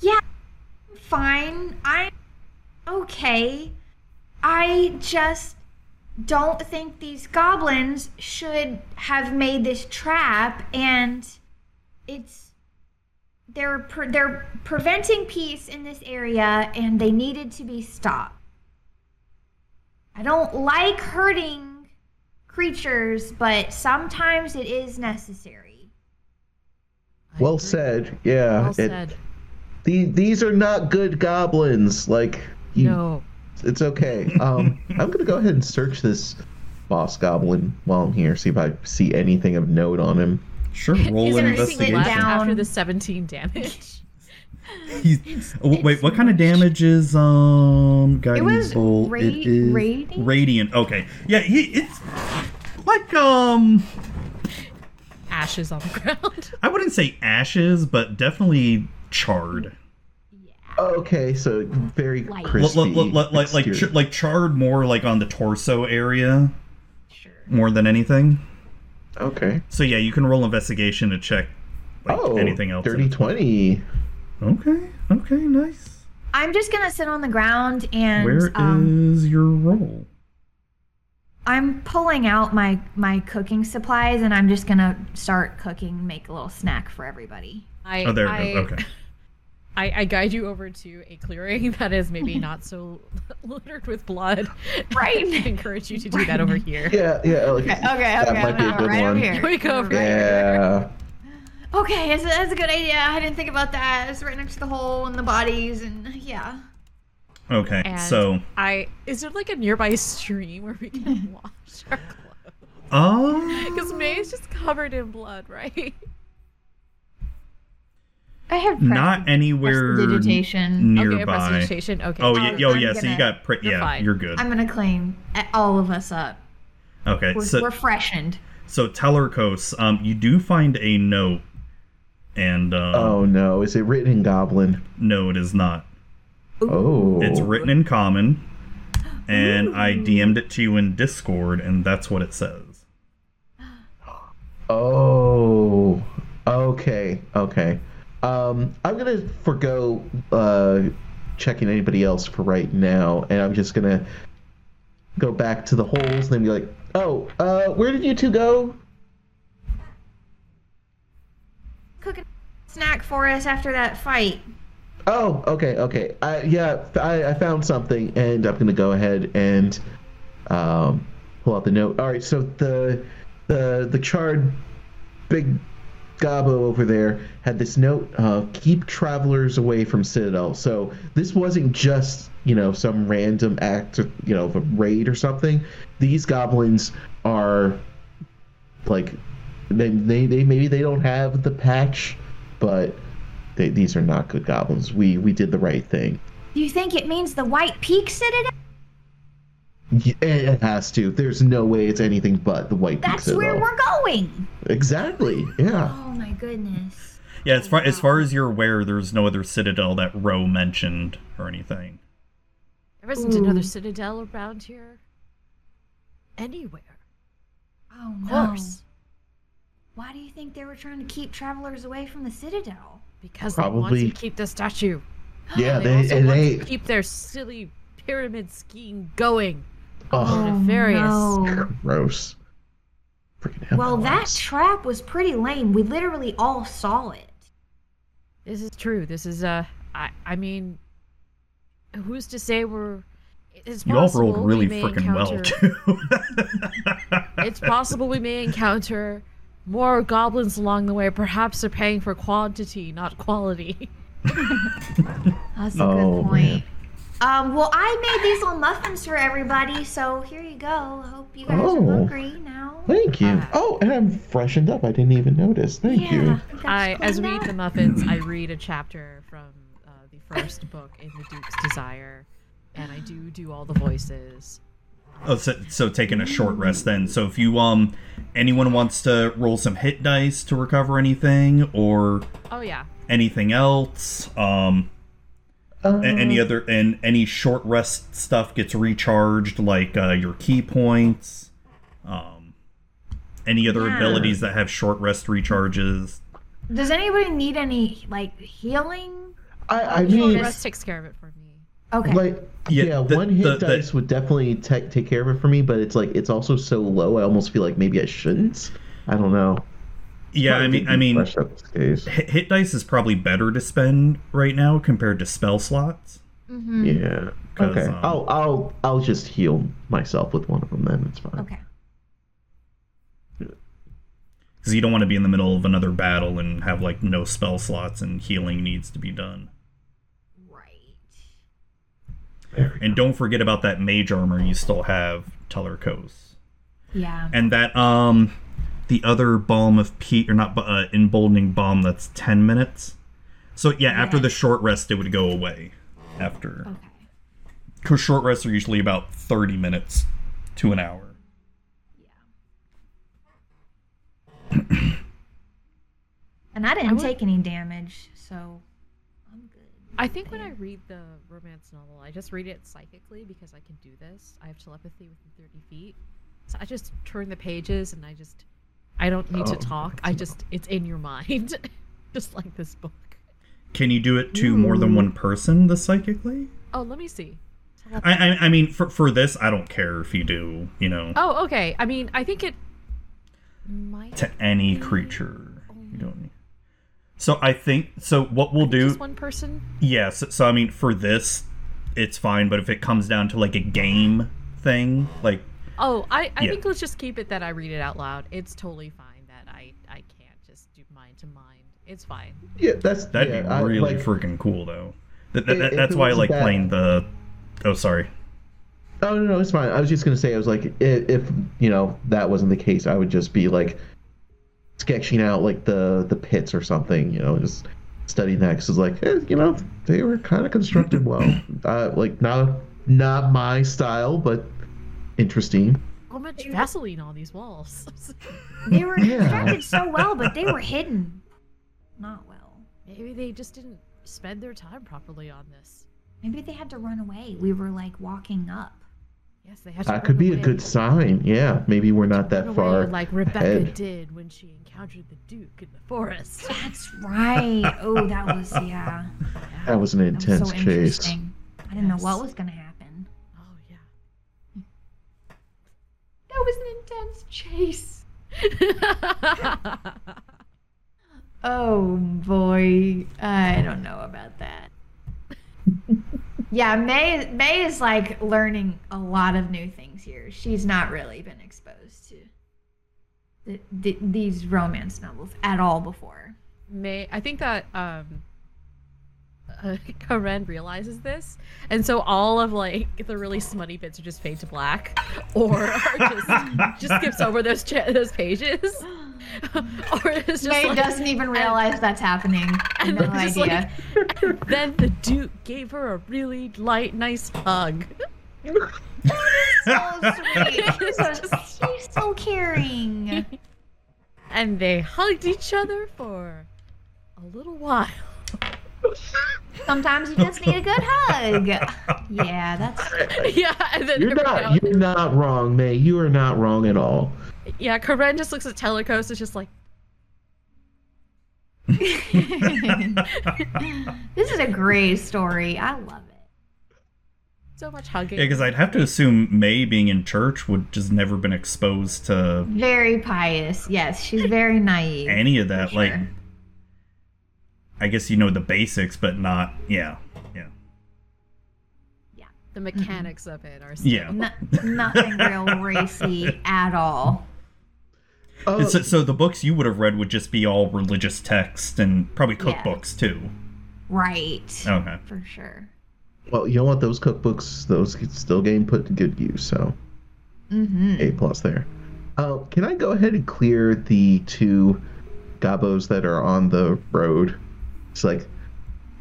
Speaker 2: Yeah. I'm fine. I'm okay. I just don't think these goblins should have made this trap and it's they're pre- they're preventing peace in this area and they needed to be stopped. I don't like hurting creatures, but sometimes it is necessary.
Speaker 3: I
Speaker 4: Well
Speaker 3: agree.
Speaker 4: said. Yeah.
Speaker 3: Well
Speaker 4: it-
Speaker 3: said.
Speaker 4: the- these are not good goblins. Like, you,
Speaker 3: No.
Speaker 4: it's okay. Um, I'm gonna go ahead and search this boss goblin while I'm here. See if I see anything of note on him.
Speaker 1: Sure,
Speaker 3: Is
Speaker 1: roll
Speaker 2: there
Speaker 1: an investigation.
Speaker 2: anything left? down.
Speaker 3: after the 17 damage?
Speaker 1: He's, w- wait, what kind of damage is um guiding
Speaker 2: was
Speaker 1: bolt?
Speaker 2: ra-
Speaker 1: it is
Speaker 2: radiant?
Speaker 1: radiant. Okay, yeah, he it's like um
Speaker 3: Ashes on the ground.
Speaker 1: I wouldn't say ashes, but definitely charred.
Speaker 4: Okay, so very
Speaker 2: Light.
Speaker 1: L-
Speaker 4: crispy.
Speaker 1: l- l- l- like like ch-
Speaker 4: exterior.
Speaker 1: like charred more like on the torso area
Speaker 2: Sure.
Speaker 1: more than anything.
Speaker 4: okay.
Speaker 1: So yeah, you can roll investigation to check like
Speaker 4: oh,
Speaker 1: anything else.
Speaker 4: Dirty twenty.
Speaker 1: Okay, okay, nice.
Speaker 2: I'm just gonna sit on the ground and
Speaker 1: Where is
Speaker 2: um,
Speaker 1: your roll?
Speaker 2: I'm pulling out my my cooking supplies and I'm just gonna start cooking, make a little snack for everybody.
Speaker 3: I,
Speaker 1: Oh, there
Speaker 3: I,
Speaker 1: it goes. Okay.
Speaker 3: I, I guide you over to a clearing that is maybe not so littered with blood.
Speaker 2: Right.
Speaker 3: I encourage you to do that over here.
Speaker 4: Yeah, yeah. Like, that might be a good one.
Speaker 3: We go over
Speaker 4: Yeah.
Speaker 2: Okay, that's, that's a good idea. I didn't think about that. It's right next to the hole and the bodies and yeah.
Speaker 1: Okay.
Speaker 3: And
Speaker 1: So,
Speaker 3: I is there like a nearby stream where we can wash our clothes?
Speaker 1: um,
Speaker 3: Because May is just covered in blood, right?
Speaker 2: I have
Speaker 1: not anywhere
Speaker 2: digitation.
Speaker 3: Okay, a
Speaker 1: nearby.
Speaker 3: prestidigitation. Okay.
Speaker 1: oh yeah,
Speaker 2: Um,
Speaker 1: yo,
Speaker 2: I'm
Speaker 1: yeah. So you
Speaker 2: gonna-
Speaker 1: got pre-
Speaker 3: You're
Speaker 1: yeah.
Speaker 3: fine.
Speaker 1: You're good.
Speaker 2: I'm gonna clean a- all of us up.
Speaker 1: okay.
Speaker 2: We're,
Speaker 1: so
Speaker 2: we're freshened.
Speaker 1: so Tellerkos, um, you do find a note, and um,
Speaker 4: Oh no, is it written in Goblin?
Speaker 1: no, it is not.
Speaker 4: Oh,
Speaker 1: It's written in Common, and I DM'd it to you in Discord, and that's what it says.
Speaker 4: Oh, okay, okay. Um, I'm gonna forego uh, checking anybody else for right now, and I'm just gonna go back to the holes and then be like, "Oh, uh, where did you two go?"
Speaker 2: Cooking snack for us after that fight.
Speaker 4: Oh, okay, okay. I, yeah, I, I found something, and I'm gonna go ahead and um, pull out the note. All right, so the the the charred big gobbo over there had this note: uh, "Keep travelers away from Citadel." So this wasn't just you know some random act, you know, of a raid or something. These goblins are like they, they, they maybe they don't have the patch, but they, these are not good goblins. We we did the right thing.
Speaker 2: Do you think it means the White Peak Citadel?
Speaker 4: Y- It it has to. There's no way it's anything but the white
Speaker 2: That's
Speaker 4: pizza,
Speaker 2: where
Speaker 4: though.
Speaker 2: we're going.
Speaker 4: Exactly. Yeah.
Speaker 2: Oh my goodness.
Speaker 1: Yeah, as far as far as you're aware, there's no other citadel that Roe mentioned or anything.
Speaker 3: There isn't another
Speaker 2: Ooh.
Speaker 3: citadel around here. Anywhere.
Speaker 2: Oh
Speaker 3: Of
Speaker 2: no.
Speaker 3: course.
Speaker 2: Why do you think they were trying to keep travelers away from the Citadel?
Speaker 3: Because they
Speaker 4: Probably-
Speaker 3: want to keep the statue.
Speaker 4: Yeah.
Speaker 3: They
Speaker 4: They
Speaker 3: also
Speaker 4: and
Speaker 3: want
Speaker 4: they
Speaker 3: to keep their silly pyramid scheme going.
Speaker 4: oh,
Speaker 3: nefarious.
Speaker 4: gross. Freaking hell.
Speaker 2: Well, that
Speaker 4: gross.
Speaker 2: trap was pretty lame. We literally all saw it.
Speaker 3: This is true. This is uh I I mean, who's to say we're? It's
Speaker 1: You all rolled
Speaker 3: possible we
Speaker 1: really
Speaker 3: may
Speaker 1: freaking well,
Speaker 3: encounter-
Speaker 1: too.
Speaker 3: it's possible we may encounter more goblins along the way. Perhaps they're paying for quantity, not quality.
Speaker 2: That's a
Speaker 4: Oh,
Speaker 2: good point.
Speaker 4: man.
Speaker 2: Um, well, I made these little muffins for everybody, so here you go. I hope you guys
Speaker 4: Oh.
Speaker 2: are hungry now.
Speaker 4: Thank you.
Speaker 2: Uh,
Speaker 3: Ah.
Speaker 4: Oh, and I'm freshened up. I didn't even notice. Thank you.
Speaker 2: we got you
Speaker 3: I, as we
Speaker 2: cleaned
Speaker 3: eat
Speaker 2: up.
Speaker 3: the muffins, I read a chapter from uh, the first book in The Duke's Desire, and I do do all the voices.
Speaker 1: Oh, so, so taking a short rest then. So if you um, anyone wants to roll some hit dice to recover anything or
Speaker 3: Oh yeah,
Speaker 1: anything else, um,
Speaker 4: Uh,
Speaker 1: a- any other and any short rest stuff gets recharged, like uh, your key points, um, any other
Speaker 2: Yeah.
Speaker 1: abilities that have short rest recharges.
Speaker 2: Does anybody need any like healing?
Speaker 4: I, I
Speaker 3: Well,
Speaker 4: mean,
Speaker 3: Russ takes care of it for me.
Speaker 2: Okay.
Speaker 4: like,
Speaker 1: Yeah,
Speaker 4: yeah,
Speaker 1: the-
Speaker 4: one hit
Speaker 1: the- the-
Speaker 4: dice would definitely take take care of it for me, but it's like it's also so low. I almost feel like maybe I shouldn't. I don't know.
Speaker 1: Yeah, I
Speaker 4: Probably
Speaker 1: mean,
Speaker 4: didn't
Speaker 1: I mean,
Speaker 4: freshen up this case.
Speaker 1: hit, hit dice is probably better to spend right now compared to spell slots.
Speaker 2: hmm
Speaker 4: Yeah.
Speaker 1: 'Cause,
Speaker 4: Mm-hmm. Okay.
Speaker 1: um,
Speaker 4: I'll I'll I'll just heal myself with one of them. Then it's fine.
Speaker 2: Okay.
Speaker 1: because you don't want to be in the middle of another battle and have like no spell slots and healing needs to be done.
Speaker 2: Right.
Speaker 4: There we
Speaker 1: And don't forget about that mage armor you still have, Tellerkos,
Speaker 2: Yeah.
Speaker 1: and that um, the other balm of Pete or not bu- uh, emboldening balm that's ten minutes. So yeah, after the short rest, it would go away. After
Speaker 2: Okay.
Speaker 1: because short rests are usually about thirty minutes to an hour.
Speaker 2: And I didn't
Speaker 3: I would-
Speaker 2: take any damage, so I'm good.
Speaker 3: I think when I read the romance novel, I just read it psychically because I can do this. I have telepathy within thirty feet, so I just turn the pages and I just, I don't need
Speaker 4: Oh,
Speaker 3: to talk. I just, it's in your mind, just like this book.
Speaker 1: Can you do it to more than one person? The psychically.
Speaker 3: Oh, let me see.
Speaker 1: I, I, I mean, for, for this, I don't care if you do, you know.
Speaker 3: Oh, okay. I mean, I think it might.
Speaker 1: to any creature. You don't need. So I think so. What we'll
Speaker 3: Just
Speaker 1: do,
Speaker 3: one person.
Speaker 1: yeah. So, so I mean, for this, it's fine. But if it comes down to like a game thing, like
Speaker 3: Oh, I, I
Speaker 1: Yeah.
Speaker 3: think let's just keep it that I read it out loud. It's totally fine that I, I can't just do mind to mind. It's fine.
Speaker 4: Yeah, that's
Speaker 1: that'd
Speaker 4: yeah, I-
Speaker 1: be really
Speaker 4: like-
Speaker 1: freaking cool, though. That, that,
Speaker 4: If-
Speaker 1: that-
Speaker 4: if
Speaker 1: that's
Speaker 4: it
Speaker 1: why I
Speaker 4: was
Speaker 1: like
Speaker 4: that-
Speaker 1: playing the. Oh, sorry.
Speaker 4: Oh no, no, it's fine. I was just gonna say, I was like, i- if you know that wasn't the case, I would just be like sketching out like the the pits or something. You know, just studying that because like, eh, you know, they were kind of constructed well. Uh, like not not my style, but interesting.
Speaker 3: How much Vaseline on these walls?
Speaker 2: They were
Speaker 4: Yeah.
Speaker 2: constructed so well, but they were hidden not well.
Speaker 3: Maybe they just didn't spend their time properly on this.
Speaker 2: Maybe they had to run away. We were like walking up.
Speaker 3: Yes, they had to.
Speaker 4: That could
Speaker 3: run
Speaker 4: be a
Speaker 3: away-
Speaker 4: good sign. Yeah, maybe we're not
Speaker 3: run
Speaker 4: that
Speaker 3: away
Speaker 4: far.
Speaker 3: like Rebecca
Speaker 4: ahead.
Speaker 3: did when she encountered the Duke in the forest.
Speaker 2: That's right. Oh, that was yeah.
Speaker 4: That was an
Speaker 2: That was
Speaker 4: intense
Speaker 2: so
Speaker 4: chase.
Speaker 2: interesting. I didn't know what
Speaker 3: Yes.
Speaker 2: was gonna happen.
Speaker 3: Oh yeah.
Speaker 2: That was an intense chase. Oh boy, I don't know about that. yeah, May May is like learning a lot of new things here. She's not really been exposed to th- th- these romance novels at all before.
Speaker 3: May I think that um uh, Karen realizes this, and so all of like the really smutty bits are just fade to black, or are just just skips over those cha- those pages, or it's just
Speaker 2: May
Speaker 3: like,
Speaker 2: doesn't even realize that's happening.
Speaker 3: and
Speaker 2: no
Speaker 3: then just,
Speaker 2: idea.
Speaker 3: like- and then the Duke gave her a really light, nice hug.
Speaker 2: so sweet. She's so, she's so caring.
Speaker 3: and they hugged each other for a little while.
Speaker 2: Sometimes you just need a good hug. Yeah, that's
Speaker 3: yeah, and then
Speaker 4: You're
Speaker 3: every now
Speaker 4: not. You're not wrong, May. You are not wrong at all.
Speaker 3: Yeah, Karen just looks at Telecos. It's just like,
Speaker 2: this is a great story. I love it.
Speaker 3: so much hugging.
Speaker 1: Yeah, because I'd have to assume May being in church would just never been exposed to
Speaker 2: Very pious. Yes, she's very naive.
Speaker 1: any of that.
Speaker 2: For
Speaker 1: Like,
Speaker 2: sure.
Speaker 1: I guess you know the basics, but not yeah, yeah,
Speaker 3: The
Speaker 4: Mm-hmm.
Speaker 3: mechanics of it are still
Speaker 1: yeah.
Speaker 2: No- nothing real racy at all.
Speaker 4: Oh,
Speaker 1: And so, so the books you would have read would just be all religious text and probably
Speaker 2: Yeah.
Speaker 1: cookbooks too.
Speaker 2: Right.
Speaker 1: Okay.
Speaker 2: For sure.
Speaker 4: well, you know what? Those cookbooks, those could still getting put to good use. So
Speaker 2: Mm-hmm.
Speaker 4: A plus there. Uh, can I go ahead and clear the two gobos that are on the road? It's like,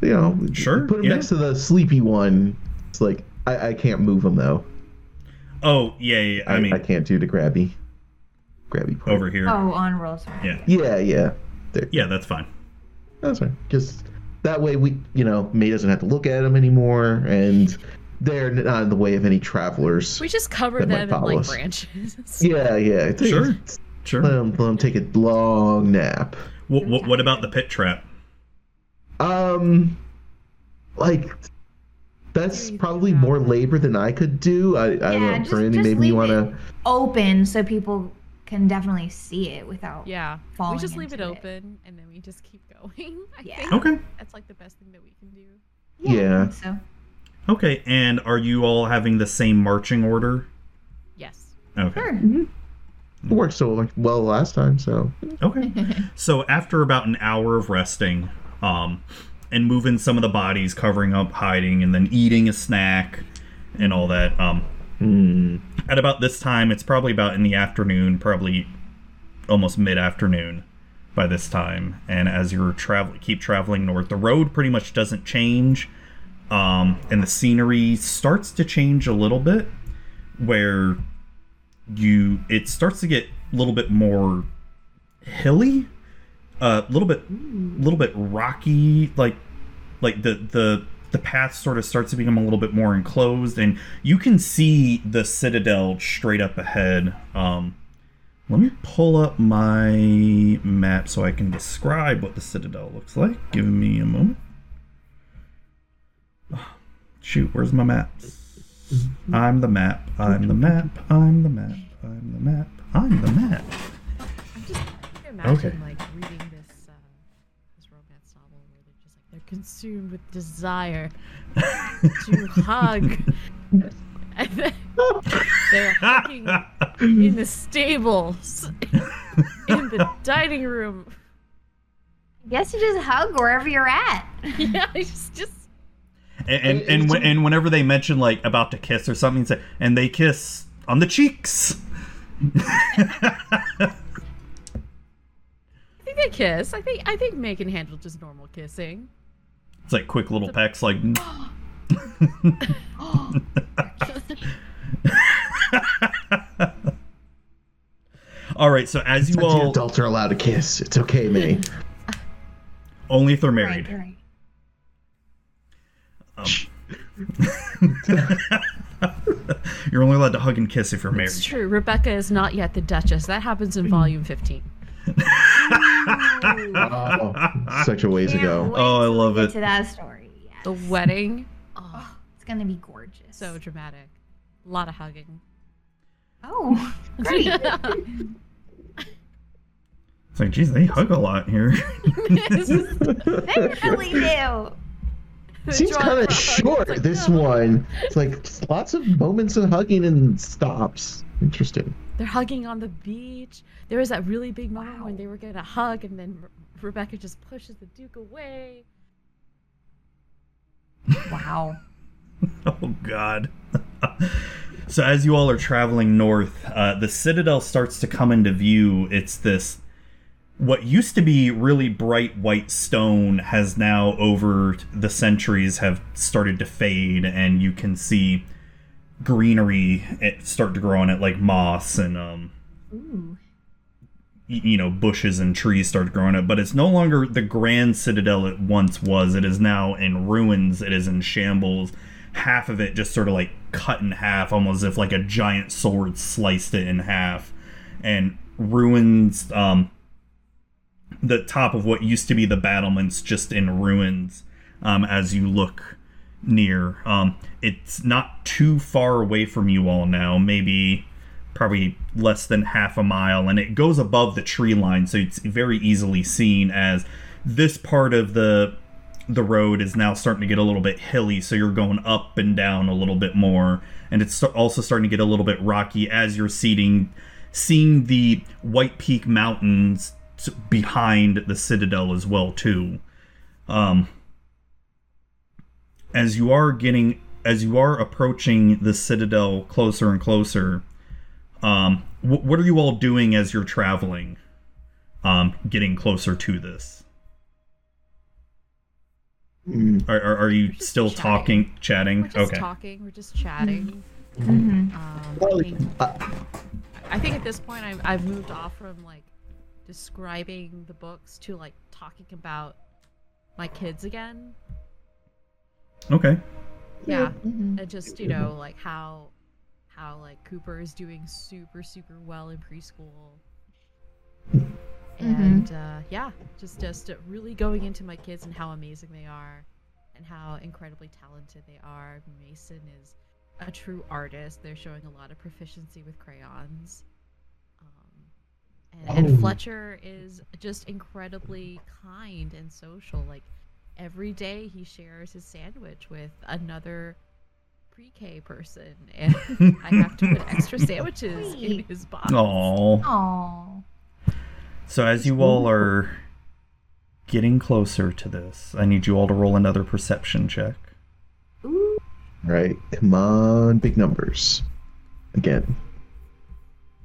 Speaker 4: you know,
Speaker 1: Sure,
Speaker 4: Put them
Speaker 1: yeah.
Speaker 4: next to the sleepy one. It's like I, I can't move them though.
Speaker 1: Oh yeah, yeah, yeah. I, mean
Speaker 4: I can't do the grabby, grabby part.
Speaker 1: over here.
Speaker 2: Oh, on rolls. right.
Speaker 1: Yeah,
Speaker 4: Yeah, yeah,
Speaker 1: yeah, that's fine.
Speaker 4: that's right. Just that way we, you know, May doesn't have to look at them anymore, and they're not in the way of any travelers.
Speaker 3: We just cover
Speaker 4: That might
Speaker 3: them in
Speaker 4: follow
Speaker 3: like
Speaker 4: us.
Speaker 3: branches.
Speaker 4: Yeah, yeah. take-
Speaker 1: Sure. Sure.
Speaker 4: Let them, take a long nap.
Speaker 1: What, what, what about the pit trap?
Speaker 4: Um, like that's probably more labor than I could do. I, I don't
Speaker 2: Yeah,
Speaker 4: know,
Speaker 2: just-
Speaker 4: Brandy.
Speaker 2: just
Speaker 4: Maybe you
Speaker 2: leave it.
Speaker 4: wanna.
Speaker 2: Open so people can definitely see it without.
Speaker 3: Yeah.
Speaker 2: Falling
Speaker 3: we just leave it
Speaker 2: into it.
Speaker 3: open and then we just keep going. I
Speaker 2: Yeah.
Speaker 3: think
Speaker 1: Okay.
Speaker 3: that's like the best thing that we can do.
Speaker 4: Yeah.
Speaker 2: I think So.
Speaker 1: Okay. And are you all having the same marching order?
Speaker 3: Yes.
Speaker 1: Okay.
Speaker 2: Sure.
Speaker 4: It worked so well last time, so
Speaker 1: Okay. so after about an hour of resting, um, and moving some of the bodies, covering up, hiding, and then eating a snack, and all that, um,
Speaker 4: mm,
Speaker 1: at about this time, it's probably about in the afternoon, probably almost mid-afternoon by this time. And as you're travel, keep traveling north, the road pretty much doesn't change, um, and the scenery starts to change a little bit, where you it starts to get a little bit more hilly, uh, a little bit, little bit rocky, like like the the the path sort of starts to become a little bit more enclosed and you can see the citadel straight up ahead um let me pull up my map so i can describe what the citadel looks like give me a moment Ah, shoot where's my map i'm the map i'm the map i'm the map i'm the map i'm the map
Speaker 3: I'm just I can imagine
Speaker 1: Okay.
Speaker 3: like reading this uh, this romance novel where they're just like they're consumed with desire to hug. And then they're hugging in the stables, in the dining room.
Speaker 2: I guess you just hug wherever you're at.
Speaker 3: Yeah, it's just
Speaker 1: and and and, when- and whenever they mention like about to kiss or something, say, and they kiss on the cheeks.
Speaker 3: I think they kiss. I think I think Meg can handle just normal kissing.
Speaker 1: It's like quick little pecks, like all right. So as you
Speaker 4: well,
Speaker 1: all,
Speaker 4: adults are allowed to kiss. It's okay, May.
Speaker 1: only if they're married.
Speaker 2: Right, right.
Speaker 1: You're only allowed to hug and kiss if you're married.
Speaker 3: It's true. Rebecca is not yet the Duchess. That happens in volume fifteen.
Speaker 4: Wow, Oh, such a ways
Speaker 2: Can't
Speaker 4: ago.
Speaker 2: wait
Speaker 1: Oh, I
Speaker 2: till we
Speaker 1: love
Speaker 2: get
Speaker 1: it.
Speaker 2: To that story. Yes.
Speaker 3: The wedding, oh,
Speaker 2: Oh, it's gonna be gorgeous.
Speaker 3: so dramatic. A lot of hugging.
Speaker 2: Oh, great.
Speaker 1: It's like, geez, they hug a lot here.
Speaker 2: they really do.
Speaker 4: Seems kind of short. This one. It's like just lots of moments of hugging and stops. Interesting.
Speaker 3: They're hugging on the beach. There was that really big moment when they were gonna hug, and then Re- Rebecca just pushes the Duke away.
Speaker 2: Wow.
Speaker 1: Oh God. so as you all are traveling north, uh, the citadel starts to come into view. It's this what used to be really bright white stone has now over the centuries have started to fade and you can see greenery it start to grow on it like moss and um
Speaker 2: Ooh.
Speaker 1: y- you know bushes and trees start growing up but it's no longer the grand citadel it once was it is now in ruins it is in shambles half of it just sort of like cut in half almost as if like a giant sword sliced it in half and ruins um the top of what used to be the battlements just in ruins um, as you look near um it's not too far away from you all now maybe probably less than half a mile and it goes above the tree line so it's very easily seen as this part of the the road is now starting to get a little bit hilly, so you're going up and down a little bit more, and it's st- also starting to get a little bit rocky as you're seeing seeing the White Peak Mountains s- behind the citadel as well too. Um, as you are getting as you are approaching the citadel closer and closer, um, wh- what are you all doing as you're traveling? Um, getting closer to this.
Speaker 4: Mm.
Speaker 1: Are, are, are you
Speaker 3: just
Speaker 1: still
Speaker 3: chatting.
Speaker 1: talking, chatting?
Speaker 3: We're just
Speaker 1: okay.
Speaker 3: talking. We're just chatting.
Speaker 2: Mhm.
Speaker 3: Um, I,
Speaker 4: Well,
Speaker 3: think,
Speaker 4: uh,
Speaker 3: I think at this point I've, I've moved off from like describing the books to like talking about my kids again.
Speaker 1: Okay.
Speaker 3: Yeah,
Speaker 4: Mm-hmm.
Speaker 2: Mhm.
Speaker 3: and just you know like how how like Cooper is doing super super well in preschool. And uh, yeah, just just uh, really going into my kids and how amazing they are, and how incredibly talented they are. Mason is a true artist. They're showing a lot of proficiency with crayons. Um, and,
Speaker 4: Oh.
Speaker 3: and Fletcher is just incredibly kind and social. Like every day, he shares his sandwich with another pre-K person, and I have to put extra sandwiches in
Speaker 2: Sweet.
Speaker 3: his box.
Speaker 1: Aww.
Speaker 2: Aw.
Speaker 1: So as you all are getting closer to this, I need you all to roll another perception check.
Speaker 2: Ooh.
Speaker 4: right. Come on, big numbers. Again.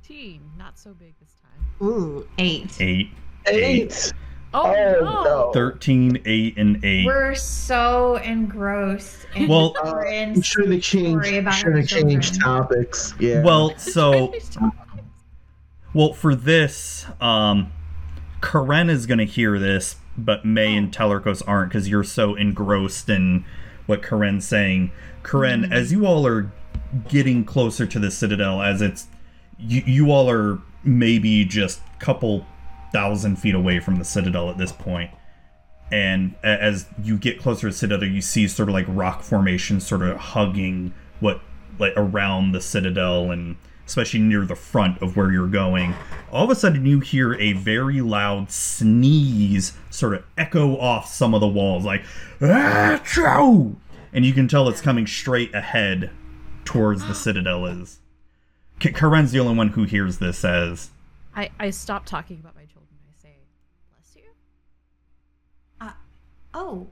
Speaker 3: Team, not so big this time.
Speaker 2: Ooh. Eight.
Speaker 1: Eight,
Speaker 4: Eight.
Speaker 3: Oh, no.
Speaker 1: 13, 8, and 8.
Speaker 2: We're so engrossed. In
Speaker 1: Well-
Speaker 2: the Corin's
Speaker 4: We should have changed.
Speaker 2: story about
Speaker 4: Should
Speaker 2: her
Speaker 4: have changed
Speaker 2: children.
Speaker 4: topics. Yeah.
Speaker 1: Well, so well for this, um Karen is gonna hear this, but May and Tellerkos aren't because you're so engrossed in what Karen's saying. Karen, as you all are getting closer to the citadel, as it's you, you all are maybe just couple thousand feet away from the citadel at this point. and a- as you get closer to citadel you see sort of like rock formations sort of hugging what like around the citadel and especially near the front of where you're going all of a sudden you hear a very loud sneeze sort of echo off some of the walls like Achoo! and you can tell it's coming straight ahead towards the citadel is K- Karen's the only one who hears this as
Speaker 3: I, I stop talking about my children. I say, bless you.
Speaker 2: Oh.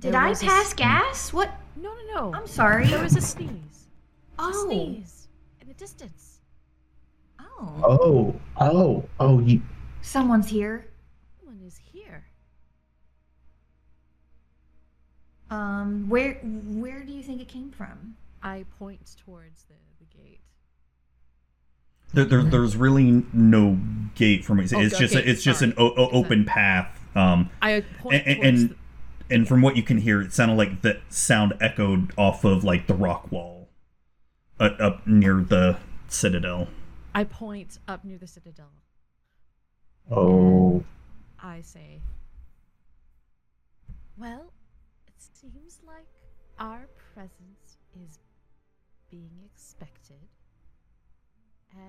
Speaker 2: Did
Speaker 3: There
Speaker 2: I
Speaker 3: was a
Speaker 2: pass
Speaker 3: s-
Speaker 2: gas? What?
Speaker 3: No, no, no.
Speaker 2: I'm sorry.
Speaker 3: There was a sneeze.
Speaker 2: Oh.
Speaker 3: A sneeze. In the distance.
Speaker 2: Oh.
Speaker 4: Oh. Oh. Oh. You.
Speaker 2: Someone's here.
Speaker 3: Someone is here.
Speaker 2: Um. Where? Where do you think it came from?
Speaker 3: I point towards the, the gate.
Speaker 1: There, there, there's really no gate for me. It's
Speaker 3: Oh,
Speaker 1: just
Speaker 3: okay,
Speaker 1: it's just an o-
Speaker 3: sorry.
Speaker 1: o- open path. Um,
Speaker 3: I
Speaker 1: and
Speaker 3: point towards
Speaker 1: and,
Speaker 3: the,
Speaker 1: and from what you can hear, it sounded like the sound echoed off of like the rock wall, uh, up near the citadel.
Speaker 3: I point up near the citadel.
Speaker 4: Oh.
Speaker 3: I say, Well, it seems like our presence is being expected.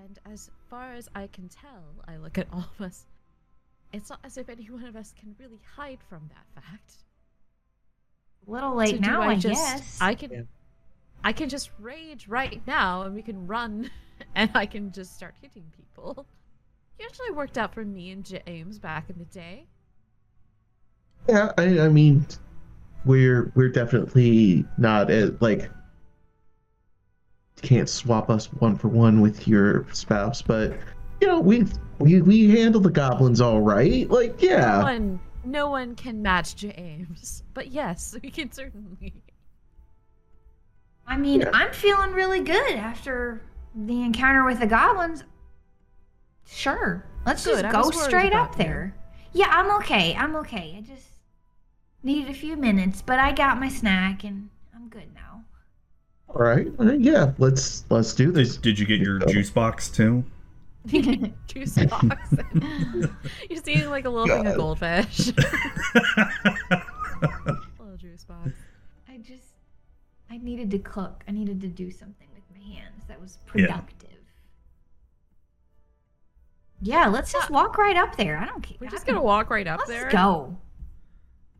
Speaker 3: And as far as I can tell, I look at all of us, it's not as if any one of us can really hide from that fact.
Speaker 2: A little
Speaker 3: So
Speaker 2: late
Speaker 3: do
Speaker 2: now, I,
Speaker 3: just,
Speaker 2: guess.
Speaker 3: I can,
Speaker 4: Yeah.
Speaker 3: I can just rage right now, and we can run, and I can just start hitting people. It actually worked out for me and James back in the day.
Speaker 4: Yeah, I, I mean, we're we're definitely not at like can't swap us one for one with your spouse, but you know we we we handle the goblins all right. Like,
Speaker 1: Uh.
Speaker 3: No
Speaker 4: yeah,
Speaker 3: one, no one can match James. But yes, we can certainly.
Speaker 2: I mean,
Speaker 4: Yeah.
Speaker 2: I'm feeling really good after the encounter with the goblins. Sure. Let's
Speaker 3: Good,
Speaker 2: just
Speaker 3: I
Speaker 2: go
Speaker 3: was worried
Speaker 2: straight
Speaker 3: about
Speaker 2: up
Speaker 3: you.
Speaker 2: there. Yeah, I'm okay. I'm okay. I just needed a few minutes, but I got my snack and I'm good now.
Speaker 4: all right, all right, yeah. Let's let's do this.
Speaker 1: Did, did you get your juice box too?
Speaker 3: Juice box. You're seeing like a little thing of goldfish. little juice box.
Speaker 2: I just I needed to cook. I needed to do something with my hands that was
Speaker 1: Yeah.
Speaker 2: productive. Yeah, let's just walk right up there. I don't care.
Speaker 3: We're
Speaker 2: I
Speaker 3: Uh, just
Speaker 2: don't-
Speaker 3: gonna walk right up
Speaker 2: Let's
Speaker 3: there.
Speaker 2: go.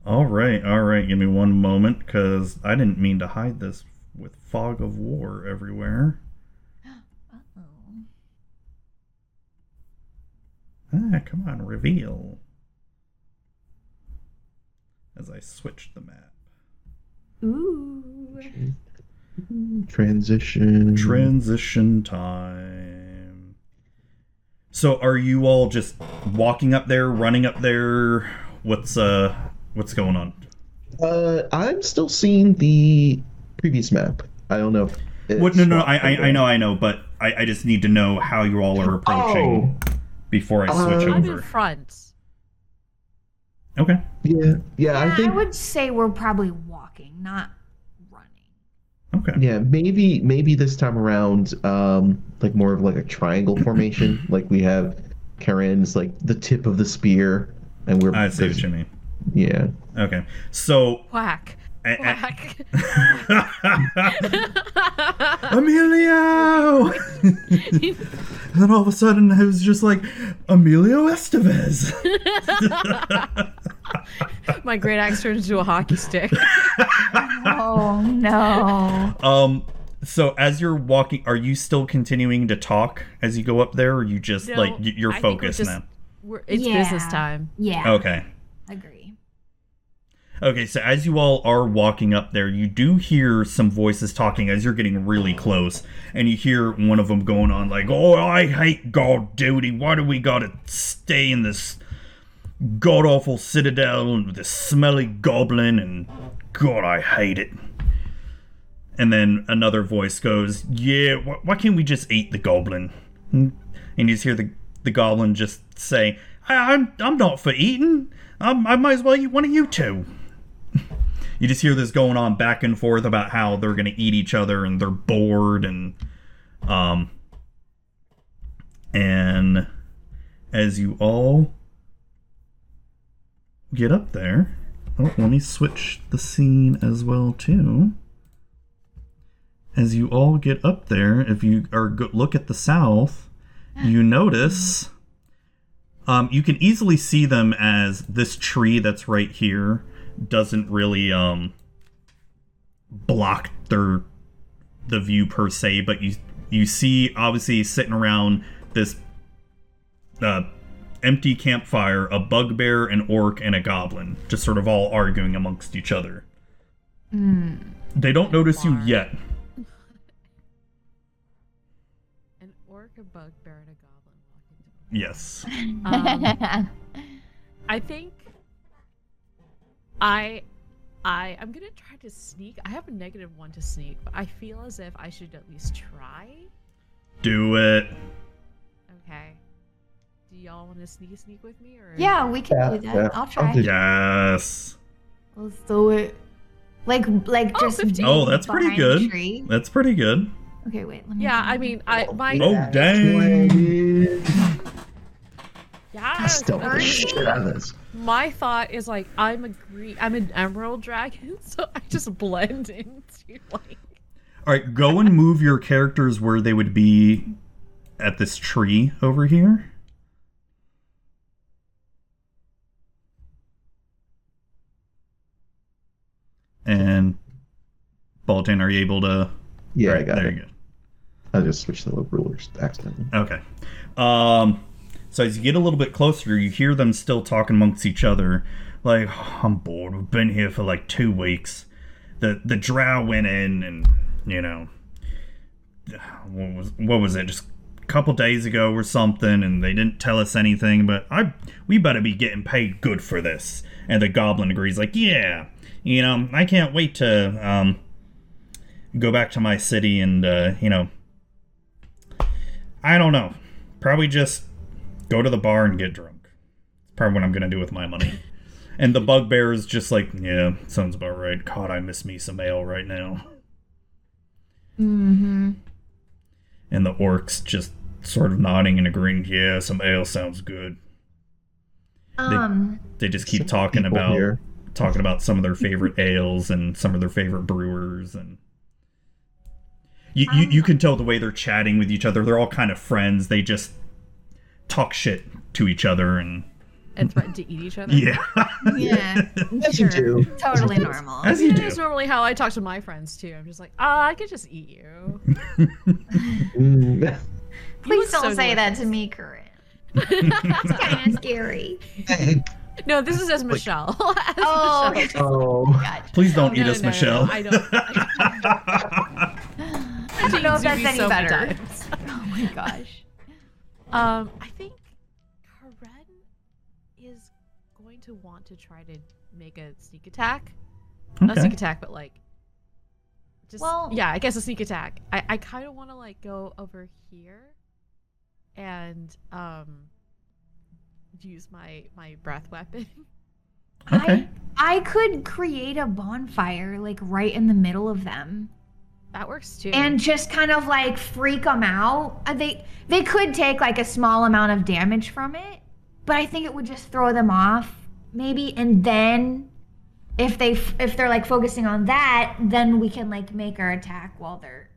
Speaker 1: All right, all right. Give me one moment because I didn't mean to hide this with fog of war everywhere.
Speaker 2: Uh-oh.
Speaker 1: Ah, come on, reveal. As I switch the map.
Speaker 2: Ooh.
Speaker 4: Transition.
Speaker 1: Transition time. So are you all just walking up there, running up there? What's uh what's going on?
Speaker 4: Uh, I'm still seeing the previous map. I don't know. If it's
Speaker 1: What no no, I, I I know I know, but I, I just need to know how you all are
Speaker 4: Oh,
Speaker 1: approaching before I switch
Speaker 4: Um,
Speaker 3: I'm in
Speaker 1: over.
Speaker 3: front.
Speaker 1: Okay.
Speaker 4: Yeah, yeah.
Speaker 2: I,
Speaker 4: I think.
Speaker 2: would say we're probably walking, not running.
Speaker 1: Okay.
Speaker 4: Yeah, maybe maybe this time around, um, like more of like a triangle formation. like we have Karen's like the tip of the spear, and we're.
Speaker 1: I see what you mean.
Speaker 4: Yeah.
Speaker 1: Okay. So
Speaker 3: Whack.
Speaker 1: a- a-
Speaker 3: Whack.
Speaker 1: Emilio! and then all of a sudden, I was just like, Emilio Estevez.
Speaker 3: My great axe turns into a hockey stick.
Speaker 2: Oh no.
Speaker 1: um, so as you're walking, are you still continuing to talk as you go up there, or you just
Speaker 3: No,
Speaker 1: like y- you're
Speaker 3: I think we're
Speaker 1: focused
Speaker 3: just-
Speaker 1: now?
Speaker 3: We're, it's
Speaker 2: Yeah.
Speaker 3: business time.
Speaker 2: Yeah.
Speaker 1: Okay.
Speaker 2: Agree.
Speaker 1: Okay, so as you all are walking up there, you do hear some voices talking as you're getting really close, and you hear one of them going on like, "Oh, I hate God duty. Why do we gotta stay in this god awful citadel and with this smelly goblin? And God, I hate it." And then another voice goes, "Yeah, wh- why can't we just eat the goblin?" And you just hear the the goblin just say, I, "I'm I'm not for eating. I'm, I might as well eat one of you two. You just hear this going on back and forth about how they're gonna eat each other and they're bored and um and as you all get up there, oh, let me switch the scene as well too. As you all get up there, if you are go- look at the south, you notice. Um, you can easily see them as this tree that's right here doesn't really um, block their the view per se, but you you see obviously sitting around this uh, empty campfire a bugbear, an orc, and a goblin, just sort of all arguing amongst each other.
Speaker 2: Mm.
Speaker 1: They don't notice you yet.
Speaker 3: An orc, a bugbear, and a goblin walk into
Speaker 1: Yes.
Speaker 3: Um, I think I I I'm gonna try to sneak. I have a negative one to sneak, but I feel as if I should at least try.
Speaker 1: Do it.
Speaker 3: Okay. Do y'all want to sneak sneak with me or?
Speaker 2: yeah, we can
Speaker 4: Yeah,
Speaker 2: do that.
Speaker 4: yeah,
Speaker 2: I'll
Speaker 4: I'll
Speaker 2: try.
Speaker 4: do-
Speaker 1: Yes.
Speaker 2: Let's do it. Like, like
Speaker 3: Oh,
Speaker 2: just.
Speaker 3: 15.
Speaker 1: Oh, that's pretty
Speaker 2: behind the
Speaker 1: good.
Speaker 2: tree.
Speaker 1: That's pretty good.
Speaker 2: Okay, wait. Let me.
Speaker 3: Yeah, I mean, I my
Speaker 1: Oh, dang.
Speaker 3: yes,
Speaker 4: Still the
Speaker 3: okay.
Speaker 4: shit out of this.
Speaker 3: my thought is like I'm a green, I'm an emerald dragon, so I just blend into like
Speaker 1: All right, go and move your characters where they would be at this tree over here. And Baltan, are you able to?
Speaker 4: Yeah, I
Speaker 1: Right,
Speaker 4: got
Speaker 1: there
Speaker 4: it.
Speaker 1: you go.
Speaker 4: I just switched the rulers accidentally.
Speaker 1: Okay. Um, so as you get a little bit closer, you hear them still talking amongst each other. Like, I'm bored. We've been here for like two weeks. The the drow went in, and you know, what was what was it? Just a couple days ago or something, and they didn't tell us anything. But I, we better be getting paid good for this. And the goblin agrees. Like, yeah, you know, I can't wait to um go back to my city and uh, you know I don't know. Probably just go to the bar and get drunk. It's probably what I'm gonna do with my money. and the bugbear is just like, yeah, sounds about right. God, I miss me some ale right now.
Speaker 2: Mm-hmm.
Speaker 1: And the orcs just sort of nodding and agreeing, yeah, some ale sounds good.
Speaker 2: Um.
Speaker 1: They just keep
Speaker 4: Some
Speaker 1: talking
Speaker 4: people
Speaker 1: about
Speaker 4: here.
Speaker 1: talking about some of their favorite ales and some of their favorite brewers and you, you, you can tell the way they're chatting with each other. They're all kind of friends. They just talk shit to each other and
Speaker 3: and threatened to eat each other.
Speaker 1: Yeah.
Speaker 2: Yeah.
Speaker 4: As you
Speaker 2: Sure.
Speaker 4: do.
Speaker 2: Totally normal.
Speaker 1: As you
Speaker 3: You know,
Speaker 1: do.
Speaker 3: that's normally how I talk to my friends too. I'm just like, ah, I could just eat you.
Speaker 4: Mm.
Speaker 2: Please
Speaker 3: look
Speaker 2: don't
Speaker 3: so
Speaker 2: say that to me, Corinne. It's kind of scary.
Speaker 3: No, this is as Michelle. As
Speaker 2: Oh,
Speaker 3: Michelle.
Speaker 4: oh,
Speaker 2: gotcha.
Speaker 1: Please don't
Speaker 3: No,
Speaker 1: eat
Speaker 3: no,
Speaker 1: us,
Speaker 3: no, no,
Speaker 1: Michelle.
Speaker 3: no, I don't. I
Speaker 2: I don't know if that's
Speaker 3: Zooey
Speaker 2: any
Speaker 3: so many
Speaker 2: better.
Speaker 3: times.
Speaker 2: Oh my gosh.
Speaker 3: Um, I think Karen is going to want to try to make a sneak attack. Not a sneak
Speaker 1: okay.
Speaker 3: attack, but like, just
Speaker 2: Well-
Speaker 3: yeah, I guess a sneak attack. I I kind of want to like go over here, and um, use my my breath weapon.
Speaker 1: Okay.
Speaker 2: I could create a bonfire like right in the middle of them
Speaker 3: that works too.
Speaker 2: and just kind of like freak them out. Uh, They they could take like a small amount of damage from it, but I think it would just throw them off maybe and then if they f- if they're like focusing on that, then we can like make our attack while they're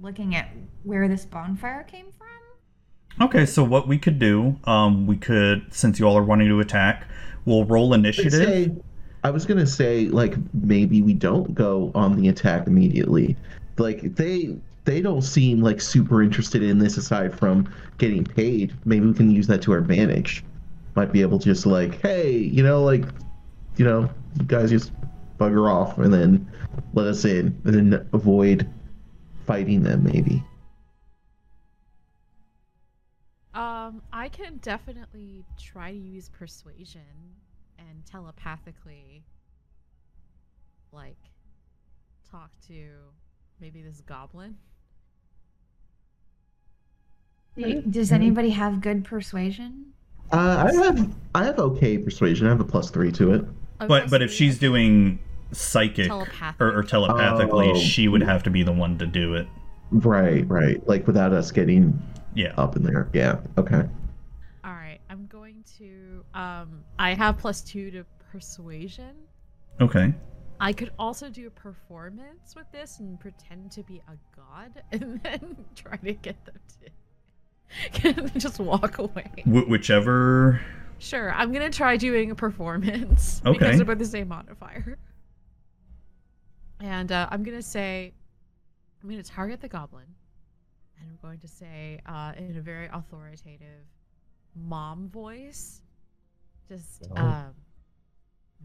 Speaker 2: looking at where this bonfire came from.
Speaker 1: Okay, so what we could do, um, we could, since you all are wanting to attack, we'll roll
Speaker 4: I,
Speaker 1: initiative.
Speaker 4: say, I was gonna say like maybe we don't go on the attack immediately. Like they they don't seem like super interested in this aside from getting paid. Maybe we can use that to our advantage. Might be able to just like, hey, you know, like, you know, you guys just bugger off and then let us in and then avoid fighting them maybe.
Speaker 3: Um, I can definitely try to use persuasion and telepathically, like, talk to maybe this goblin.
Speaker 2: Does anybody have good persuasion?
Speaker 4: Uh, I have I have okay persuasion. I have a plus three to it.
Speaker 3: Oh,
Speaker 1: But but if
Speaker 3: persuasion.
Speaker 1: she's doing psychic or,
Speaker 3: telepathic,
Speaker 1: or telepathically,
Speaker 4: Oh.
Speaker 1: she would have to be the one to do it.
Speaker 4: Right, right. Like without us getting
Speaker 1: Yeah.
Speaker 4: up in there. Yeah. Okay.
Speaker 3: all right, I'm going to. Um, I have plus two to persuasion.
Speaker 1: Okay.
Speaker 3: I could also do a performance with this and pretend to be a god, and then try to get them to just walk away.
Speaker 1: Wh- whichever.
Speaker 3: Sure, I'm gonna try doing a performance
Speaker 1: Okay.
Speaker 3: because they're both the same modifier. And uh, I'm gonna say, I'm gonna target the goblin, and I'm going to say uh, in a very authoritative mom voice, just
Speaker 4: Oh.
Speaker 3: um,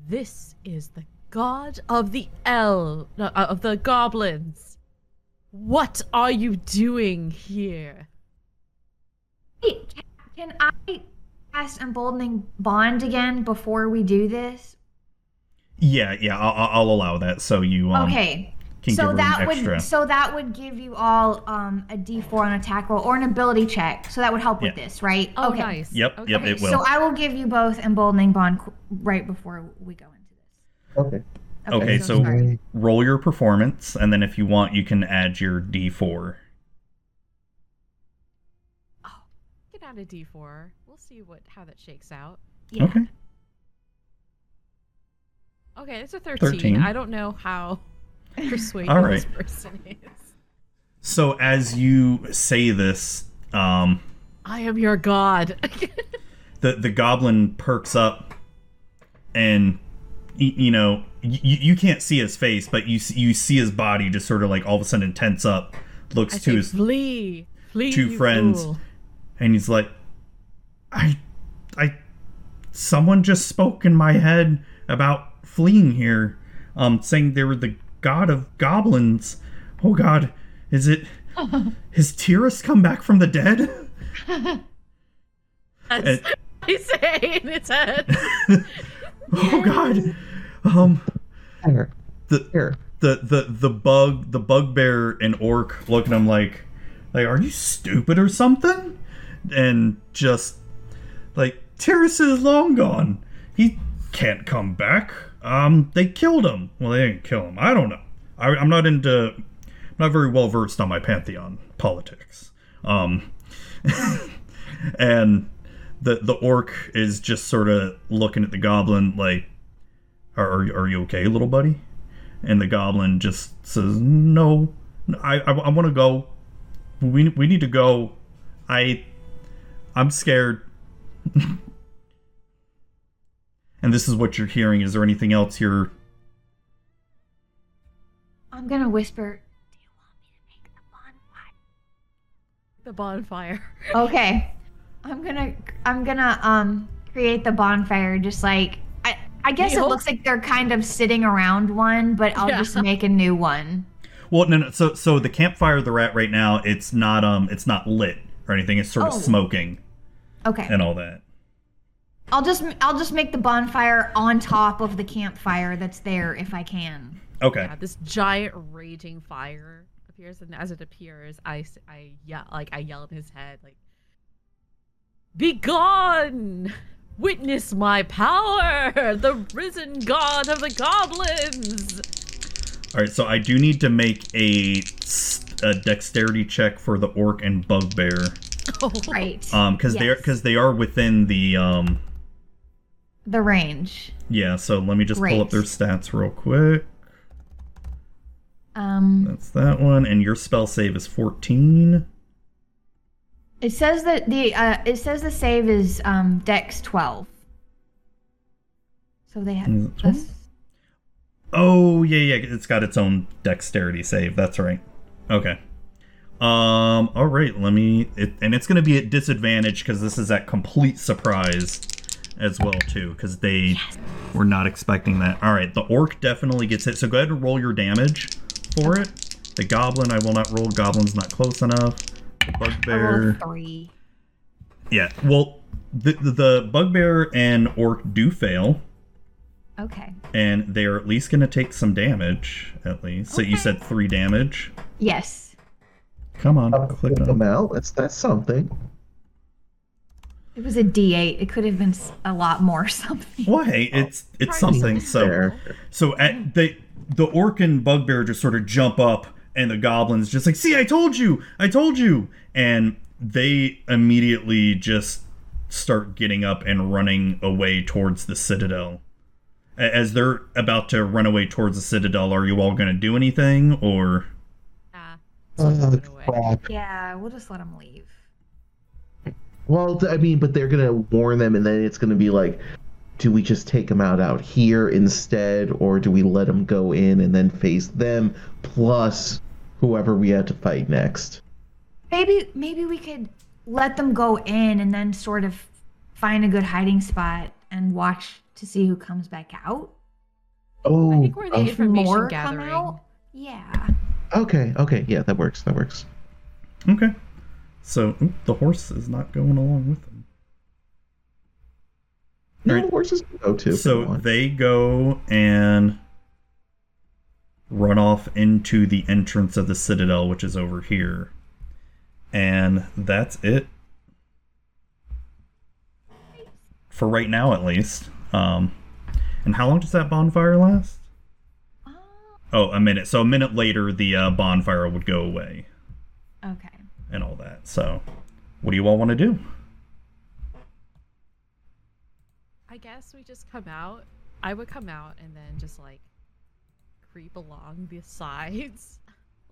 Speaker 3: this is the god of the el no, uh, of the goblins. What are you doing here?
Speaker 2: Hey, ca- can I cast emboldening bond again before we do this?
Speaker 1: Yeah, yeah, I'll, I'll allow that. So you um,
Speaker 2: okay.
Speaker 1: can give
Speaker 2: So
Speaker 1: her
Speaker 2: that
Speaker 1: an extra.
Speaker 2: would so that would give you all um, a D4 on attack roll or an ability check. So that would help with
Speaker 1: Yeah.
Speaker 2: this, right?
Speaker 3: Oh, nice.
Speaker 1: Yep,
Speaker 3: Okay.
Speaker 1: yep, it will.
Speaker 2: So I will give you both emboldening bond qu- right before we go into this.
Speaker 4: Okay.
Speaker 1: Okay,
Speaker 2: I'm
Speaker 1: so-
Speaker 2: sorry.
Speaker 1: Roll your performance, and then if you want, you can add your D4.
Speaker 3: Get out a D4. We'll see what how that shakes out.
Speaker 2: yeah.
Speaker 1: Okay.
Speaker 3: Okay, it's a 13.
Speaker 1: 13.
Speaker 3: I don't know how persuasive
Speaker 1: All
Speaker 3: this
Speaker 1: right.
Speaker 3: person is.
Speaker 1: So as you say this, um,
Speaker 3: I am your god.
Speaker 1: the the goblin perks up, and y- you know y- y- you can't see his face, but you s- you see his body just sort of like all of a sudden tense up, looks
Speaker 3: I
Speaker 1: to
Speaker 3: say,
Speaker 1: his
Speaker 3: flee. Flee,
Speaker 1: two
Speaker 3: you
Speaker 1: friends.
Speaker 3: fool."
Speaker 1: and he's like, I, I, someone just spoke in my head about fleeing here, um, saying they were the god of goblins. Oh God, is it? Has Tyrus come back from the dead?
Speaker 3: That's
Speaker 1: And-
Speaker 3: what I say in his head.
Speaker 1: oh God, um,
Speaker 4: Here.
Speaker 1: the
Speaker 4: Here.
Speaker 1: the the the bug the bugbear and orc look at him like like are you stupid or something and just like Tyrus is long gone he can't come back um they killed him well they didn't kill him i don't know I, i'm not into I'm not very well versed on my pantheon politics um and the the orc is just sort of looking at the goblin like are, are, you- are you okay little buddy and the goblin just says, "No, I I, I want to go. We we need to go. I I'm scared." And this is what you're hearing. Is there anything else you're
Speaker 2: I'm gonna whisper. Do you want me to make the bonfire?
Speaker 3: The bonfire.
Speaker 2: Okay. I'm gonna I'm gonna um create the bonfire. Just like I I guess it
Speaker 3: Neil?
Speaker 2: looks like they're kind of sitting around one, but I'll
Speaker 3: Yeah.
Speaker 2: just make a new one.
Speaker 1: Well, no, no. So, so the campfire they're at right now, it's not um, it's not lit or anything. It's sort
Speaker 2: Oh.
Speaker 1: of smoking
Speaker 2: Okay.
Speaker 1: and all that.
Speaker 2: I'll just I'll just make the bonfire on top of the campfire that's there if I can.
Speaker 1: Okay.
Speaker 3: Yeah, this giant raging fire appears, and as it appears, I s- I yell like I yell in his head like, "Be gone! Witness my power, the risen god of the goblins!"
Speaker 1: All right. So I do need to make a, s- a dexterity check for the orc and bugbear,
Speaker 2: Right.
Speaker 1: um, because they're
Speaker 2: Yes.
Speaker 1: because they are within the um,
Speaker 2: the range.
Speaker 1: yeah. So let me just pull up
Speaker 2: Great.
Speaker 1: their stats real quick.
Speaker 2: Um
Speaker 1: That's that one, and your spell save is fourteen.
Speaker 2: it says that the uh it says the save is um dex 12. So they have
Speaker 1: Is it
Speaker 2: that's,
Speaker 1: Oh yeah, yeah. It's got its own dexterity save. That's right. Okay. Um. All right. Let me. It, and it's gonna be at disadvantage because this is at complete surprise, as well too, because they were not expecting that. All right. The orc definitely gets hit. So go ahead and roll your damage for it. The goblin, I will not roll. Goblin's not close enough. The
Speaker 2: I rolled
Speaker 1: bugbear.
Speaker 2: 3.
Speaker 1: Yeah. Well, the the, the bugbear and orc do fail
Speaker 2: Okay.
Speaker 1: and they're at least going to take some damage at least so you said three damage
Speaker 2: Yes.
Speaker 1: come on
Speaker 4: I'll
Speaker 1: click
Speaker 4: flip them
Speaker 1: on
Speaker 4: out. That's that's something.
Speaker 2: It was a D8. It could have been s- a lot more something.
Speaker 1: well hey it's it's something so
Speaker 4: There.
Speaker 1: so at the the orc and bugbear just sort of jump up and the goblins just like see i told you i told you and they immediately just start getting up and running away towards the citadel A- as they're about to run away towards the citadel are you all going to do anything or
Speaker 3: Ah,
Speaker 4: Oh,
Speaker 3: Put away.
Speaker 4: crap.
Speaker 2: Yeah, we'll just let them leave.
Speaker 4: Well, th- I mean, but they're gonna warn them, and then it's gonna be like, do we just take them out out here instead, or do we let them go in and then face them plus whoever we had to fight next?
Speaker 2: Maybe maybe we could let them go in and then sort of find a good hiding spot and watch to see who comes back out.
Speaker 4: Oh,
Speaker 3: I think we're the
Speaker 4: oh,
Speaker 3: information
Speaker 2: More
Speaker 3: gathering.
Speaker 2: come out. Yeah.
Speaker 4: okay, okay, yeah, that works, that works.
Speaker 1: Okay. So oop, the horse is not going along with them.
Speaker 4: No,
Speaker 1: Alright.
Speaker 4: the horses can go too.
Speaker 1: so
Speaker 4: Come on.
Speaker 1: they go and run off into the entrance of the citadel, which is over here. And that's it. For right now, at least. Um, and how long does that bonfire last? Oh, a minute. So a minute later, the uh, bonfire would go away
Speaker 2: Okay.
Speaker 1: and all that. So, what do you all want to do?
Speaker 3: I guess we just come out. I would come out and then just like creep along the sides,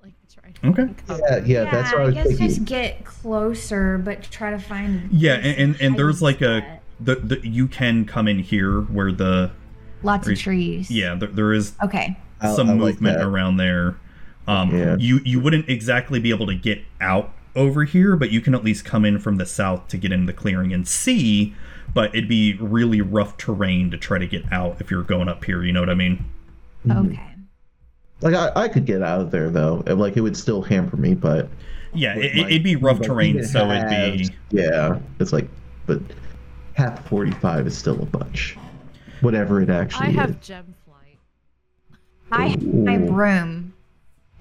Speaker 3: like try to
Speaker 1: Okay.
Speaker 3: uncover.
Speaker 4: yeah, yeah, that's what I was
Speaker 2: guess
Speaker 4: thinking.
Speaker 2: just get closer, but try to find.
Speaker 1: Yeah,
Speaker 2: decent
Speaker 1: and and, and there's like
Speaker 2: hiding
Speaker 1: a
Speaker 2: spot.
Speaker 1: the, the you can come in here where the
Speaker 2: lots of
Speaker 1: Re-
Speaker 2: trees.
Speaker 1: yeah there, there is
Speaker 2: Okay.
Speaker 4: I-
Speaker 1: some
Speaker 4: I like
Speaker 1: movement
Speaker 4: that.
Speaker 1: around there. Um,
Speaker 4: Yeah.
Speaker 1: you you wouldn't exactly be able to get out over here, but you can at least come in from the south to get into the clearing and see. But it'd be really rough terrain to try to get out if you're going up here. You know what I mean?
Speaker 4: Mhm.
Speaker 2: Okay.
Speaker 4: Like I, I could get out of there though. and, Like it would still hamper me, but
Speaker 1: Yeah,
Speaker 4: With
Speaker 1: it,
Speaker 4: my-
Speaker 1: it'd be rough
Speaker 4: but
Speaker 1: terrain,
Speaker 4: even
Speaker 1: so it'd be
Speaker 4: halved- yeah. It's like, but half forty five is still a bunch. Whatever it actually
Speaker 3: I have
Speaker 4: is.
Speaker 3: gem flight.
Speaker 2: I have my
Speaker 4: Ooh.
Speaker 2: broom.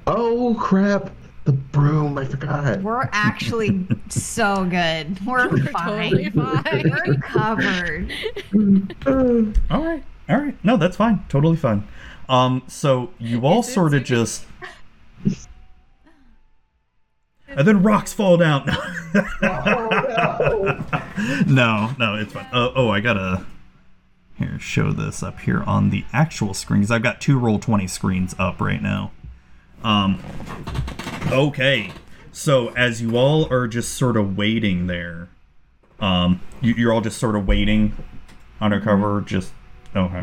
Speaker 4: Oh crap! The broom. I forgot.
Speaker 2: We're actually so good. We're,
Speaker 3: We're
Speaker 2: fine.
Speaker 3: totally fine.
Speaker 2: We're covered.
Speaker 4: Uh,
Speaker 1: all right. All right, no, that's fine, totally fine. Um, so you all
Speaker 3: it
Speaker 1: sort of
Speaker 3: sweet?
Speaker 1: just and then rocks fall down.
Speaker 4: oh,
Speaker 1: no, no, it's fine. Oh, oh, I gotta here show this up here on the actual screen because I've got two roll twenty screens up right now. Um, okay, so as you all are just sort of waiting there, um, you, you're all just sort of waiting undercover, just Okay.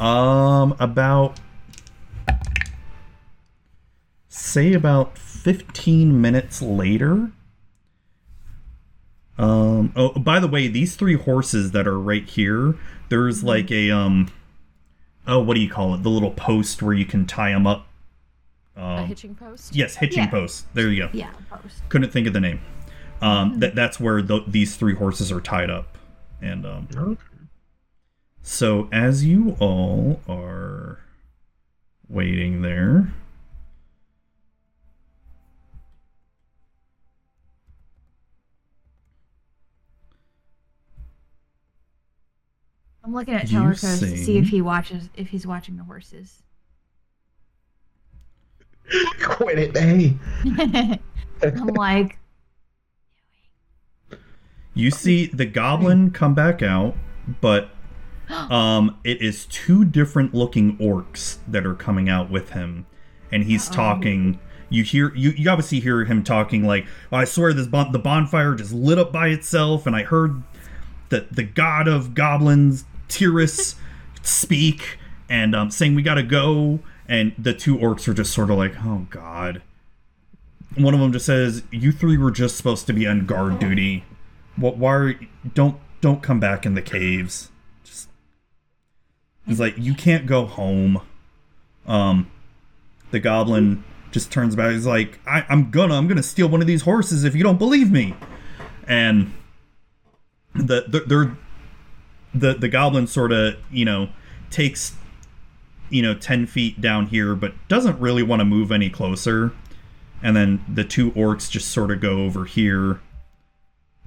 Speaker 1: Um, about say about fifteen minutes later. Um. Oh, by the way, these three horses that are right here, there's
Speaker 2: Mm-hmm.
Speaker 1: like a um. Oh, what do you call it? The little post where you can tie them up.
Speaker 3: A
Speaker 1: Um,
Speaker 3: hitching post.
Speaker 1: yes, hitching
Speaker 2: Yeah.
Speaker 1: post. There you go.
Speaker 2: Yeah, post. Mm-hmm.
Speaker 1: Couldn't think of the name. Um, that that's where tho- these three horses are tied up, and um,
Speaker 4: Okay.
Speaker 1: so as you all are waiting there,
Speaker 2: I'm looking at
Speaker 1: You
Speaker 2: Telercos to see
Speaker 1: sing.
Speaker 2: if he watches, if he's watching the horses.
Speaker 4: Quit it, hey.
Speaker 2: I'm like,
Speaker 1: you see the goblin come back out, but um, it is two different looking orcs that are coming out with him, and he's talking. You hear you, you obviously hear him talking like, "I swear this bon- the bonfire just lit up by itself, and I heard the the god of goblins Tyrus speak and um, saying we gotta go and the two orcs are just sort of like oh god one of them just says you three were just supposed to be on guard duty what why are y- don't don't come back in the caves just he's like you can't go home um the goblin just turns back he's like I, i'm gonna i'm gonna steal one of these horses if you don't believe me and the the they're, the the goblin sort of you know takes you know 10 feet down here but doesn't really want to move any closer and then the two orcs just sort of go over here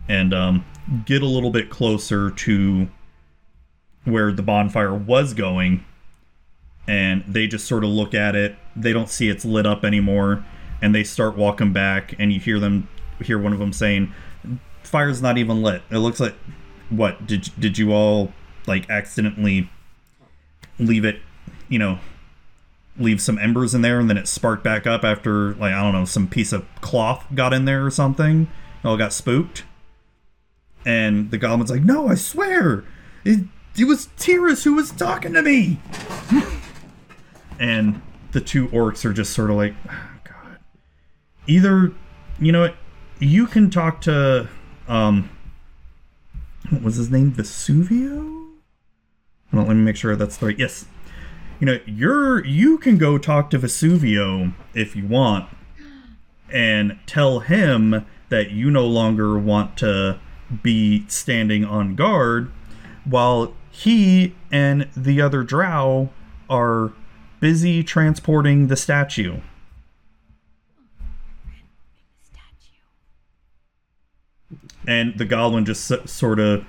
Speaker 1: and um, get a little bit closer to where the bonfire was going and they just sort of look at it they don't see it's lit up anymore and they start walking back and you hear them hear one of them saying fire's not even lit. It looks like what did did you all like accidentally leave it, you know, leave some embers in there and then it sparked back up after like I don't know some piece of cloth got in there or something. Y'all got spooked. And the goblin's like, "No, I swear, it it was Tyrus who was talking to me." and the two orcs are just sort of like, oh, "God, either you know what you can talk to um what was his name vesuvio Hold on, let me make sure that's the right yes you know you're you can go talk to vesuvio if you want and tell him that you no longer want to be standing on guard while he and the other drow are busy transporting the statue and the goblin just s- sort of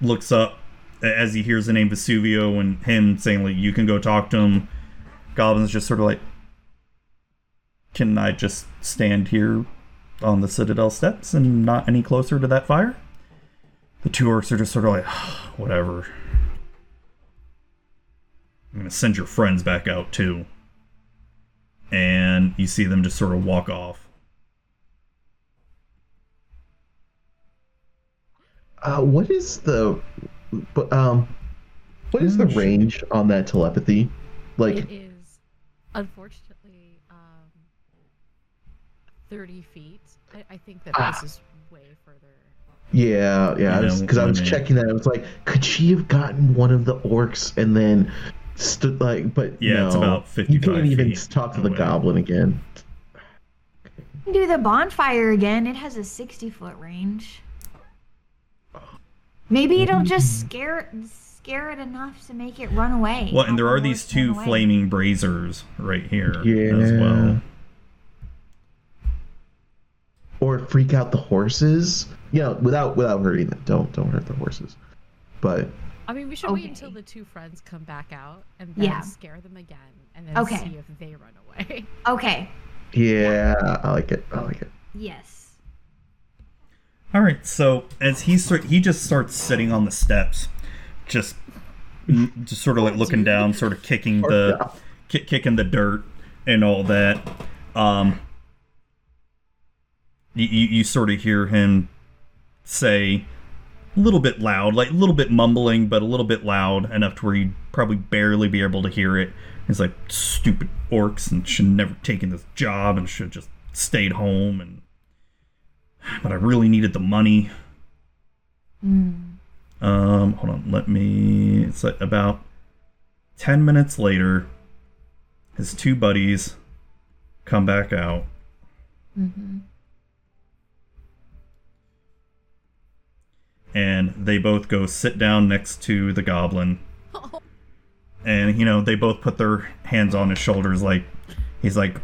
Speaker 1: looks up a- as he hears the name Vesuvio and him saying like you can go talk to him. Goblin's just sort of like, can I just stand here on the citadel steps and not any closer to that fire? The two orcs are just sort of like, "Ah, whatever. I'm gonna send your friends back out too. And you see them just sort of walk off.
Speaker 4: Uh, what is the, but, um, what is the range on that telepathy? Like,
Speaker 3: It is unfortunately um, 30 feet. I, I think that
Speaker 4: Ah.
Speaker 3: this is way further.
Speaker 4: yeah, yeah.
Speaker 1: You know
Speaker 4: Because I
Speaker 1: what I
Speaker 4: was
Speaker 1: mean.
Speaker 4: checking that. I was like, could she have gotten one of the orcs and then stood like? But
Speaker 1: Yeah, it's
Speaker 4: no.
Speaker 1: about
Speaker 4: You
Speaker 1: 55
Speaker 4: can't even
Speaker 1: feet
Speaker 4: talk to the
Speaker 1: away.
Speaker 4: goblin again.
Speaker 2: "We can do the bonfire again. It has a 60 foot range. Maybe it'll just
Speaker 1: Mm-hmm.
Speaker 2: scare scare it enough to make it run away.
Speaker 1: Well, and there
Speaker 2: Have
Speaker 1: are
Speaker 2: the
Speaker 1: these
Speaker 2: horse run
Speaker 1: two
Speaker 2: away.
Speaker 1: flaming brazers right here as
Speaker 4: Yeah.
Speaker 1: well.
Speaker 4: or freak out the horses. You know, without without hurting them. Don't don't hurt the horses. But
Speaker 3: I mean, we should wait until
Speaker 2: Okay.
Speaker 3: the two friends come back out and then
Speaker 2: Yeah.
Speaker 3: scare them again and then
Speaker 2: Okay.
Speaker 3: see if they run away.
Speaker 2: Okay.
Speaker 4: yeah, I like it. I like it.
Speaker 2: Yes.
Speaker 1: All right, so as he start, he just starts sitting on the steps, just mm, just sort of like looking down, sort of kicking the kick, kicking the dirt and all that. Um, you, you, you sort of hear him say, little bit loud, like a little bit mumbling, but a little bit loud enough to where you'd probably barely be able to hear it. It's like stupid orcs and should never taken this job and should just stayed home and but I really needed the money. Um, hold on, let me it's like about ten minutes later, his two buddies come back out. and they both go sit down next to the goblin. And you know, they both put their hands on his shoulders like he's like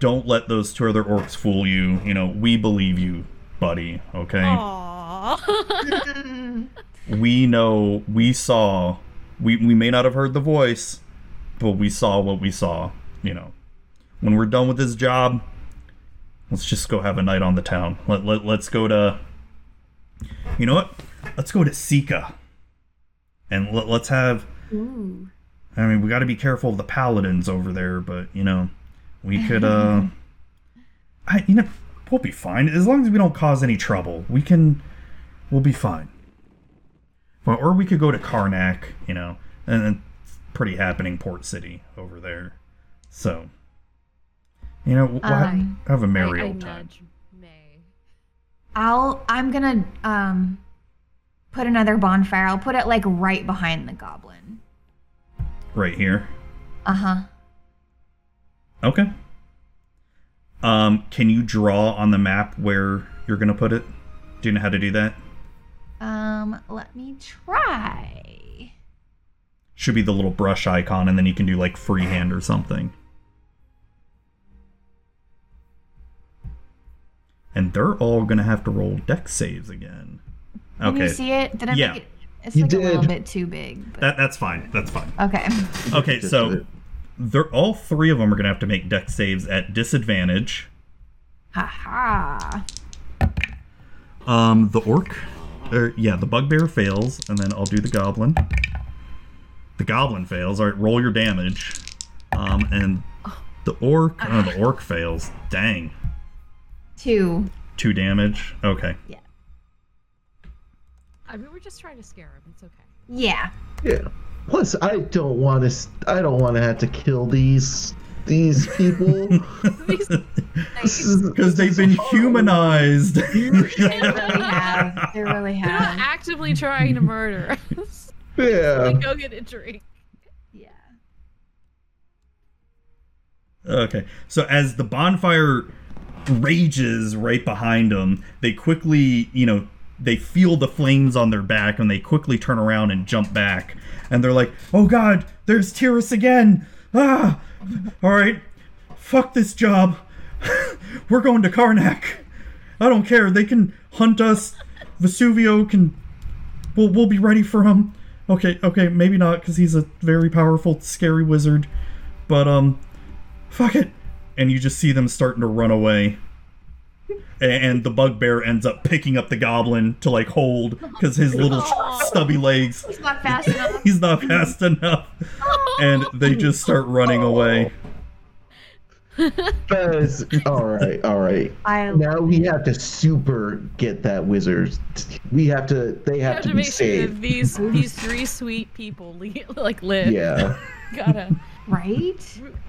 Speaker 1: don't let those two other orcs fool you. You know, we believe you, buddy, okay?
Speaker 3: Aww.
Speaker 1: We know we saw we we may not have heard the voice, but we saw what we saw, you know. When we're done with this job, let's just go have a night on the town. Let, let let's go to you know what? Let's go to Sika. And let, let's have.
Speaker 2: Ooh.
Speaker 1: I mean, we got to be careful of the paladins over there, but you know, we could. uh I you know we'll be fine as long as we don't cause any trouble. We can. We'll be fine. Well, or we could go to Karnak, you know, and then it's pretty happening port city over there. So, you know, we'll ha-
Speaker 2: Um,
Speaker 1: have a merry
Speaker 3: I, I
Speaker 1: old time.
Speaker 3: nudge May.
Speaker 2: I'll I'm gonna um put another bonfire. I'll put it like right behind the goblin.
Speaker 1: Right here.
Speaker 2: Uh-huh.
Speaker 1: Okay. Um, can you draw on the map where you're gonna put it? Do you know how to do that?
Speaker 2: Um, let me try.
Speaker 1: Should be the little brush icon, and then you can do like freehand or something. And they're all gonna have to roll deck saves again.
Speaker 2: Can you
Speaker 1: Okay,
Speaker 2: see it? Did I
Speaker 1: Yeah.
Speaker 2: make it? It's
Speaker 4: You
Speaker 2: like a little
Speaker 4: did.
Speaker 2: bit too big. But...
Speaker 1: that that's fine. That's fine.
Speaker 2: Okay.
Speaker 1: Okay,
Speaker 4: Just
Speaker 1: so
Speaker 4: it.
Speaker 1: they're all three of them are gonna have to make deck saves at disadvantage.
Speaker 2: Ha ha.
Speaker 1: Um, the orc, or yeah, the bugbear fails, and then I'll do the goblin. The goblin fails. All right, roll your damage. Um, and the orc, oh, the orc fails. Dang,
Speaker 2: Two.
Speaker 1: two damage. Okay,
Speaker 3: I mean, we're just trying to scare him. It's okay.
Speaker 2: Yeah.
Speaker 4: Yeah. Plus, I don't want to. I don't want to have to kill these these people. This is-
Speaker 1: because they've been humanized.
Speaker 2: They really have. They really
Speaker 3: They're not
Speaker 2: have.
Speaker 3: actively trying to murder us.
Speaker 4: yeah.
Speaker 3: Go get a drink.
Speaker 2: Yeah.
Speaker 1: Okay. So as the bonfire rages right behind them, they quickly, you know, they feel the flames on their back and they quickly turn around and jump back. And they're like, "Oh god, there's Tyrus again." Ah. All right. Fuck this job. We're going to Karnak. I don't care. They can hunt us. Vesuvio can we'll, we'll be ready for him. Okay, okay, maybe not cuz he's a very powerful scary wizard. But um fuck it and you just see them starting to run away A- and the bugbear ends up picking up the goblin to like hold because his little stubby legs
Speaker 2: It's not fast enough.
Speaker 1: he's not fast enough and they just start running away
Speaker 4: Because- all right, all right.
Speaker 2: I
Speaker 4: Now we have to super get that wizard. We have to. They
Speaker 3: We
Speaker 4: have,
Speaker 3: have
Speaker 4: to,
Speaker 3: to
Speaker 4: be
Speaker 3: make sure that
Speaker 4: saved.
Speaker 3: these these three sweet people le- like live.
Speaker 4: Yeah.
Speaker 3: Gotta.
Speaker 2: right.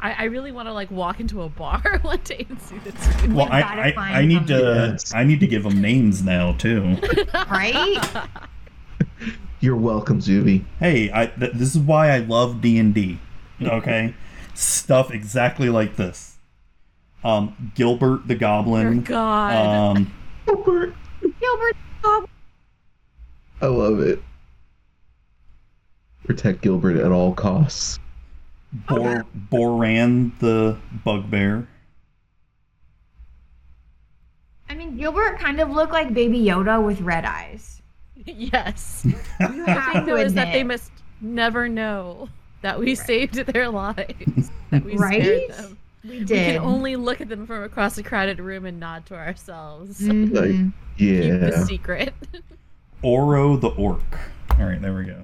Speaker 3: I, I really want to like walk into a bar one day and see this.
Speaker 1: well
Speaker 2: We
Speaker 1: I,
Speaker 2: gotta
Speaker 1: I,
Speaker 2: find
Speaker 1: I need to i
Speaker 4: somebody.
Speaker 1: need to give them names now too
Speaker 2: Right.
Speaker 4: You're welcome, Zuby.
Speaker 1: hey I, th- this is why i love d&d okay stuff exactly like this um gilbert the
Speaker 3: Dear
Speaker 1: goblin
Speaker 4: uh,
Speaker 3: God.
Speaker 1: um
Speaker 4: Gilbert.
Speaker 2: Gilbert.
Speaker 4: I love it. Protect Gilbert at all costs.
Speaker 1: Bor- Boran the bugbear.
Speaker 2: I mean, Gilbert kind of looked like Baby Yoda with red eyes.
Speaker 3: yes.
Speaker 2: You
Speaker 3: The
Speaker 2: have to
Speaker 3: thing though is that they
Speaker 2: admit.
Speaker 3: must never know that we saved their lives. That we
Speaker 2: Right?
Speaker 3: scared them.
Speaker 2: We
Speaker 3: We
Speaker 2: did.
Speaker 3: can only look at them from across a crowded room and nod to ourselves.
Speaker 2: Mhm.
Speaker 3: Mm-hmm. Keep the
Speaker 4: Yeah.
Speaker 3: secret.
Speaker 1: Oro the orc. All right, there we go.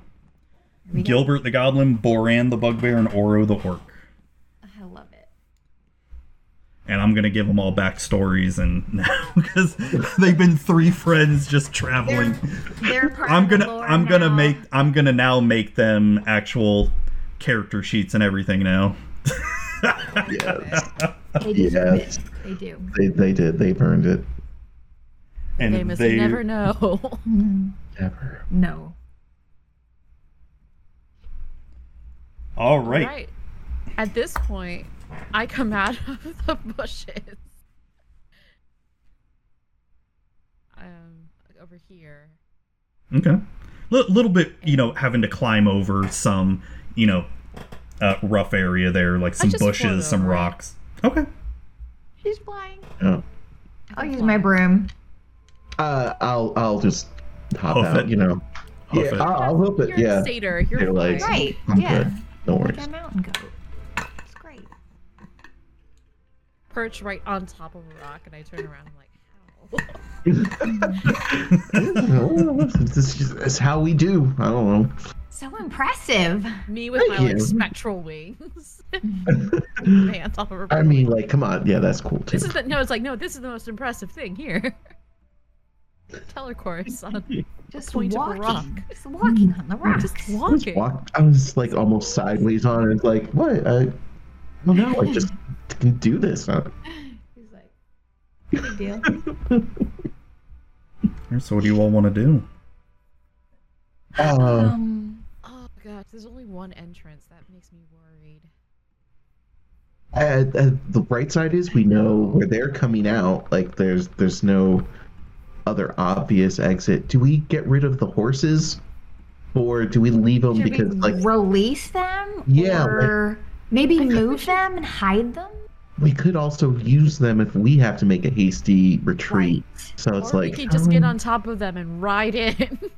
Speaker 1: Gilbert the goblin, Boran the bugbear, and Oro the orc.
Speaker 2: I love it.
Speaker 1: and I'm gonna give them all backstories and because they've been three friends just
Speaker 2: They're,
Speaker 1: traveling.
Speaker 2: they're part
Speaker 1: I'm
Speaker 2: of the
Speaker 1: gonna
Speaker 2: lore
Speaker 1: I'm gonna
Speaker 2: now.
Speaker 1: make I'm gonna now make them actual character sheets and everything now.
Speaker 4: Yes.
Speaker 2: They deserve
Speaker 4: Yes.
Speaker 2: it. They do.
Speaker 4: They, they did. They've earned it.
Speaker 1: And
Speaker 3: Amos, you never know.
Speaker 4: Never.
Speaker 2: Mm-hmm. No.
Speaker 1: All right.
Speaker 3: Right. At this point, I come out of the bushes. Um, like over here.
Speaker 1: Okay. L- little bit, you know, having to climb over some, you know, uh, rough area there, like some
Speaker 3: just float
Speaker 1: bushes, some
Speaker 3: over it.
Speaker 1: rocks. Okay.
Speaker 2: She's flying.
Speaker 4: No.
Speaker 2: I'll use my broom.
Speaker 4: Uh, I'll I'll just hop
Speaker 1: Hoof
Speaker 4: out.
Speaker 1: it.
Speaker 4: You know.
Speaker 1: Hoof
Speaker 4: yeah,
Speaker 1: it.
Speaker 4: I'll, I'll hope it.
Speaker 3: You're
Speaker 4: Yeah.
Speaker 3: a satyr. You're
Speaker 4: Your legs.
Speaker 3: fine.
Speaker 2: Right.
Speaker 4: I'm
Speaker 2: yeah.
Speaker 4: good. No
Speaker 2: Like
Speaker 4: worries.
Speaker 2: a mountain goat. It's great.
Speaker 3: Perch right on top of a rock, and I turn around. I'm like, ow.
Speaker 4: Oh, this is just, it's how we do. I don't know.
Speaker 2: So impressive.
Speaker 3: Me with
Speaker 4: Thank
Speaker 3: my like
Speaker 4: you.
Speaker 3: spectral wings. Man, on top of a
Speaker 4: I
Speaker 3: rock.
Speaker 4: mean, like, come on. Yeah, that's cool too.
Speaker 3: This is the, no, it's like no. This is the most impressive thing here. Telecourse on
Speaker 2: Just
Speaker 3: Point of a
Speaker 2: walking.
Speaker 3: rock.
Speaker 2: Just walking on the rocks.
Speaker 3: just
Speaker 4: I was,
Speaker 3: walking.
Speaker 4: walk- I was like almost sideways on it. Like, what? I, I don't know. I just can do this. Uh,
Speaker 2: He's like, no big deal.
Speaker 1: So, what do you all want to do?
Speaker 4: uh,
Speaker 2: um,
Speaker 3: Oh gosh, there's only one entrance. That makes me worried.
Speaker 4: at- at the bright side is we know where they're coming out. Like, there's there's no other obvious exit. Do we get rid of the horses, or do we leave them
Speaker 2: should
Speaker 4: because
Speaker 2: we
Speaker 4: like
Speaker 2: release them?
Speaker 4: Yeah, like-
Speaker 2: Or maybe move them and hide them?
Speaker 4: we could also use them if we have to make a hasty retreat. So it's
Speaker 3: or
Speaker 4: like
Speaker 3: we can just get
Speaker 4: um,
Speaker 3: on top of them and ride in.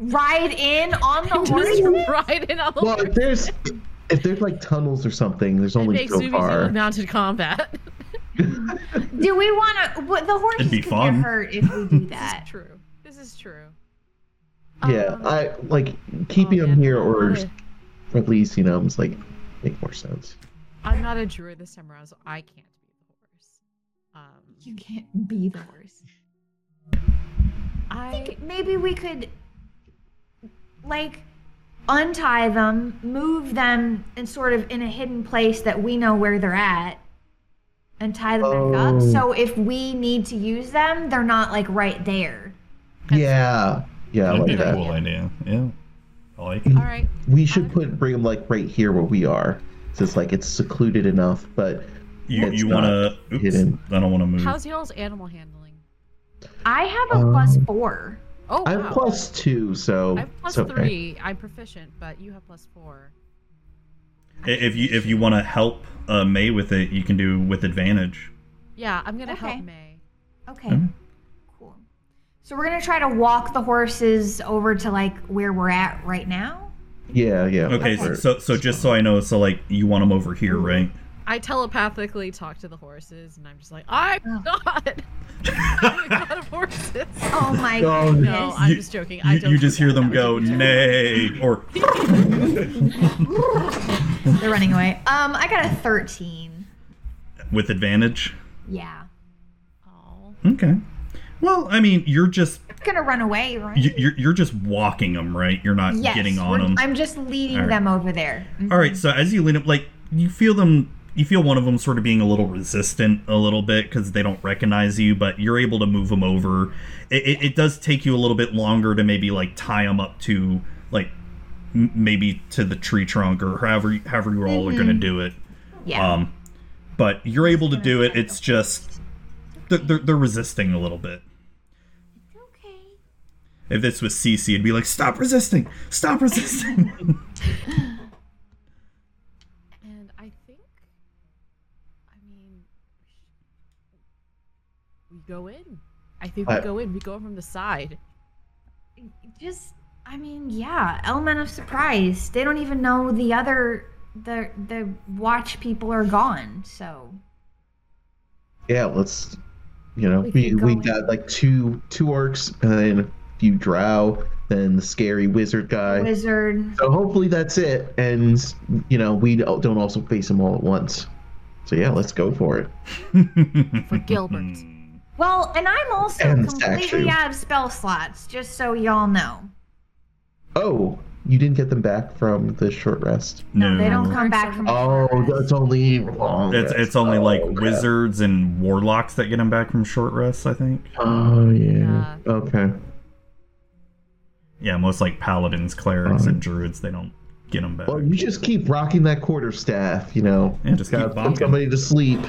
Speaker 2: Ride in on the horse?
Speaker 3: just ride in on the
Speaker 4: Well,
Speaker 3: horse.
Speaker 4: if there's if there's like tunnels or something, there's
Speaker 3: It
Speaker 4: only
Speaker 3: makes
Speaker 4: so
Speaker 3: Zuby feel
Speaker 4: far.
Speaker 3: mounted combat.
Speaker 2: Do we want to? The horses
Speaker 1: It'd be
Speaker 2: could
Speaker 1: fun.
Speaker 2: get hurt if we do
Speaker 3: This
Speaker 2: that.
Speaker 3: is true. This is true.
Speaker 4: Yeah,
Speaker 3: Um,
Speaker 4: I like keeping
Speaker 3: oh,
Speaker 4: them
Speaker 3: man.
Speaker 4: here or
Speaker 3: Okay.
Speaker 4: at least you know, it's like make more sense.
Speaker 3: I'm not a druid this time around, so I can't be the horse. Um,
Speaker 2: You can't be the horse.
Speaker 3: I
Speaker 2: I think maybe we could, like, untie them, move them, and sort of in a hidden place that we know where they're at, and tie them back up.
Speaker 4: Oh.
Speaker 2: So if we need to use them, they're not like right there.
Speaker 4: Yeah, yeah, I
Speaker 1: That'd be
Speaker 4: like
Speaker 1: a
Speaker 4: that.
Speaker 1: cool idea. Yeah. I like
Speaker 3: all right.
Speaker 4: We should put bring them like right here where we are. So it's like it's secluded enough, but
Speaker 1: You,
Speaker 4: It's
Speaker 1: you want to.
Speaker 4: not
Speaker 1: Oops.
Speaker 4: hidden.
Speaker 1: I don't want
Speaker 4: Hmm.
Speaker 1: to move.
Speaker 3: How's y'all's animal handling?
Speaker 2: I have a plus
Speaker 4: Um.
Speaker 2: four.
Speaker 3: Oh,
Speaker 4: I'm
Speaker 3: wow.
Speaker 4: plus two, so
Speaker 3: I have plus
Speaker 4: it's okay.
Speaker 3: three. I'm proficient, but you have plus four.
Speaker 1: I- if you if you want to help uh, May with it, you can do with advantage.
Speaker 3: Yeah, I'm gonna
Speaker 2: Okay.
Speaker 3: help May.
Speaker 2: Okay.
Speaker 1: Mhm.
Speaker 2: Cool. So we're gonna try to walk the horses over to like where we're at right now.
Speaker 4: Yeah, yeah.
Speaker 1: Okay.
Speaker 4: or-
Speaker 1: So so just so I know, so like you want them over here,
Speaker 3: Mm-hmm.
Speaker 1: right?
Speaker 3: I telepathically talk to the horses, and I'm just like, I'm
Speaker 2: Oh.
Speaker 3: not. I'm not of horses.
Speaker 2: Oh my
Speaker 4: No,
Speaker 2: goodness.
Speaker 3: No, I'm
Speaker 1: You-
Speaker 3: just joking. I
Speaker 1: You,
Speaker 3: don't
Speaker 1: you just
Speaker 3: do
Speaker 1: hear
Speaker 3: that.
Speaker 1: them
Speaker 3: That
Speaker 1: go
Speaker 3: would be
Speaker 1: nay or
Speaker 2: They're running away. Um, I got a thirteen.
Speaker 1: with advantage.
Speaker 2: Yeah.
Speaker 3: terrible.
Speaker 1: Okay. Well, I mean, you're just
Speaker 2: Gonna run away, right?
Speaker 1: you- you're you're just walking them, right? You're not
Speaker 2: yes.
Speaker 1: getting on
Speaker 2: we're-
Speaker 1: them.
Speaker 2: I'm just leading
Speaker 1: All right.
Speaker 2: them over there. Mm,
Speaker 1: All right, so as you lean up, like you feel them, you feel one of them sort of being a little resistant, a little bit because they don't recognize you, but you're able to move them over. It, it, it does take you a little bit longer to maybe like tie them up to like m- maybe to the tree trunk or however however you all are gonna
Speaker 3: Mm-hmm.
Speaker 1: do it.
Speaker 2: Yeah.
Speaker 1: Um, but you're able to do it. It's just they're, they're, they're resisting a little bit.
Speaker 2: okay.
Speaker 1: If this was Cece, it'd be like, stop resisting, stop resisting.
Speaker 3: Oh. And I think, I mean, we go in. I think we
Speaker 4: I-
Speaker 3: go in. We go in from the side.
Speaker 2: Just, I mean, yeah. Element of surprise. They don't even know the other the the watch people are gone. So
Speaker 4: yeah, let's you know,
Speaker 2: We
Speaker 4: we
Speaker 2: keep
Speaker 4: we
Speaker 2: going.
Speaker 4: got like two two orcs and then a few drow, then the scary wizard guy.
Speaker 2: wizard.
Speaker 4: So hopefully that's it, and you know we don't don't also face them all at once. So yeah, let's go for it.
Speaker 3: for Gilbert.
Speaker 1: Hmm.
Speaker 2: Well, and I'm also
Speaker 4: And
Speaker 2: completely
Speaker 4: statue.
Speaker 2: out of spell slots, just so y'all know.
Speaker 4: Oh, you didn't get them back from the short rest.
Speaker 1: No,
Speaker 2: They don't come back from
Speaker 4: Oh, that's only long.
Speaker 1: It's
Speaker 4: rest.
Speaker 1: it's only
Speaker 4: Oh,
Speaker 1: like
Speaker 4: crap.
Speaker 1: wizards and warlocks that get them back from short rests. I think.
Speaker 4: Oh yeah. Okay.
Speaker 1: Yeah, most like paladins, clerics,
Speaker 4: Um,
Speaker 1: and druids. They don't get them back.
Speaker 4: Well, you just keep rocking that quarter staff, you know.
Speaker 1: Yeah, just keep
Speaker 4: Gotta put
Speaker 1: bonking.
Speaker 4: somebody to sleep.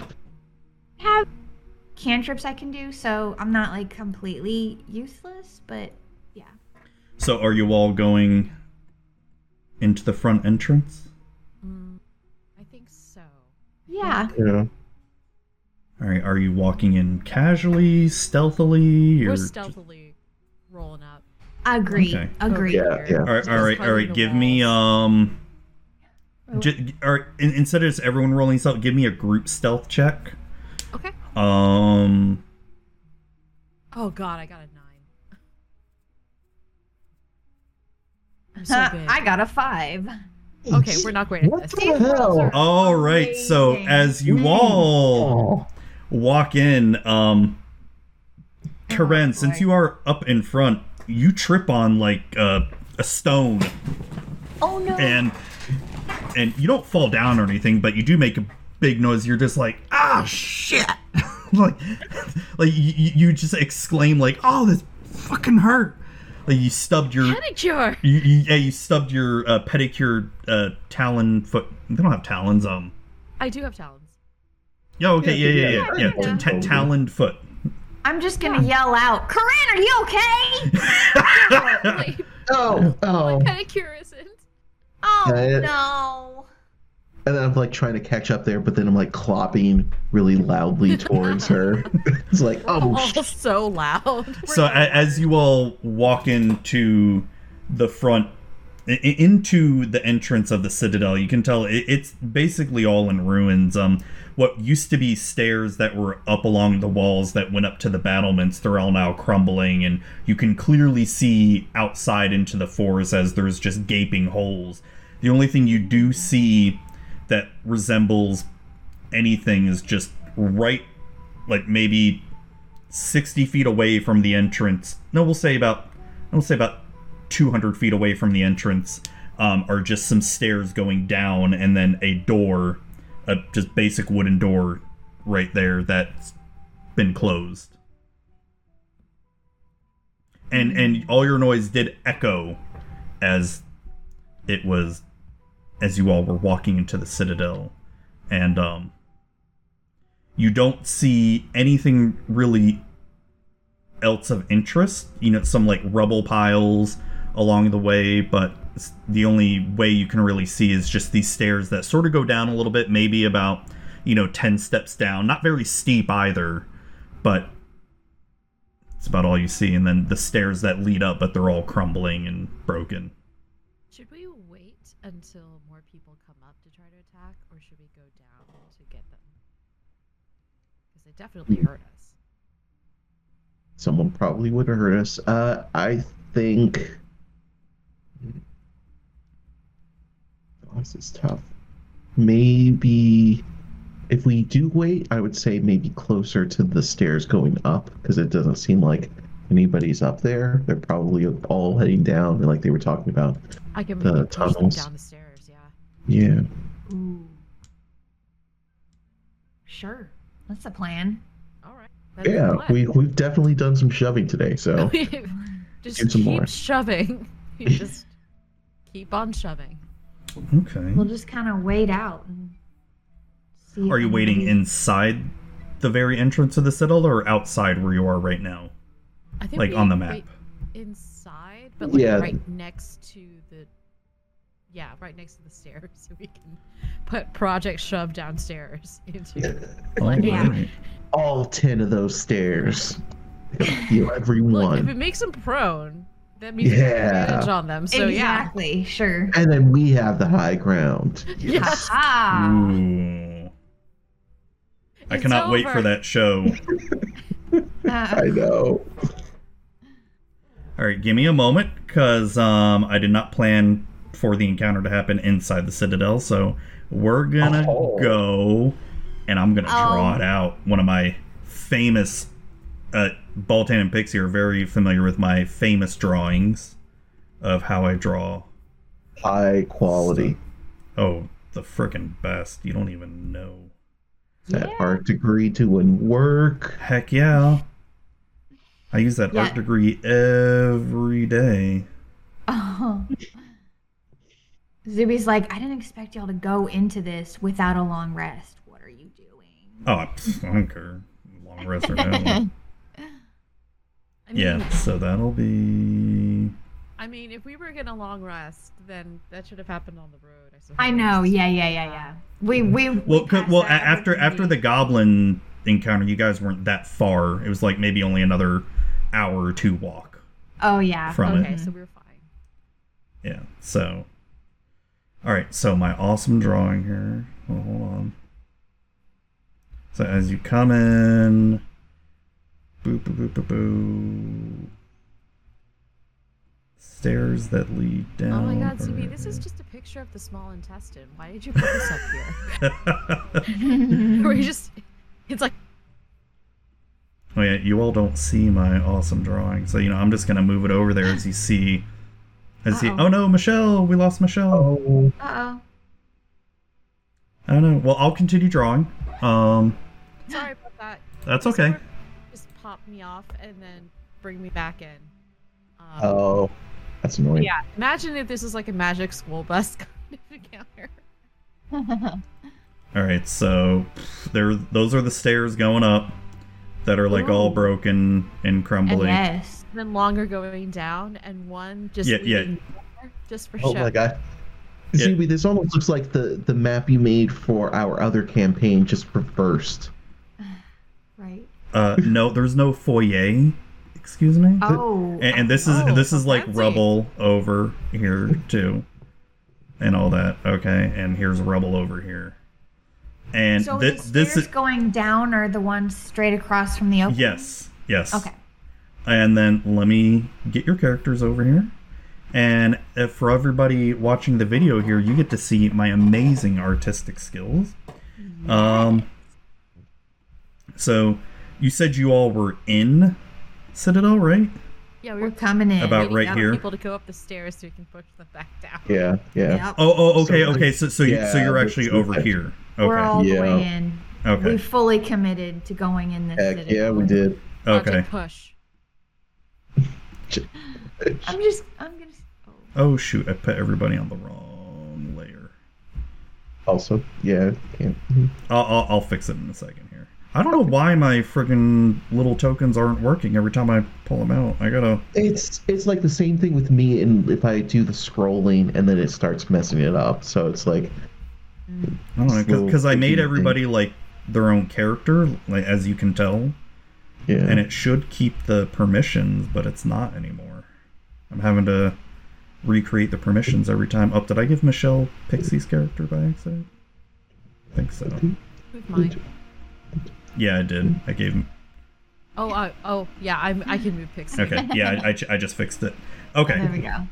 Speaker 2: have cantrips I can do, so I'm not like completely useless, but yeah.
Speaker 1: So, are you all going into the front entrance?
Speaker 3: Mm, I think so.
Speaker 2: Yeah.
Speaker 4: Yeah.
Speaker 1: All right. Are you walking in casually, stealthily?
Speaker 3: We're
Speaker 1: or-
Speaker 3: stealthily rolling up.
Speaker 2: Agree.
Speaker 1: Okay.
Speaker 2: Agree.
Speaker 4: Yeah, yeah.
Speaker 1: All right, all right, all right.
Speaker 3: hugging the
Speaker 1: Give me um. J- or in, instead of just everyone rolling stealth, give me a group stealth check.
Speaker 3: Okay.
Speaker 1: Um,
Speaker 3: Oh god, I got a nine. I'm so
Speaker 2: Huh,
Speaker 3: good.
Speaker 2: I got a five.
Speaker 3: Okay, we're not great at
Speaker 4: What
Speaker 3: this.
Speaker 4: the hell?
Speaker 1: All right, so
Speaker 2: Amazing.
Speaker 1: as you all
Speaker 4: Oh.
Speaker 1: walk in, um,
Speaker 2: Oh,
Speaker 1: Karen, since you are up in front, you trip on like uh, a stone,
Speaker 2: Oh no.
Speaker 1: and and you don't fall down or anything, but you do make a big noise. You're just like, ah, shit! like, like you, you just exclaim like, oh, this fucking hurt. Like you stubbed your
Speaker 3: Pedicure.
Speaker 1: you, you, yeah, you stubbed your uh, pedicure uh, talon foot. They don't have talons. Um.
Speaker 3: I do have talons.
Speaker 1: Yeah. Okay. Yeah. Yeah.
Speaker 4: Yeah, yeah,
Speaker 1: Yeah. yeah,
Speaker 4: yeah.
Speaker 1: T- t- taloned foot.
Speaker 2: I'm just gonna yell out, Corinne, are you okay?
Speaker 3: Wait,
Speaker 4: Oh, oh.
Speaker 3: pedicure isn't.
Speaker 2: Oh
Speaker 4: Yeah, it-
Speaker 2: no.
Speaker 4: And then I'm like trying to catch up there, but then I'm like clopping really loudly towards her. it's like, oh,
Speaker 3: All so loud.
Speaker 1: So a- as you all walk into the front, i- i- into the entrance of the citadel, you can tell it, it's basically all in ruins. Um, what used to be stairs that were up along the walls that went up to the battlements, they're all now crumbling, and you can clearly see outside into the forest as there's just gaping holes. The only thing you do see that resembles anything is just right, like maybe 60 feet away from the entrance no we'll say about we'll say about 200 feet away from the entrance um, are just some stairs going down and then a door a just basic wooden door right there that's been closed and and all your noise did echo as it was as you all were walking into the citadel and um you don't see anything really else of interest. You know, some like rubble piles along the way, but s- the only way you can really see is just these stairs that sort of go down a little bit, maybe about, you know, 10 steps down. Not very steep either, but it's about all you see. And then the stairs that lead up, but they're all crumbling and broken.
Speaker 3: Should we wait until more people come up to try to attack, or should we go down to get them? Because they definitely
Speaker 4: Hmm.
Speaker 3: hurt us.
Speaker 4: someone probably would have hurt us. Uh, I think. Oh, this is tough. Maybe if we do wait, I would say maybe closer to the stairs going up because it doesn't seem like anybody's up there. They're probably all heading down, like they were talking about.
Speaker 3: I can
Speaker 4: The
Speaker 3: maybe push them
Speaker 4: tunnels.
Speaker 3: down the stairs. Yeah.
Speaker 4: Yeah.
Speaker 2: Ooh. Sure. That's the plan.
Speaker 3: All right. That's
Speaker 4: Yeah,
Speaker 3: the plan.
Speaker 4: we, we've definitely done some shoving today, so.
Speaker 3: just
Speaker 4: Do some
Speaker 3: keep
Speaker 4: more.
Speaker 3: shoving. You just keep on shoving.
Speaker 1: Okay.
Speaker 2: We'll just kinda wait out and see.
Speaker 1: Are
Speaker 2: if
Speaker 1: you waiting
Speaker 2: anybody-
Speaker 1: inside the very entrance of the citadel or outside where you are right now?
Speaker 3: I think
Speaker 1: Like
Speaker 3: we
Speaker 1: on the map?
Speaker 3: wait inside, but like
Speaker 4: Yeah.
Speaker 3: right next to the. Yeah, right next to the stairs, so we can put Project Shove downstairs into. Like,
Speaker 1: All
Speaker 2: yeah.
Speaker 1: right.
Speaker 4: all 10 of those stairs. I gotta Feel every
Speaker 3: Look, if it
Speaker 4: one.
Speaker 3: makes them prone, that means we have
Speaker 4: Yeah.
Speaker 3: advantage on them. So yeah,
Speaker 2: Exactly, sure.
Speaker 4: And then we have the high ground.
Speaker 3: yeah.
Speaker 2: Ah.
Speaker 1: Ooh. I
Speaker 3: It's
Speaker 1: cannot wait
Speaker 3: over.
Speaker 1: for that show.
Speaker 2: Uh,
Speaker 4: I know.
Speaker 1: All right, give me a moment because um, I did not plan for the encounter to happen inside the Citadel. So we're gonna
Speaker 4: Oh.
Speaker 1: go and I'm gonna draw
Speaker 2: Oh.
Speaker 1: it out. One of my famous, uh, Baltan and Pixie are very familiar with my famous drawings of how I draw.
Speaker 4: High quality.
Speaker 1: Oh, the frickin' best! You don't even know.
Speaker 4: That
Speaker 2: Yeah.
Speaker 4: art degree doing work.
Speaker 1: Heck yeah! I use that
Speaker 2: Yeah.
Speaker 1: art degree every day.
Speaker 2: Oh. Zuby's like, I didn't expect y'all to go into this without a long rest. What are you doing?
Speaker 1: Oh, pff, I don't care. Long rest or no. one.
Speaker 3: I mean,
Speaker 1: Yeah, so that'll be.
Speaker 3: I mean, if we were getting a long rest, then that should have happened on the road. I suppose.
Speaker 2: I know. Yeah, yeah, yeah, yeah. We we we
Speaker 1: Well, c-
Speaker 2: passed
Speaker 1: well, a-
Speaker 2: that
Speaker 1: after after the
Speaker 2: opportunity.
Speaker 1: goblin encounter, you guys weren't that far. It was like maybe only another hour or two walk
Speaker 2: oh yeah
Speaker 1: from
Speaker 3: Okay,
Speaker 1: it.
Speaker 3: so we were fine.
Speaker 1: Yeah. So. All right. So my awesome drawing here. Well, hold on. So as you come in. Boo boo boo boo boo. Stairs that lead down.
Speaker 3: Oh my God, Subi,
Speaker 1: are-
Speaker 3: this is just a picture of the small intestine. Why did you put this up here? Where you just, it's like,
Speaker 1: Oh yeah, you all don't see my awesome drawing, so you know I'm just gonna move it over there as you see. As you,
Speaker 2: Uh-oh.
Speaker 1: oh no, Michelle, we lost Michelle.
Speaker 4: Oh,
Speaker 2: Uh
Speaker 1: I don't know. Well, I'll continue drawing. Um,
Speaker 3: sorry about that.
Speaker 1: that's
Speaker 3: Just
Speaker 1: okay.
Speaker 3: sort of Just pop me off and then bring me back in. Um,
Speaker 4: oh, that's annoying.
Speaker 3: Yeah. Imagine if this is like a magic school bus kind of encounter.
Speaker 2: oh.
Speaker 1: All right, so pff, there, those are the stairs going up that are like all
Speaker 3: Ooh.
Speaker 1: broken and
Speaker 2: and
Speaker 1: crumbling.
Speaker 2: yes.
Speaker 3: And then longer going down, and one just
Speaker 1: Yeah, yeah.
Speaker 3: leading There, just for
Speaker 4: Oh
Speaker 3: show.
Speaker 4: my god.
Speaker 1: Yeah.
Speaker 4: Zuby, this almost looks like the, the map you made for our other campaign just reversed.
Speaker 2: Right.
Speaker 1: Uh, no, there's no foyer. Excuse me.
Speaker 2: Oh.
Speaker 1: and, and this is
Speaker 3: Oh,
Speaker 1: this is like
Speaker 3: fancy.
Speaker 1: rubble over here too and all that okay and here's rubble over here and
Speaker 2: so
Speaker 1: thi-
Speaker 2: the
Speaker 1: this
Speaker 2: stairs
Speaker 1: is
Speaker 2: going down are the ones straight across from the open.
Speaker 1: yes yes
Speaker 2: Okay.
Speaker 1: and then let me get your characters over here and if for everybody watching the video here you get to see my amazing artistic skills um so you said you all were in citadel right
Speaker 3: Yeah, we
Speaker 2: We're
Speaker 3: were
Speaker 2: coming in.
Speaker 1: About-
Speaker 3: waiting
Speaker 1: right
Speaker 3: for
Speaker 1: here.
Speaker 3: people to go up the stairs so we can push them back down.
Speaker 4: Yeah, yeah.
Speaker 2: Yep.
Speaker 1: Oh, oh, okay,
Speaker 4: So,
Speaker 1: okay. So, so, you, so
Speaker 4: yeah,
Speaker 1: you're
Speaker 4: that's
Speaker 1: actually
Speaker 4: the
Speaker 1: over
Speaker 4: thing.
Speaker 1: here.
Speaker 2: We're
Speaker 1: Oh, Okay,
Speaker 2: all the way
Speaker 4: Yeah.
Speaker 2: in. We
Speaker 1: okay,
Speaker 2: fully committed to going in this.
Speaker 4: Heck
Speaker 2: city.
Speaker 4: yeah, we did.
Speaker 1: okay.
Speaker 3: Project Push.
Speaker 2: I'm just. I'm gonna. Oh.
Speaker 1: Oh shoot, I put everybody on the wrong layer.
Speaker 4: Also, yeah. yeah. Mm-hmm.
Speaker 1: I'll, I'll, I'll fix it in a second here. I don't know why my friggin' little tokens aren't working every time I pull them out. I gotta.
Speaker 4: It's it's like the same thing with me and if I do the scrolling and then it starts messing it up. So it's like
Speaker 1: I don't know
Speaker 4: Slow
Speaker 1: because I made
Speaker 4: cooking
Speaker 1: everybody like their own character, like as you can tell,
Speaker 4: yeah.
Speaker 1: and it should keep the permissions, but it's not anymore. I'm having to recreate the permissions every time. Up, did I give Michelle Pixie's character by accident? I think so.
Speaker 3: Move mine.
Speaker 1: Yeah, I did. I gave him.
Speaker 3: Oh, uh, oh, yeah, I'm, I can move Pixie.
Speaker 1: Okay. Yeah, I, I, ju- I just fixed it. Okay.
Speaker 2: There we go.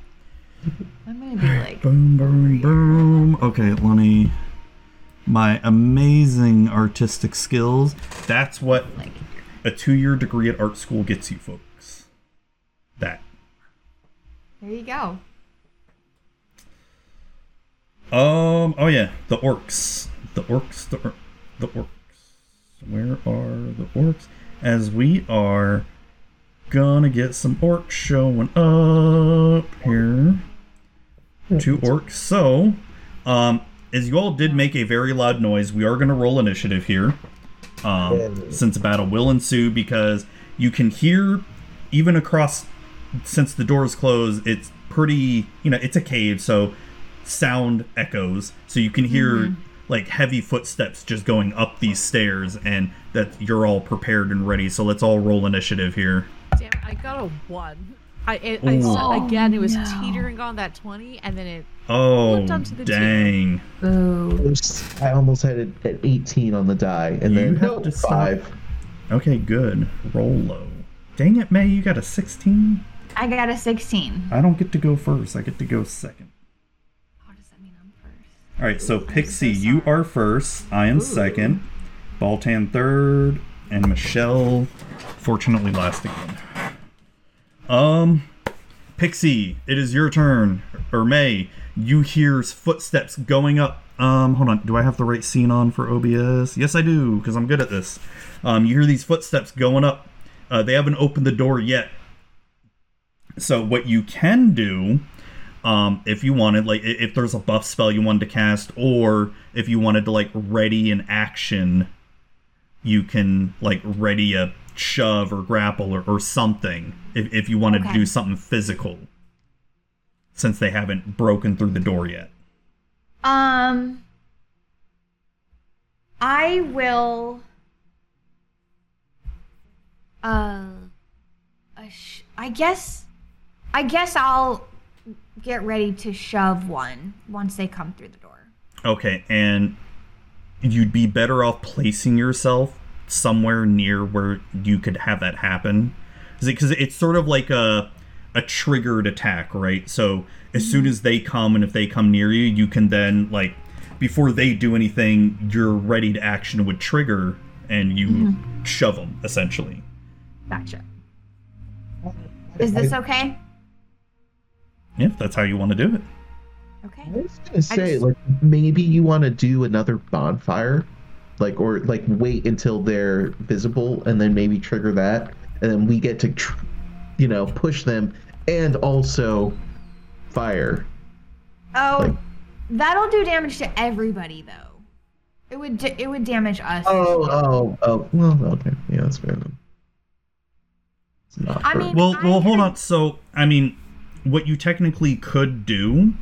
Speaker 2: I'm gonna be like.
Speaker 1: Boom, boom, boom. Okay, let me. My amazing artistic skills. That's what
Speaker 2: Like.
Speaker 1: a two year degree at art school gets you, folks. That.
Speaker 2: There you go.
Speaker 1: Um, oh yeah, the orcs. The orcs, the, or- the orcs. Where are the orcs? As we are gonna get some orcs showing up here. Two orcs. So, um, as you all did make a very loud noise, we are gonna roll initiative here. Um, since a battle will ensue because you can hear even across since the doors close, it's pretty, you know, it's a cave, so sound echoes. So you can hear like heavy footsteps just going up these stairs, and that you're all prepared and ready. So let's all roll initiative here.
Speaker 3: Damn, it, I got a one. I, it, I
Speaker 1: Ooh.
Speaker 3: said, again, it was
Speaker 2: Oh, no.
Speaker 3: teetering on that 20, and then it.
Speaker 1: Oh,
Speaker 3: Flipped onto the
Speaker 1: dang.
Speaker 2: Boo.
Speaker 4: Oops, I almost had it at 18 on the die and then
Speaker 1: You have to stop.
Speaker 4: five.
Speaker 1: Okay, good. Roll low. Dang it, May, you got a 16?
Speaker 2: I got a 16.
Speaker 1: I don't get to go first, I get to go second.
Speaker 2: Oh, does that mean I'm first?
Speaker 1: All right, so Pixie, you are first. I am second. Baltan third, and Michelle, fortunately, last again. Um, Pixie, it is your turn. Or May, you hears footsteps going up. Um, hold on. Do I have the right scene on for OBS? Yes, I do, because I'm good at this. Um, you hear these footsteps going up. Uh, they haven't opened the door yet. So what you can do, um, if you wanted, like i- if there's a buff spell you wanted to cast, or if you wanted to like ready an action, you can like ready a shove or grapple or, or something if, if you wanted to
Speaker 2: Okay.
Speaker 1: do something physical since they haven't broken through the door yet.
Speaker 2: Um, I will. Uh, a sh- I guess, I guess I'll get ready to shove one once they come through the door.
Speaker 1: Okay, and you'd be better off placing yourself somewhere near where you could have that happen. Because it's sort of like a a triggered attack, right? So as soon as they come and if they come near you, you can then like before they do anything, your ready to action would trigger and you shove them essentially.
Speaker 2: Gotcha. Is this
Speaker 4: I,
Speaker 2: okay?
Speaker 1: Yeah, if that's how you want to do it.
Speaker 2: Okay.
Speaker 4: I was gonna say,
Speaker 2: just-
Speaker 4: like, maybe you want to do another bonfire, like, or like wait until they're visible and then maybe trigger that, and then we get to, tr- you know, push them and also fire.
Speaker 2: Oh,
Speaker 4: Like-
Speaker 2: that'll do damage to everybody though. It would d- it would damage us.
Speaker 4: Oh, oh, oh. Well, okay, yeah, that's fair. Then. It's not
Speaker 2: I
Speaker 4: for-
Speaker 2: mean-
Speaker 1: Well,
Speaker 2: I
Speaker 1: well, hold
Speaker 2: didn't-
Speaker 1: on. So, I mean, what you technically could do,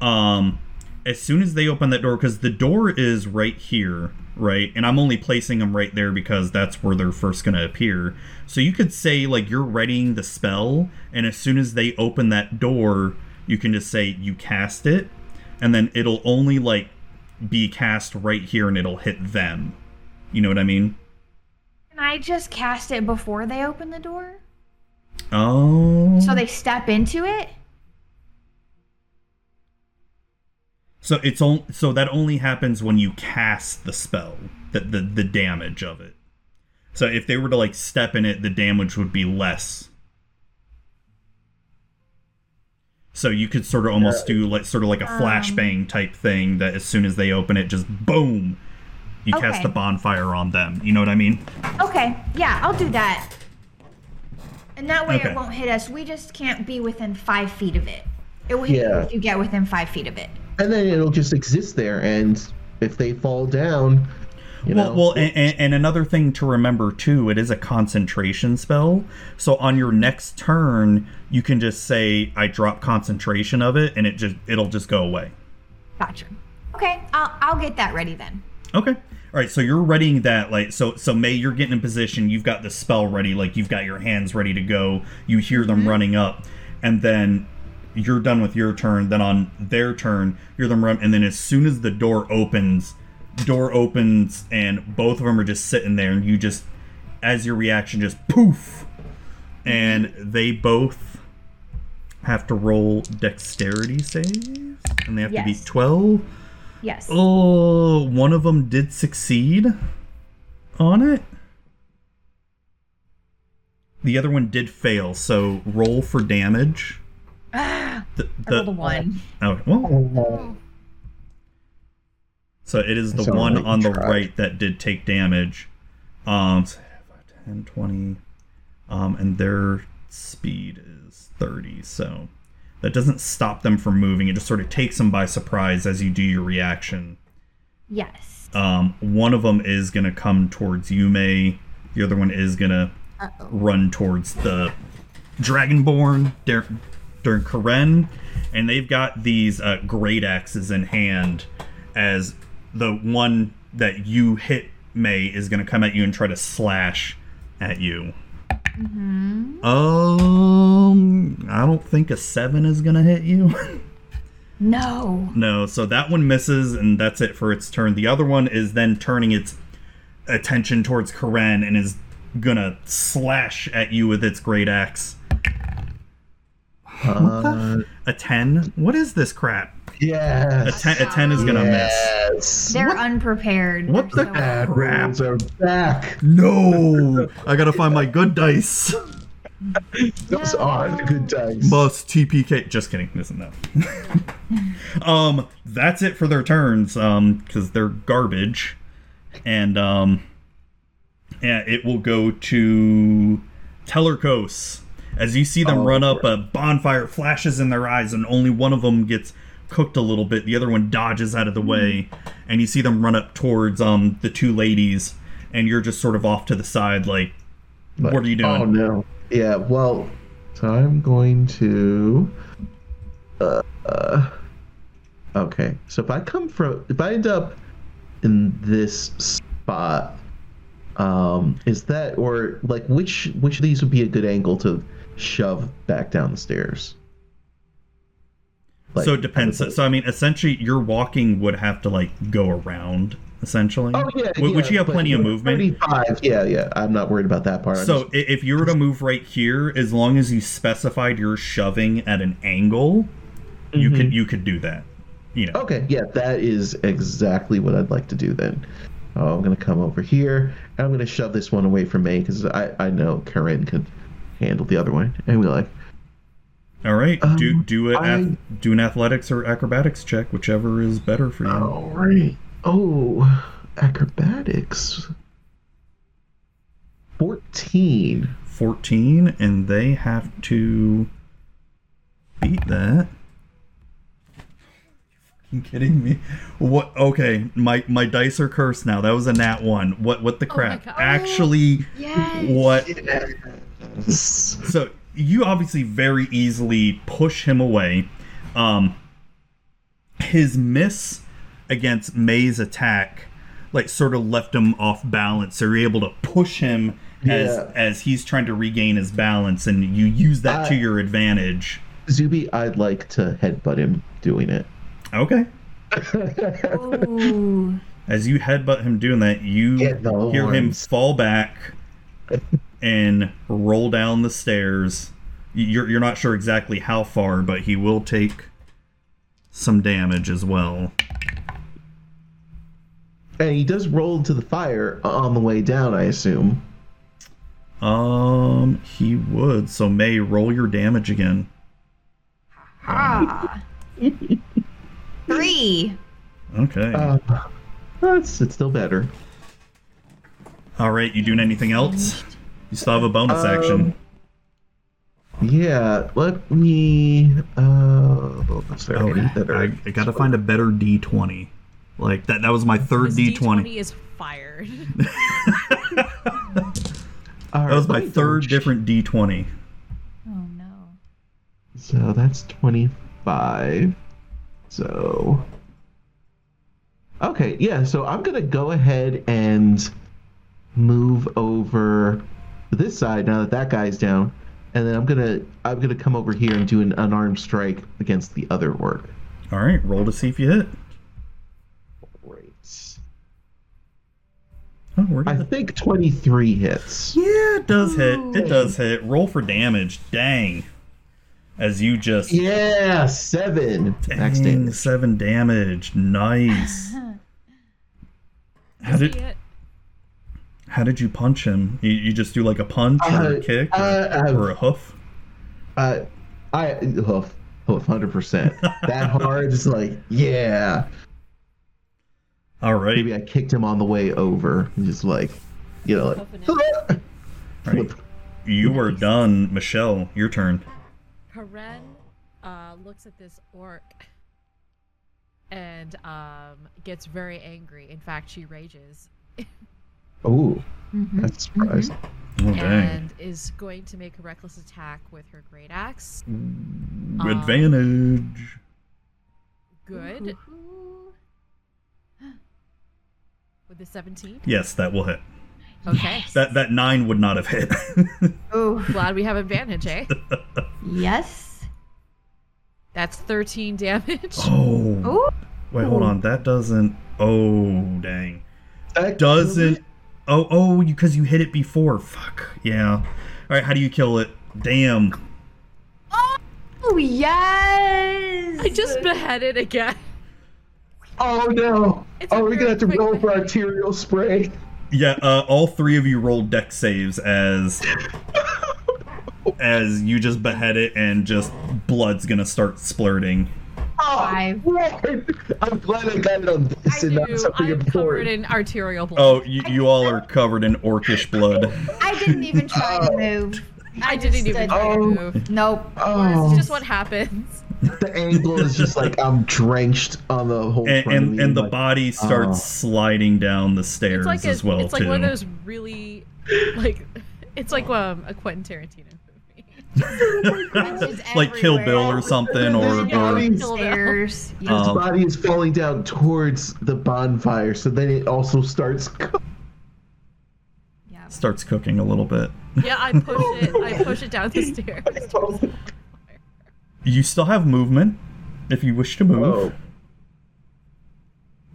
Speaker 1: um, as soon as they open that door, because the door is right here, right, and I'm only placing them right there because that's where they're first going to appear. So you could say like you're readying the spell, and as soon as they open that door, you can just say you cast it, and then it'll only like be cast right here, and it'll hit them. You know what I mean?
Speaker 2: Can I just cast it before they open the door?
Speaker 1: Oh.
Speaker 2: So they step into it?
Speaker 1: So it's on, so that only happens when you cast the spell, the, the the damage of it. So if they were to like step in it, the damage would be less. So you could sort of almost do like sort of like a
Speaker 2: Um.
Speaker 1: flashbang type thing that as soon as they open it, just boom, you cast
Speaker 2: Okay.
Speaker 1: the bonfire on them. You know what I mean?
Speaker 2: Okay, yeah, I'll do that. And that way
Speaker 1: Okay.
Speaker 2: it won't hit us. We just can't be within five feet of it. It will hit you
Speaker 4: Yeah.
Speaker 2: if you get within five feet of it.
Speaker 4: and then it'll just exist there, and if they fall down, you
Speaker 1: well,
Speaker 4: know,
Speaker 1: well and, and, and another thing to remember too, it is a concentration spell. So on your next turn, you can just say, "I drop concentration of it," and it just it'll just go away.
Speaker 2: Gotcha. Okay, I'll, I'll get that ready then.
Speaker 1: Okay. All right. So you're readying that, like, so so May, you're getting in position. You've got the spell ready, like you've got your hands ready to go. You hear them running up, and then you're done with your turn. Then on their turn, you're them run, and then as soon as the door opens, door opens, and both of them are just sitting there, and you just, as your reaction, just poof, and they both have to roll dexterity saves, and they have to
Speaker 2: Yes.
Speaker 1: beat twelve.
Speaker 2: Yes.
Speaker 1: Oh, one of them did succeed on it. The other one did fail, so roll for damage. The,
Speaker 2: Ah,
Speaker 1: oh,
Speaker 2: I rolled a one.
Speaker 1: Okay, well,
Speaker 4: well,
Speaker 1: so it is the
Speaker 4: That's all
Speaker 1: one
Speaker 4: right,
Speaker 1: on the
Speaker 4: you tried.
Speaker 1: right that did take damage. Um, so 10, 20, um, and their speed is 30, so that doesn't stop them from moving. It just sort of takes them by surprise as you do your reaction.
Speaker 2: Yes.
Speaker 1: Um, one of them is gonna come towards Yume. The other one is gonna run towards the Dragonborn Darren Karen, and they've got these uh, great axes in hand. As the one that you hit, May is gonna come at you and try to slash at you. Um, I don't think a seven is gonna hit you.
Speaker 2: No.
Speaker 1: No, so that one misses, and that's it for its turn. The other one is then turning its attention towards Karen and is gonna slash at you with its great axe.
Speaker 4: uh,
Speaker 1: A ten? What is this crap? A
Speaker 4: Yes.
Speaker 1: ten, a 10 is going to miss.
Speaker 4: yes.
Speaker 2: They're unprepared.
Speaker 1: What
Speaker 2: They're
Speaker 1: the
Speaker 2: so-
Speaker 4: Bad
Speaker 1: Crap.
Speaker 4: rolls are back.
Speaker 1: No! I got to find my good dice.
Speaker 4: Those are the good dice.
Speaker 1: Must TPK. Just kidding. This and that. um, that's it for their turns. Um, because they're garbage, and um, and it will go to Tellerkos. As you see them
Speaker 4: Oh,
Speaker 1: run up, a bonfire flashes in their eyes, and only one of them gets cooked a little bit. The other one dodges out of the way, and you see them run up towards um the two ladies, and you're just sort of off to the side, like,
Speaker 4: Like,
Speaker 1: what are you doing?
Speaker 4: Oh no. Yeah. Well, so I'm going to. Uh, uh, okay. So if I come from, if I end up in this spot, um, is that or like which which of these would be a good angle to shove back down the stairs? Like-
Speaker 1: so it depends. So, so, I mean, essentially, your walking would have to like go around, essentially.
Speaker 4: Oh yeah.
Speaker 1: Would, would
Speaker 4: yeah,
Speaker 1: you have
Speaker 4: but
Speaker 1: plenty of movement?
Speaker 4: Thirty-five. Yeah, yeah. I'm not worried about that part. I'm
Speaker 1: So
Speaker 4: just-
Speaker 1: i- if you were to move right here, as long as you specified you're shoving at an angle, you
Speaker 4: Mm-hmm.
Speaker 1: could you could do that. You know.
Speaker 4: Okay, yeah, that is exactly what I'd like to do then. Oh, I'm gonna come over here. And I'm gonna shove this one away from me because I I know Karen could handle the other one. And we're like,
Speaker 1: All right. do
Speaker 4: Um,
Speaker 1: do it.
Speaker 4: I-
Speaker 1: ath- do an athletics or acrobatics check, whichever is better for you.
Speaker 4: all right. Oh, acrobatics. Fourteen.
Speaker 1: Fourteen, and they have to beat that. You kidding me? What? Okay, my my dice are cursed now. That was a nat one. What? What the crap?
Speaker 3: God.
Speaker 1: Actually,
Speaker 2: Yes.
Speaker 1: what?
Speaker 4: Yes.
Speaker 1: So you obviously very easily push him away. Um, his miss against May's attack, like sort of left him off balance. So you're able to push him as
Speaker 4: Yeah.
Speaker 1: as he's trying to regain his balance, and you use that to
Speaker 4: I-
Speaker 1: your advantage.
Speaker 4: Zuby, I'd like to headbutt him doing it.
Speaker 1: Okay.
Speaker 2: Ooh.
Speaker 1: As you headbutt him doing that, you
Speaker 4: Get the
Speaker 1: hear him
Speaker 4: horns.
Speaker 1: fall back and roll down the stairs. Y- You're you're not sure exactly how far, but he will take some damage as well.
Speaker 4: And he does roll into the fire on the way down, I assume.
Speaker 1: Um, he would. So May, roll your damage again.
Speaker 2: Ah. Three.
Speaker 1: Okay.
Speaker 4: Uh, that's it's still better.
Speaker 1: All right. You doing anything else? You still have a bonus
Speaker 4: um,
Speaker 1: action.
Speaker 4: Yeah, let me. Uh, bonus there.
Speaker 1: Oh,
Speaker 4: I need that
Speaker 1: I,
Speaker 4: already.
Speaker 1: I gotta find a better D20. Like that. That was my third
Speaker 3: This
Speaker 1: D20.
Speaker 3: D20 is fired.
Speaker 4: All
Speaker 1: That was
Speaker 4: right,
Speaker 1: my
Speaker 4: let me
Speaker 1: third
Speaker 4: go-
Speaker 1: different D20.
Speaker 2: Oh no.
Speaker 4: So that's twenty-five. So. Okay, yeah. So I'm gonna go ahead and move over to this side now that that guy's down, and then I'm gonna I'm gonna come over here and do an unarmed strike against the other orc.
Speaker 1: All right. Roll to see if you hit.
Speaker 4: Great.
Speaker 1: Oh, we're
Speaker 4: I
Speaker 1: good.
Speaker 4: think twenty-three hits.
Speaker 1: Yeah, it does hit. It does hit. Roll for damage. Dang. As you just
Speaker 4: Yeah, seven. Max
Speaker 1: Dang,
Speaker 4: damage.
Speaker 1: seven damage. Nice. how
Speaker 3: See
Speaker 1: did
Speaker 3: it?
Speaker 1: how did you punch him? You, you just do like a punch or
Speaker 4: Uh,
Speaker 1: a kick or,
Speaker 4: uh, uh,
Speaker 1: or a hoof?
Speaker 4: Uh, I hoof hoof hundred percent. That hard is like yeah.
Speaker 1: All right.
Speaker 4: Maybe I kicked him on the way over. and Just like, you know, like
Speaker 1: all right. You are done, Michelle. Your turn.
Speaker 3: Karen uh, looks at this orc and um, gets very angry. In fact, she rages
Speaker 4: ooh,
Speaker 3: Mm-hmm.
Speaker 2: Mhm.
Speaker 4: that's surprising.
Speaker 1: Oh dang.
Speaker 3: and is going to make a reckless attack with her great axe. um,
Speaker 1: Advantage.
Speaker 3: Good
Speaker 2: Ooh.
Speaker 3: with the 17.
Speaker 1: Yes, that will hit.
Speaker 3: Okay.
Speaker 1: That that nine would not have hit.
Speaker 2: Ooh.
Speaker 3: Glad we have advantage, eh?
Speaker 2: Yes.
Speaker 3: That's 13 damage.
Speaker 1: oh.
Speaker 2: Ooh.
Speaker 1: Wait, hold on. That doesn't. Oh dang.
Speaker 3: Mm-hmm.
Speaker 4: That
Speaker 1: doesn't. Oh, oh, because you, hit it before. Fuck. Yeah. All right. How do you kill it? Damn.
Speaker 2: Ooh, Oh, yes.
Speaker 3: I just beheaded a guy.
Speaker 4: Oh no!
Speaker 3: It's a
Speaker 4: Oh, we're
Speaker 3: very
Speaker 4: gonna have to
Speaker 3: quick
Speaker 4: roll for
Speaker 3: beheading.
Speaker 4: arterial spray.
Speaker 1: Yeah, uh, all three of you rolled deck saves as as you just behead it and just blood's gonna start splurting.
Speaker 4: Oh,
Speaker 2: Five.
Speaker 4: Lord. I'm glad I got it on
Speaker 3: I
Speaker 4: this and not
Speaker 3: do.
Speaker 4: something
Speaker 3: I'm covered
Speaker 4: important.
Speaker 3: in arterial blood.
Speaker 1: Oh, you, you all are covered in orcish blood.
Speaker 2: I didn't even try to move.
Speaker 3: I didn't
Speaker 2: just stood
Speaker 3: even try to
Speaker 4: Oh.
Speaker 3: move.
Speaker 2: Nope.
Speaker 3: This
Speaker 4: oh,
Speaker 3: is just what happens.
Speaker 4: the angle is just like I'm drenched on the whole.
Speaker 1: And
Speaker 4: front of
Speaker 1: and,
Speaker 4: me,
Speaker 1: and the
Speaker 4: like-
Speaker 1: body starts
Speaker 4: oh.
Speaker 1: sliding down the stairs
Speaker 3: It's like a,
Speaker 1: as well
Speaker 3: it's like
Speaker 1: too.
Speaker 3: one of those really, like, it's like um, a Quentin Tarantino movie.
Speaker 2: It's just
Speaker 1: like Kill Bill
Speaker 2: everywhere.
Speaker 1: or something, or,
Speaker 4: Yeah.
Speaker 1: or
Speaker 4: Bodies-
Speaker 3: Kill Bill.
Speaker 2: Stairs. Yeah.
Speaker 1: Uh,
Speaker 4: His
Speaker 1: Um,
Speaker 4: body is falling down towards the bonfire, so then it also starts. co-
Speaker 2: yeah.
Speaker 1: starts cooking a little bit.
Speaker 3: Yeah, I push it. I push it down the stairs.
Speaker 1: You still have movement if you wish to move.
Speaker 4: Oh,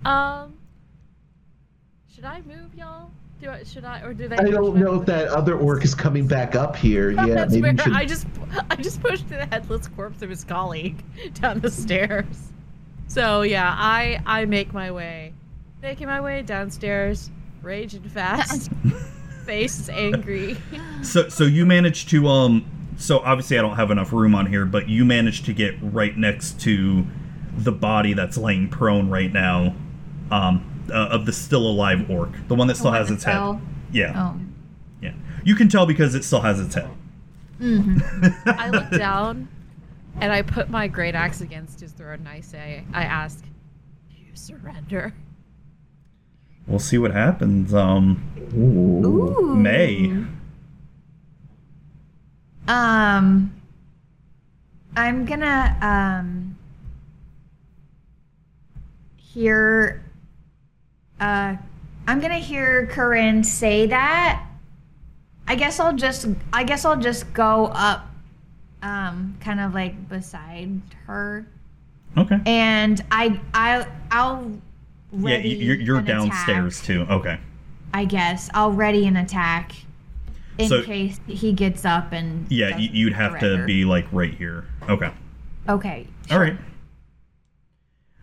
Speaker 3: Um, should I move, y'all? Do I? Should I? Or do they?
Speaker 4: I don't know if that other orc is coming back up here. Yeah,
Speaker 3: Oh, That's
Speaker 4: maybe
Speaker 3: where
Speaker 4: we should.
Speaker 3: I just I just pushed the headless corpse of his colleague down the stairs. So yeah, I I make my way, making my way downstairs, raging fast, face is angry.
Speaker 1: So so you managed to um so obviously I don't have enough room on here, but you managed to get right next to the body that's laying prone right now, um, uh, of the still alive orc, the one that still has
Speaker 2: that
Speaker 1: its
Speaker 2: fell?
Speaker 1: head. Yeah,
Speaker 2: Oh.
Speaker 1: yeah. You can tell because it still has its head.
Speaker 3: I look down, and I put my great axe against his throat, and I say, I ask, "Do you surrender?"
Speaker 1: We'll see what happens. Um,
Speaker 4: Ooh.
Speaker 2: Ooh.
Speaker 1: May.
Speaker 2: Um, I'm gonna um hear. Uh, I'm gonna hear Corinne say that. I guess I'll just. I guess I'll just go up, um, kind of like beside her,
Speaker 1: Okay.
Speaker 2: and I. I. I'll.
Speaker 1: Yeah,
Speaker 2: Ready
Speaker 1: you- you're, you're
Speaker 2: an attack,
Speaker 1: downstairs too. Okay.
Speaker 2: I guess I'll ready an attack in
Speaker 1: So-
Speaker 2: case he gets up and.
Speaker 1: Yeah, you,
Speaker 2: doesn't
Speaker 1: you'd have to
Speaker 2: surrender.
Speaker 1: be like right here. Okay.
Speaker 2: Okay.
Speaker 1: All right.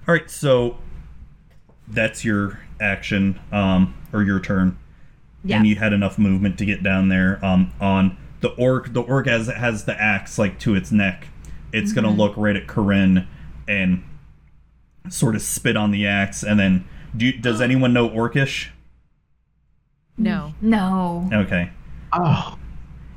Speaker 1: All right. So that's your action, um, or your turn.
Speaker 2: Yeah.
Speaker 1: And you had enough movement to get down there. Um, on the orc, the orc as it has the axe like to its neck, it's gonna look right at Corinne and sort of spit on the axe, and then do, does anyone know orcish?
Speaker 3: No.
Speaker 2: No.
Speaker 1: Okay.
Speaker 4: Oh,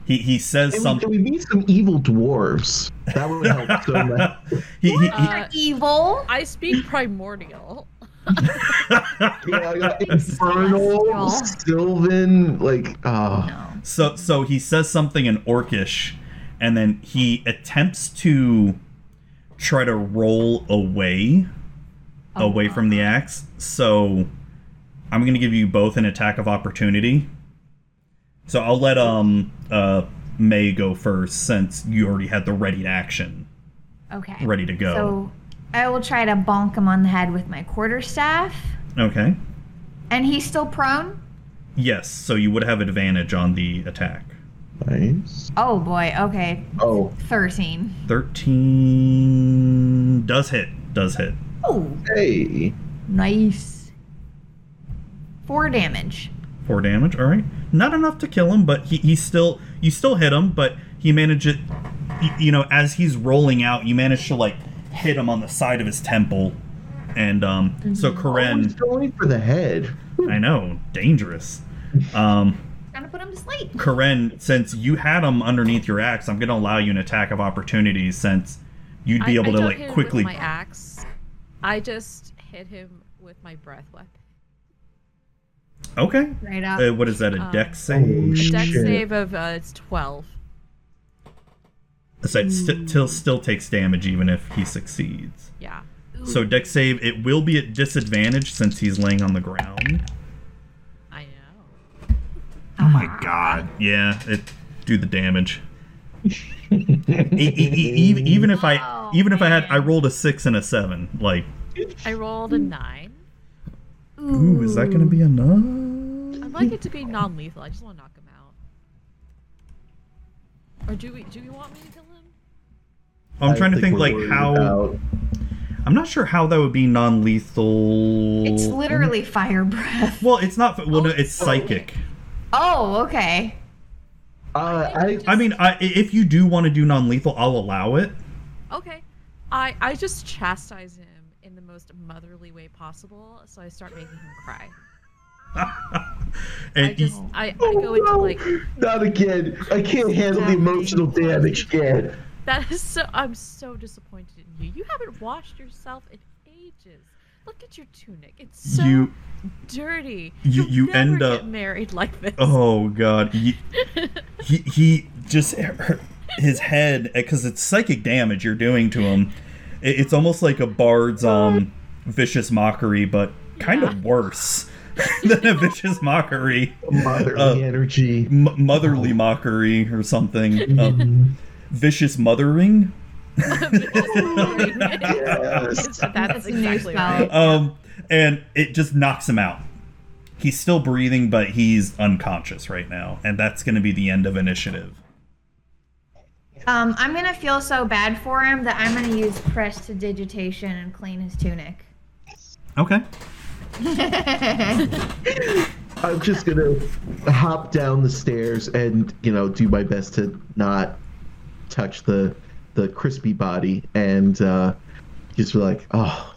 Speaker 1: He he says
Speaker 4: can we,
Speaker 1: something.
Speaker 4: can we meet some evil dwarves? That would help so much.
Speaker 1: he, he, he,
Speaker 3: Uh,
Speaker 2: Evil.
Speaker 3: I speak primordial.
Speaker 4: Yeah, I got infernal, Sylvan, like, oh.
Speaker 1: So so he says something in Orcish, and then he attempts to try to roll away, away from the axe. So I'm gonna give you both an attack of opportunity. So I'll let um uh May go first since you already had the ready action
Speaker 2: Okay.
Speaker 1: ready to go.
Speaker 2: So I will try to bonk him on the head with my quarterstaff.
Speaker 1: Okay.
Speaker 2: And he's still prone?
Speaker 1: Yes. So you would have advantage on the attack.
Speaker 4: Nice.
Speaker 2: Oh boy. Okay.
Speaker 4: Oh,
Speaker 2: 13.
Speaker 1: Thirteen does hit. Does hit.
Speaker 2: Oh,
Speaker 4: hey.
Speaker 2: nice. Four damage.
Speaker 1: Four damage. All right, not enough to kill him, but he, he still you still hit him, but he manages. y- You know, as he's rolling out, you manage to like hit him on the side of his temple, and um, so
Speaker 3: Mhm.
Speaker 4: Always
Speaker 1: Corinne,
Speaker 4: going for the head.
Speaker 1: I know, dangerous. Um,
Speaker 2: Gonna put him to sleep.
Speaker 1: Corinne, since you had him underneath your axe, I'm gonna allow you an attack of opportunity since you'd be
Speaker 3: I-
Speaker 1: able
Speaker 3: I
Speaker 1: to
Speaker 3: don't
Speaker 1: like
Speaker 3: hit him
Speaker 1: quickly.
Speaker 3: With my axe. I just hit him with my breath weapon.
Speaker 1: Okay,
Speaker 2: Right up.
Speaker 1: uh, what is that? A
Speaker 3: Um,
Speaker 1: deck save?
Speaker 4: Oh,
Speaker 3: A deck
Speaker 4: Shit.
Speaker 3: save of uh, it's twelve.
Speaker 1: So it
Speaker 3: Hmm.
Speaker 1: sti- till still takes damage even if he succeeds.
Speaker 3: Yeah.
Speaker 1: So deck save, it will be at disadvantage since he's laying on the ground.
Speaker 3: I know.
Speaker 1: Oh my god. Yeah, it do the damage. E- e- e- e- even if I even if I had I rolled a six and a seven, like
Speaker 3: I rolled a nine.
Speaker 1: ooh, is that gonna be enough?
Speaker 3: I'd like it to be non-lethal. I just want to knock him out. Or do we? Do we want me to kill him?
Speaker 1: I'm trying to think
Speaker 4: we're
Speaker 1: like
Speaker 4: worried
Speaker 1: how.
Speaker 4: about-
Speaker 1: I'm not sure how that would be non-lethal.
Speaker 2: It's literally fire breath.
Speaker 1: well, it's not. Well, no, it's psychic.
Speaker 2: Oh, okay.
Speaker 4: Uh, I,
Speaker 1: I mean, I, i- if you do want to do non-lethal, I'll allow it.
Speaker 3: Okay. I I just chastise him in the most motherly way possible, so I start making him cry.
Speaker 1: And
Speaker 3: I just I, I
Speaker 4: Oh,
Speaker 3: go into like
Speaker 4: not again. I can't handle the emotional damage yet.
Speaker 3: that is so I'm so disappointed in you. You haven't washed yourself in ages. Look at your tunic. It's so
Speaker 1: you.
Speaker 3: dirty.
Speaker 1: you-
Speaker 3: You'll
Speaker 1: you
Speaker 3: never
Speaker 1: end
Speaker 3: get
Speaker 1: up-
Speaker 3: married like this.
Speaker 1: Oh God. He he, he just his head because it's psychic damage you're doing to him. It, it's almost like a bard's um vicious mockery, but kind of worse than a vicious mockery.
Speaker 4: Motherly
Speaker 1: Uh,
Speaker 4: energy.
Speaker 1: M- motherly mockery or something. Uh, vicious mothering.
Speaker 4: Yes.
Speaker 3: That's
Speaker 2: a new
Speaker 3: exactly
Speaker 2: spell.
Speaker 3: right.
Speaker 1: Um, and it just knocks him out. He's still breathing, but he's unconscious right now, and that's going to be the end of initiative.
Speaker 2: Um, I'm gonna feel so bad for him that I'm gonna use prestidigitation and clean his tunic.
Speaker 1: Okay.
Speaker 4: I'm just gonna hop down the stairs and you know do my best to not touch the the crispy body and uh, just be like, oh,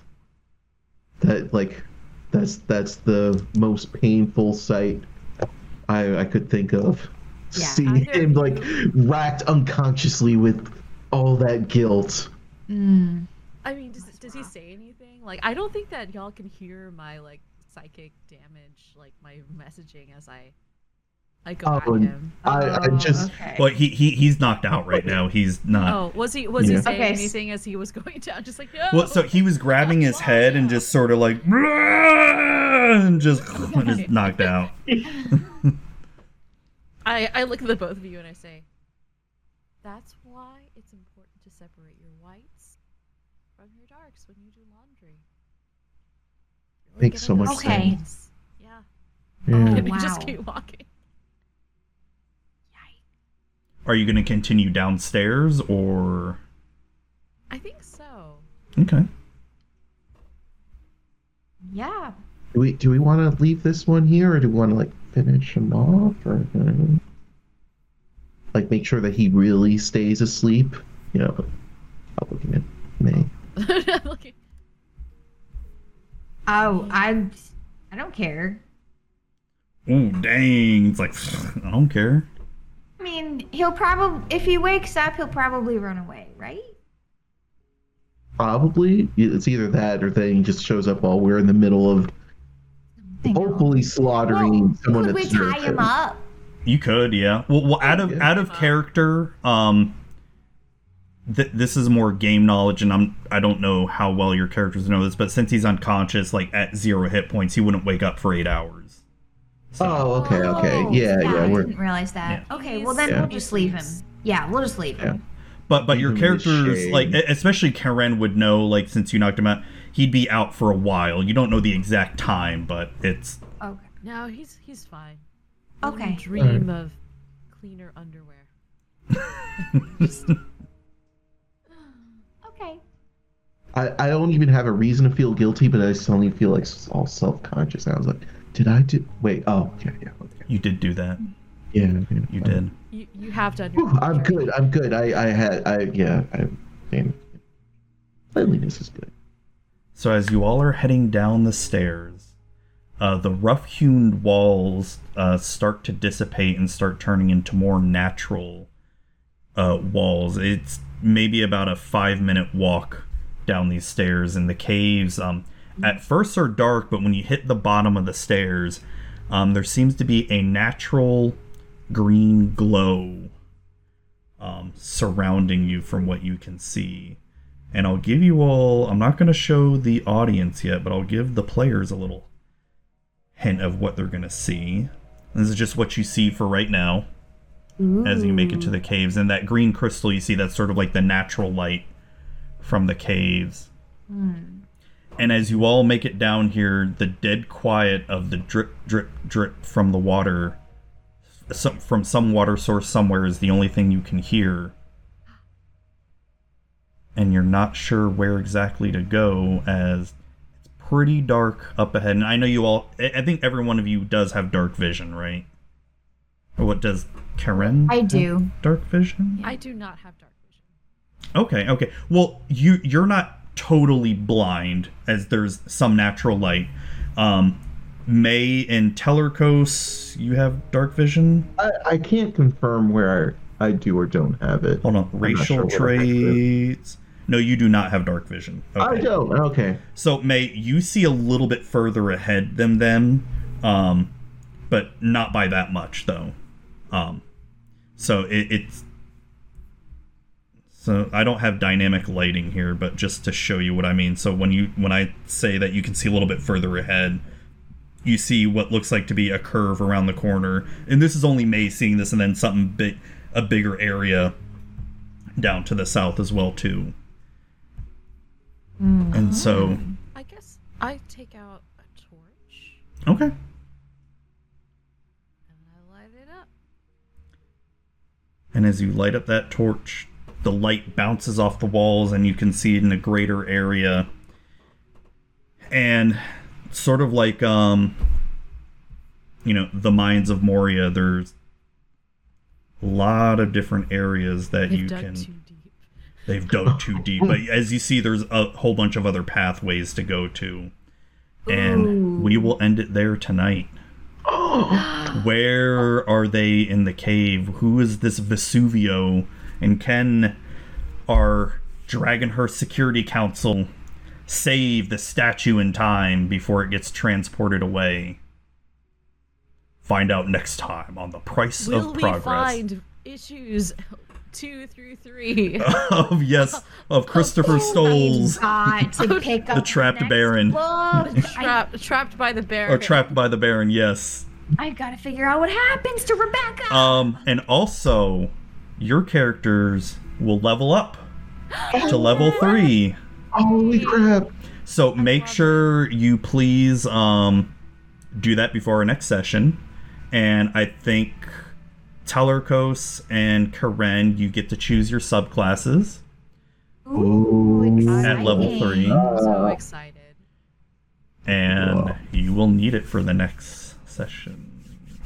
Speaker 4: that like that's that's the most painful sight I I could think of.
Speaker 2: Yeah,
Speaker 4: Seeing
Speaker 3: either-
Speaker 4: him like racked unconsciously with all that guilt.
Speaker 3: I mean, does, does he say anything? Like, I don't think that y'all can hear my like psychic damage, like my messaging as I I go
Speaker 4: Oh,
Speaker 3: at him.
Speaker 4: I, I just
Speaker 2: Oh, okay.
Speaker 1: But he, he he's knocked out right now. He's not.
Speaker 3: Oh, was he was
Speaker 4: Uh, Yeah.
Speaker 3: he saying
Speaker 2: Okay, s-
Speaker 3: anything as he was going down? Just like "Oh." no.
Speaker 1: Well, so he was grabbing his head and just sort of like, and just, and just knocked out.
Speaker 3: I I look at the both of you and I say, that's why it's important to separate your whites from your darks when you do laundry. Really
Speaker 4: Makes
Speaker 3: get
Speaker 4: so
Speaker 3: in
Speaker 4: much
Speaker 3: those
Speaker 2: Okay.
Speaker 3: zones. Yeah.
Speaker 4: yeah.
Speaker 3: And we just
Speaker 2: Wow.
Speaker 3: keep walking.
Speaker 1: Are you going to continue downstairs or?
Speaker 3: I think so.
Speaker 1: Okay.
Speaker 2: yeah.
Speaker 4: Do we do we want to leave this one here, or do we want to like finish him off, or uh, like make sure that he really stays asleep? You know, I'm looking at May.
Speaker 3: Looking-
Speaker 2: Oh, I, I don't care.
Speaker 1: Oh dang! It's like I don't care.
Speaker 2: I mean, he'll probably if he wakes up, he'll probably run away, right?
Speaker 4: Probably it's either that or then he just shows up while we're in the middle of
Speaker 2: Think he'll-
Speaker 4: hopefully slaughtering
Speaker 2: Well,
Speaker 4: someone
Speaker 2: could
Speaker 4: that's
Speaker 2: we tie
Speaker 4: nurtured.
Speaker 2: him up?
Speaker 1: You could, yeah. Well, well out of
Speaker 4: Yeah.
Speaker 1: out of character, um, th- this is more game knowledge, and I'm I don't know how well your characters know this, but since he's unconscious, like at zero hit points, he wouldn't wake up for eight hours.
Speaker 4: Oh, okay, okay, yeah,
Speaker 2: Oh,
Speaker 4: yeah,
Speaker 2: I
Speaker 4: we're
Speaker 2: didn't realize that.
Speaker 1: Yeah.
Speaker 2: Okay, well then
Speaker 4: Yeah.
Speaker 2: we'll just leave him. Yeah, we'll just leave him.
Speaker 1: But but your
Speaker 4: Mhm,
Speaker 1: characters,
Speaker 4: shame.
Speaker 1: like e- especially Karen, would know like since you knocked him out, he'd be out for a while. You don't know the exact time, but it's
Speaker 2: Okay.
Speaker 3: no, he's he's fine. Let him
Speaker 2: Okay.
Speaker 3: Dream of cleaner underwear.
Speaker 2: Okay.
Speaker 4: I, I don't even have a reason to feel guilty, but I suddenly feel like s- all self conscious. I was like, did I do? Wait, oh yeah, yeah, okay,
Speaker 1: you did do that.
Speaker 4: yeah, yeah,
Speaker 1: You
Speaker 4: fine.
Speaker 1: did.
Speaker 3: You you have done your
Speaker 4: Whew, I'm good. I'm good. I, I had. I yeah. I mean, cleanliness is good.
Speaker 1: So as you all are heading down the stairs, uh, the rough-hewn walls uh, start to dissipate and start turning into more natural uh, walls. It's maybe about a five-minute walk down these stairs, and the caves um, at first are dark, but when you hit the bottom of the stairs, um, there seems to be a natural green glow um, surrounding you from what you can see. And I'll give you all, I'm not going to show the audience yet, but I'll give the players a little hint of what they're going to see. This is just what you see for right now as you make it to the caves. And that green crystal you see, that's sort of like the natural light from the caves.
Speaker 2: Hmm.
Speaker 1: And as you all make it down here, the dead quiet of the drip, drip, drip from the water, some, from some water source somewhere, is the only thing you can hear. and you're not sure where exactly to go as it's pretty dark up ahead. And I know you all, I I think every one of you does have dark vision, right? Or what does Karen?
Speaker 2: I
Speaker 1: have
Speaker 2: do.
Speaker 1: Dark vision?
Speaker 3: I do not have dark vision.
Speaker 1: Okay, okay. Well, you you're not totally blind as there's some natural light. Um May and Tellerkos, you have dark vision.
Speaker 4: I, I can't confirm where I, I do or don't have it.
Speaker 1: Hold on,
Speaker 4: I'm not
Speaker 1: racial
Speaker 4: sure what I have to-
Speaker 1: traits. No, you do not have dark vision.
Speaker 4: I don't. Okay.
Speaker 1: So May, you see a little bit further ahead than them, um, but not by that much though. Um, so it, it's so I don't have dynamic lighting here, but just to show you what I mean. So when you when I say that you can see a little bit further ahead, you see what looks like to be a curve around the corner, and this is only May seeing this, and then something big, a bigger area down to the south as well too. And so,
Speaker 3: I guess I take out a torch
Speaker 1: okay.
Speaker 3: and I light it up.
Speaker 1: And as you light up that torch, the light bounces off the walls and you can see it in a greater area. And sort of like um you know, the mines of Moria, there's a lot of different areas that
Speaker 3: They've
Speaker 1: you
Speaker 3: dug
Speaker 1: can
Speaker 3: too deep.
Speaker 1: they've dug too deep. But as you see there's a whole bunch of other pathways to go to. And we will end it there tonight. Where are they in the cave? Who is this Vesuvio? And can our Dragonhearth Security Council save the statue in time before it gets transported away? Find out next time on the price
Speaker 3: Will
Speaker 1: of
Speaker 3: we
Speaker 1: progress
Speaker 3: find issues two through three?
Speaker 1: of yes of Christopher Stoles
Speaker 2: Got to pick up
Speaker 1: the trapped
Speaker 2: next
Speaker 1: baron
Speaker 2: book. I,
Speaker 3: Oh, trapped, trapped by the bear.
Speaker 1: or trapped by the baron yes
Speaker 2: I gotta figure out what happens to Rebecca.
Speaker 1: Um, and also, your characters will level up to level three.
Speaker 4: Holy crap!
Speaker 1: So make sure you please um, do that before our next session. And I think Tellerkos and Karen, you get to choose your subclasses. at level
Speaker 2: exciting.
Speaker 1: three.
Speaker 3: I'm so excited.
Speaker 1: and
Speaker 4: Wow.
Speaker 1: you will need it for the next session.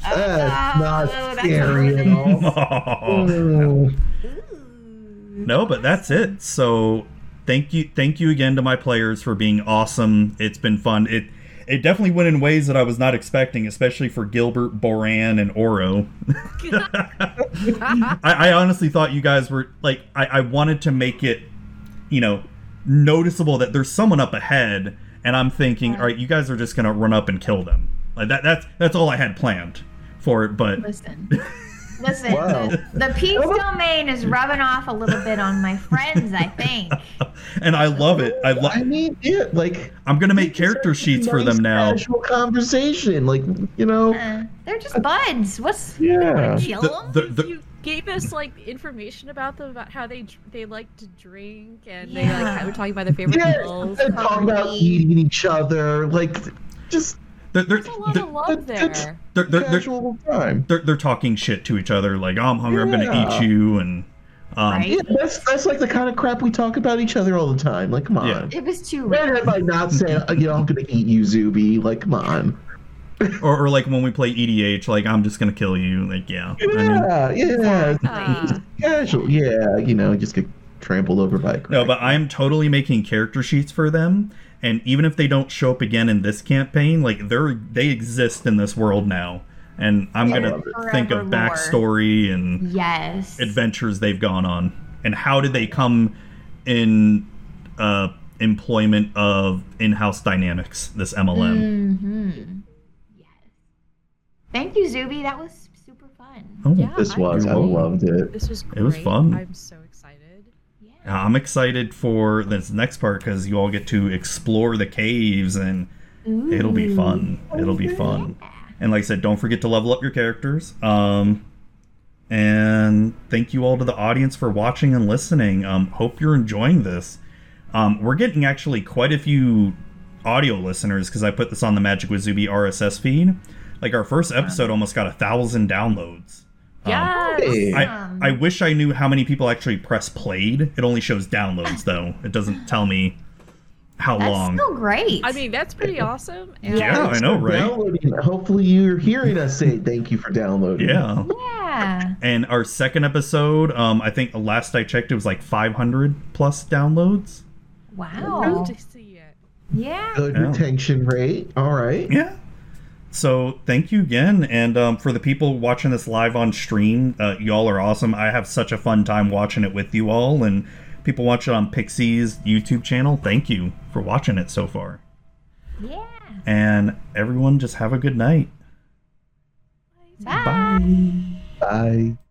Speaker 4: That's not
Speaker 2: that's
Speaker 4: scary at all. Oh.
Speaker 1: No, but that's it. So thank you thank you again to my players for being awesome. It's been fun. It it definitely went in ways that I was not expecting, especially for Gilbert, Boran, and Oro. I, I honestly thought you guys were like I, I wanted to make it, you know, noticeable that there's someone up ahead, and I'm thinking, all right, you guys are just gonna run up and kill them. Like that that's that's all I had planned for it, but
Speaker 2: Listen. Listen,
Speaker 4: Wow.
Speaker 2: the, the peace domain is rubbing off a little bit on my friends, I think.
Speaker 1: and I love it. I love
Speaker 4: I mean, yeah, like
Speaker 1: I'm gonna make character
Speaker 4: it's a
Speaker 1: sheets for
Speaker 4: nice
Speaker 1: them now.
Speaker 4: Casual conversation, like you know.
Speaker 2: Uh, they're just buds. What's
Speaker 4: Yeah.
Speaker 2: kill
Speaker 1: The-
Speaker 2: them?
Speaker 1: the-
Speaker 3: You-
Speaker 1: the-
Speaker 3: you gave us like information about them about how they dr- they like to drink and they
Speaker 2: Yeah.
Speaker 3: like were talking about their favorite
Speaker 4: Yeah,
Speaker 3: meals.
Speaker 4: and talk about eating each other, like just
Speaker 1: They're, they're,
Speaker 3: There's a lot
Speaker 1: they're,
Speaker 3: of love
Speaker 4: that's-
Speaker 3: there.
Speaker 1: they're, they're, they're,
Speaker 4: casual time.
Speaker 1: they're, they're talking shit to each other, like, I'm hungry, I'm gonna
Speaker 4: Yeah.
Speaker 1: eat you, and. Um,
Speaker 2: Right?
Speaker 4: Yeah, that's that's like the kind of crap we talk about each other all the time. Like, come on.
Speaker 1: Yeah.
Speaker 2: It was too
Speaker 4: Man,
Speaker 2: real.
Speaker 4: have I not said, uh, you know, I'm gonna eat you, Zuby? Like, come on.
Speaker 1: Or, or, like, when we play EDH, like, I'm just gonna kill you. Like, yeah. I mean-
Speaker 4: Yeah, yeah,
Speaker 3: Ah.
Speaker 4: casual. Yeah, you know, just get trampled over by a
Speaker 1: no,
Speaker 4: crab.
Speaker 1: but I'm totally making character sheets for them, and even if they don't show up again in this campaign, like, they're, they exist in this world now. And I'm
Speaker 2: They're
Speaker 1: gonna
Speaker 2: forever
Speaker 1: think of
Speaker 2: lore.
Speaker 1: backstory and.
Speaker 2: Yes.
Speaker 1: adventures they've gone on and how did they come in uh, employment of in-house dynamics this mlm
Speaker 2: Mm-hmm. Yes. Thank you, Zuby. That was super fun.
Speaker 1: oh.
Speaker 3: Yeah.
Speaker 4: this was. I
Speaker 1: You're
Speaker 4: loved it.
Speaker 3: This was great.
Speaker 1: It was fun.
Speaker 3: I'm so excited.
Speaker 2: Yeah.
Speaker 1: Uh, i'm excited for this next part because you all get to explore the caves and it'll be fun it'll be fun and like i said don't forget to level up your characters um and thank you all to the audience for watching and listening um hope you're enjoying this um we're getting actually quite a few audio listeners because i put this on the magic with zuby rss feed like our first episode almost got a thousand downloads Um,
Speaker 2: Yes.
Speaker 4: Hey.
Speaker 1: I, I wish I knew how many people actually press played. It only shows downloads though. It doesn't tell me how
Speaker 2: That's
Speaker 1: long.
Speaker 2: still great.
Speaker 3: I mean, that's pretty awesome. And
Speaker 1: Yeah, I know, right?
Speaker 4: Downloading. Hopefully, you're hearing us say thank you for downloading.
Speaker 1: Yeah.
Speaker 2: yeah.
Speaker 1: And our second episode, um, I think last I checked, it was like 500 plus downloads.
Speaker 2: Wow.
Speaker 3: to see it.
Speaker 2: Yeah.
Speaker 4: Good
Speaker 1: Yeah.
Speaker 4: retention rate. All right.
Speaker 1: Yeah. So thank you again, and um, for the people watching this live on stream, uh, y'all are awesome. I have such a fun time watching it with you all, and people watch it on Pixie's YouTube channel. Thank you for watching it so far,
Speaker 2: Yeah.
Speaker 1: and everyone just have a good night.
Speaker 2: Bye.
Speaker 1: Bye.
Speaker 4: Bye.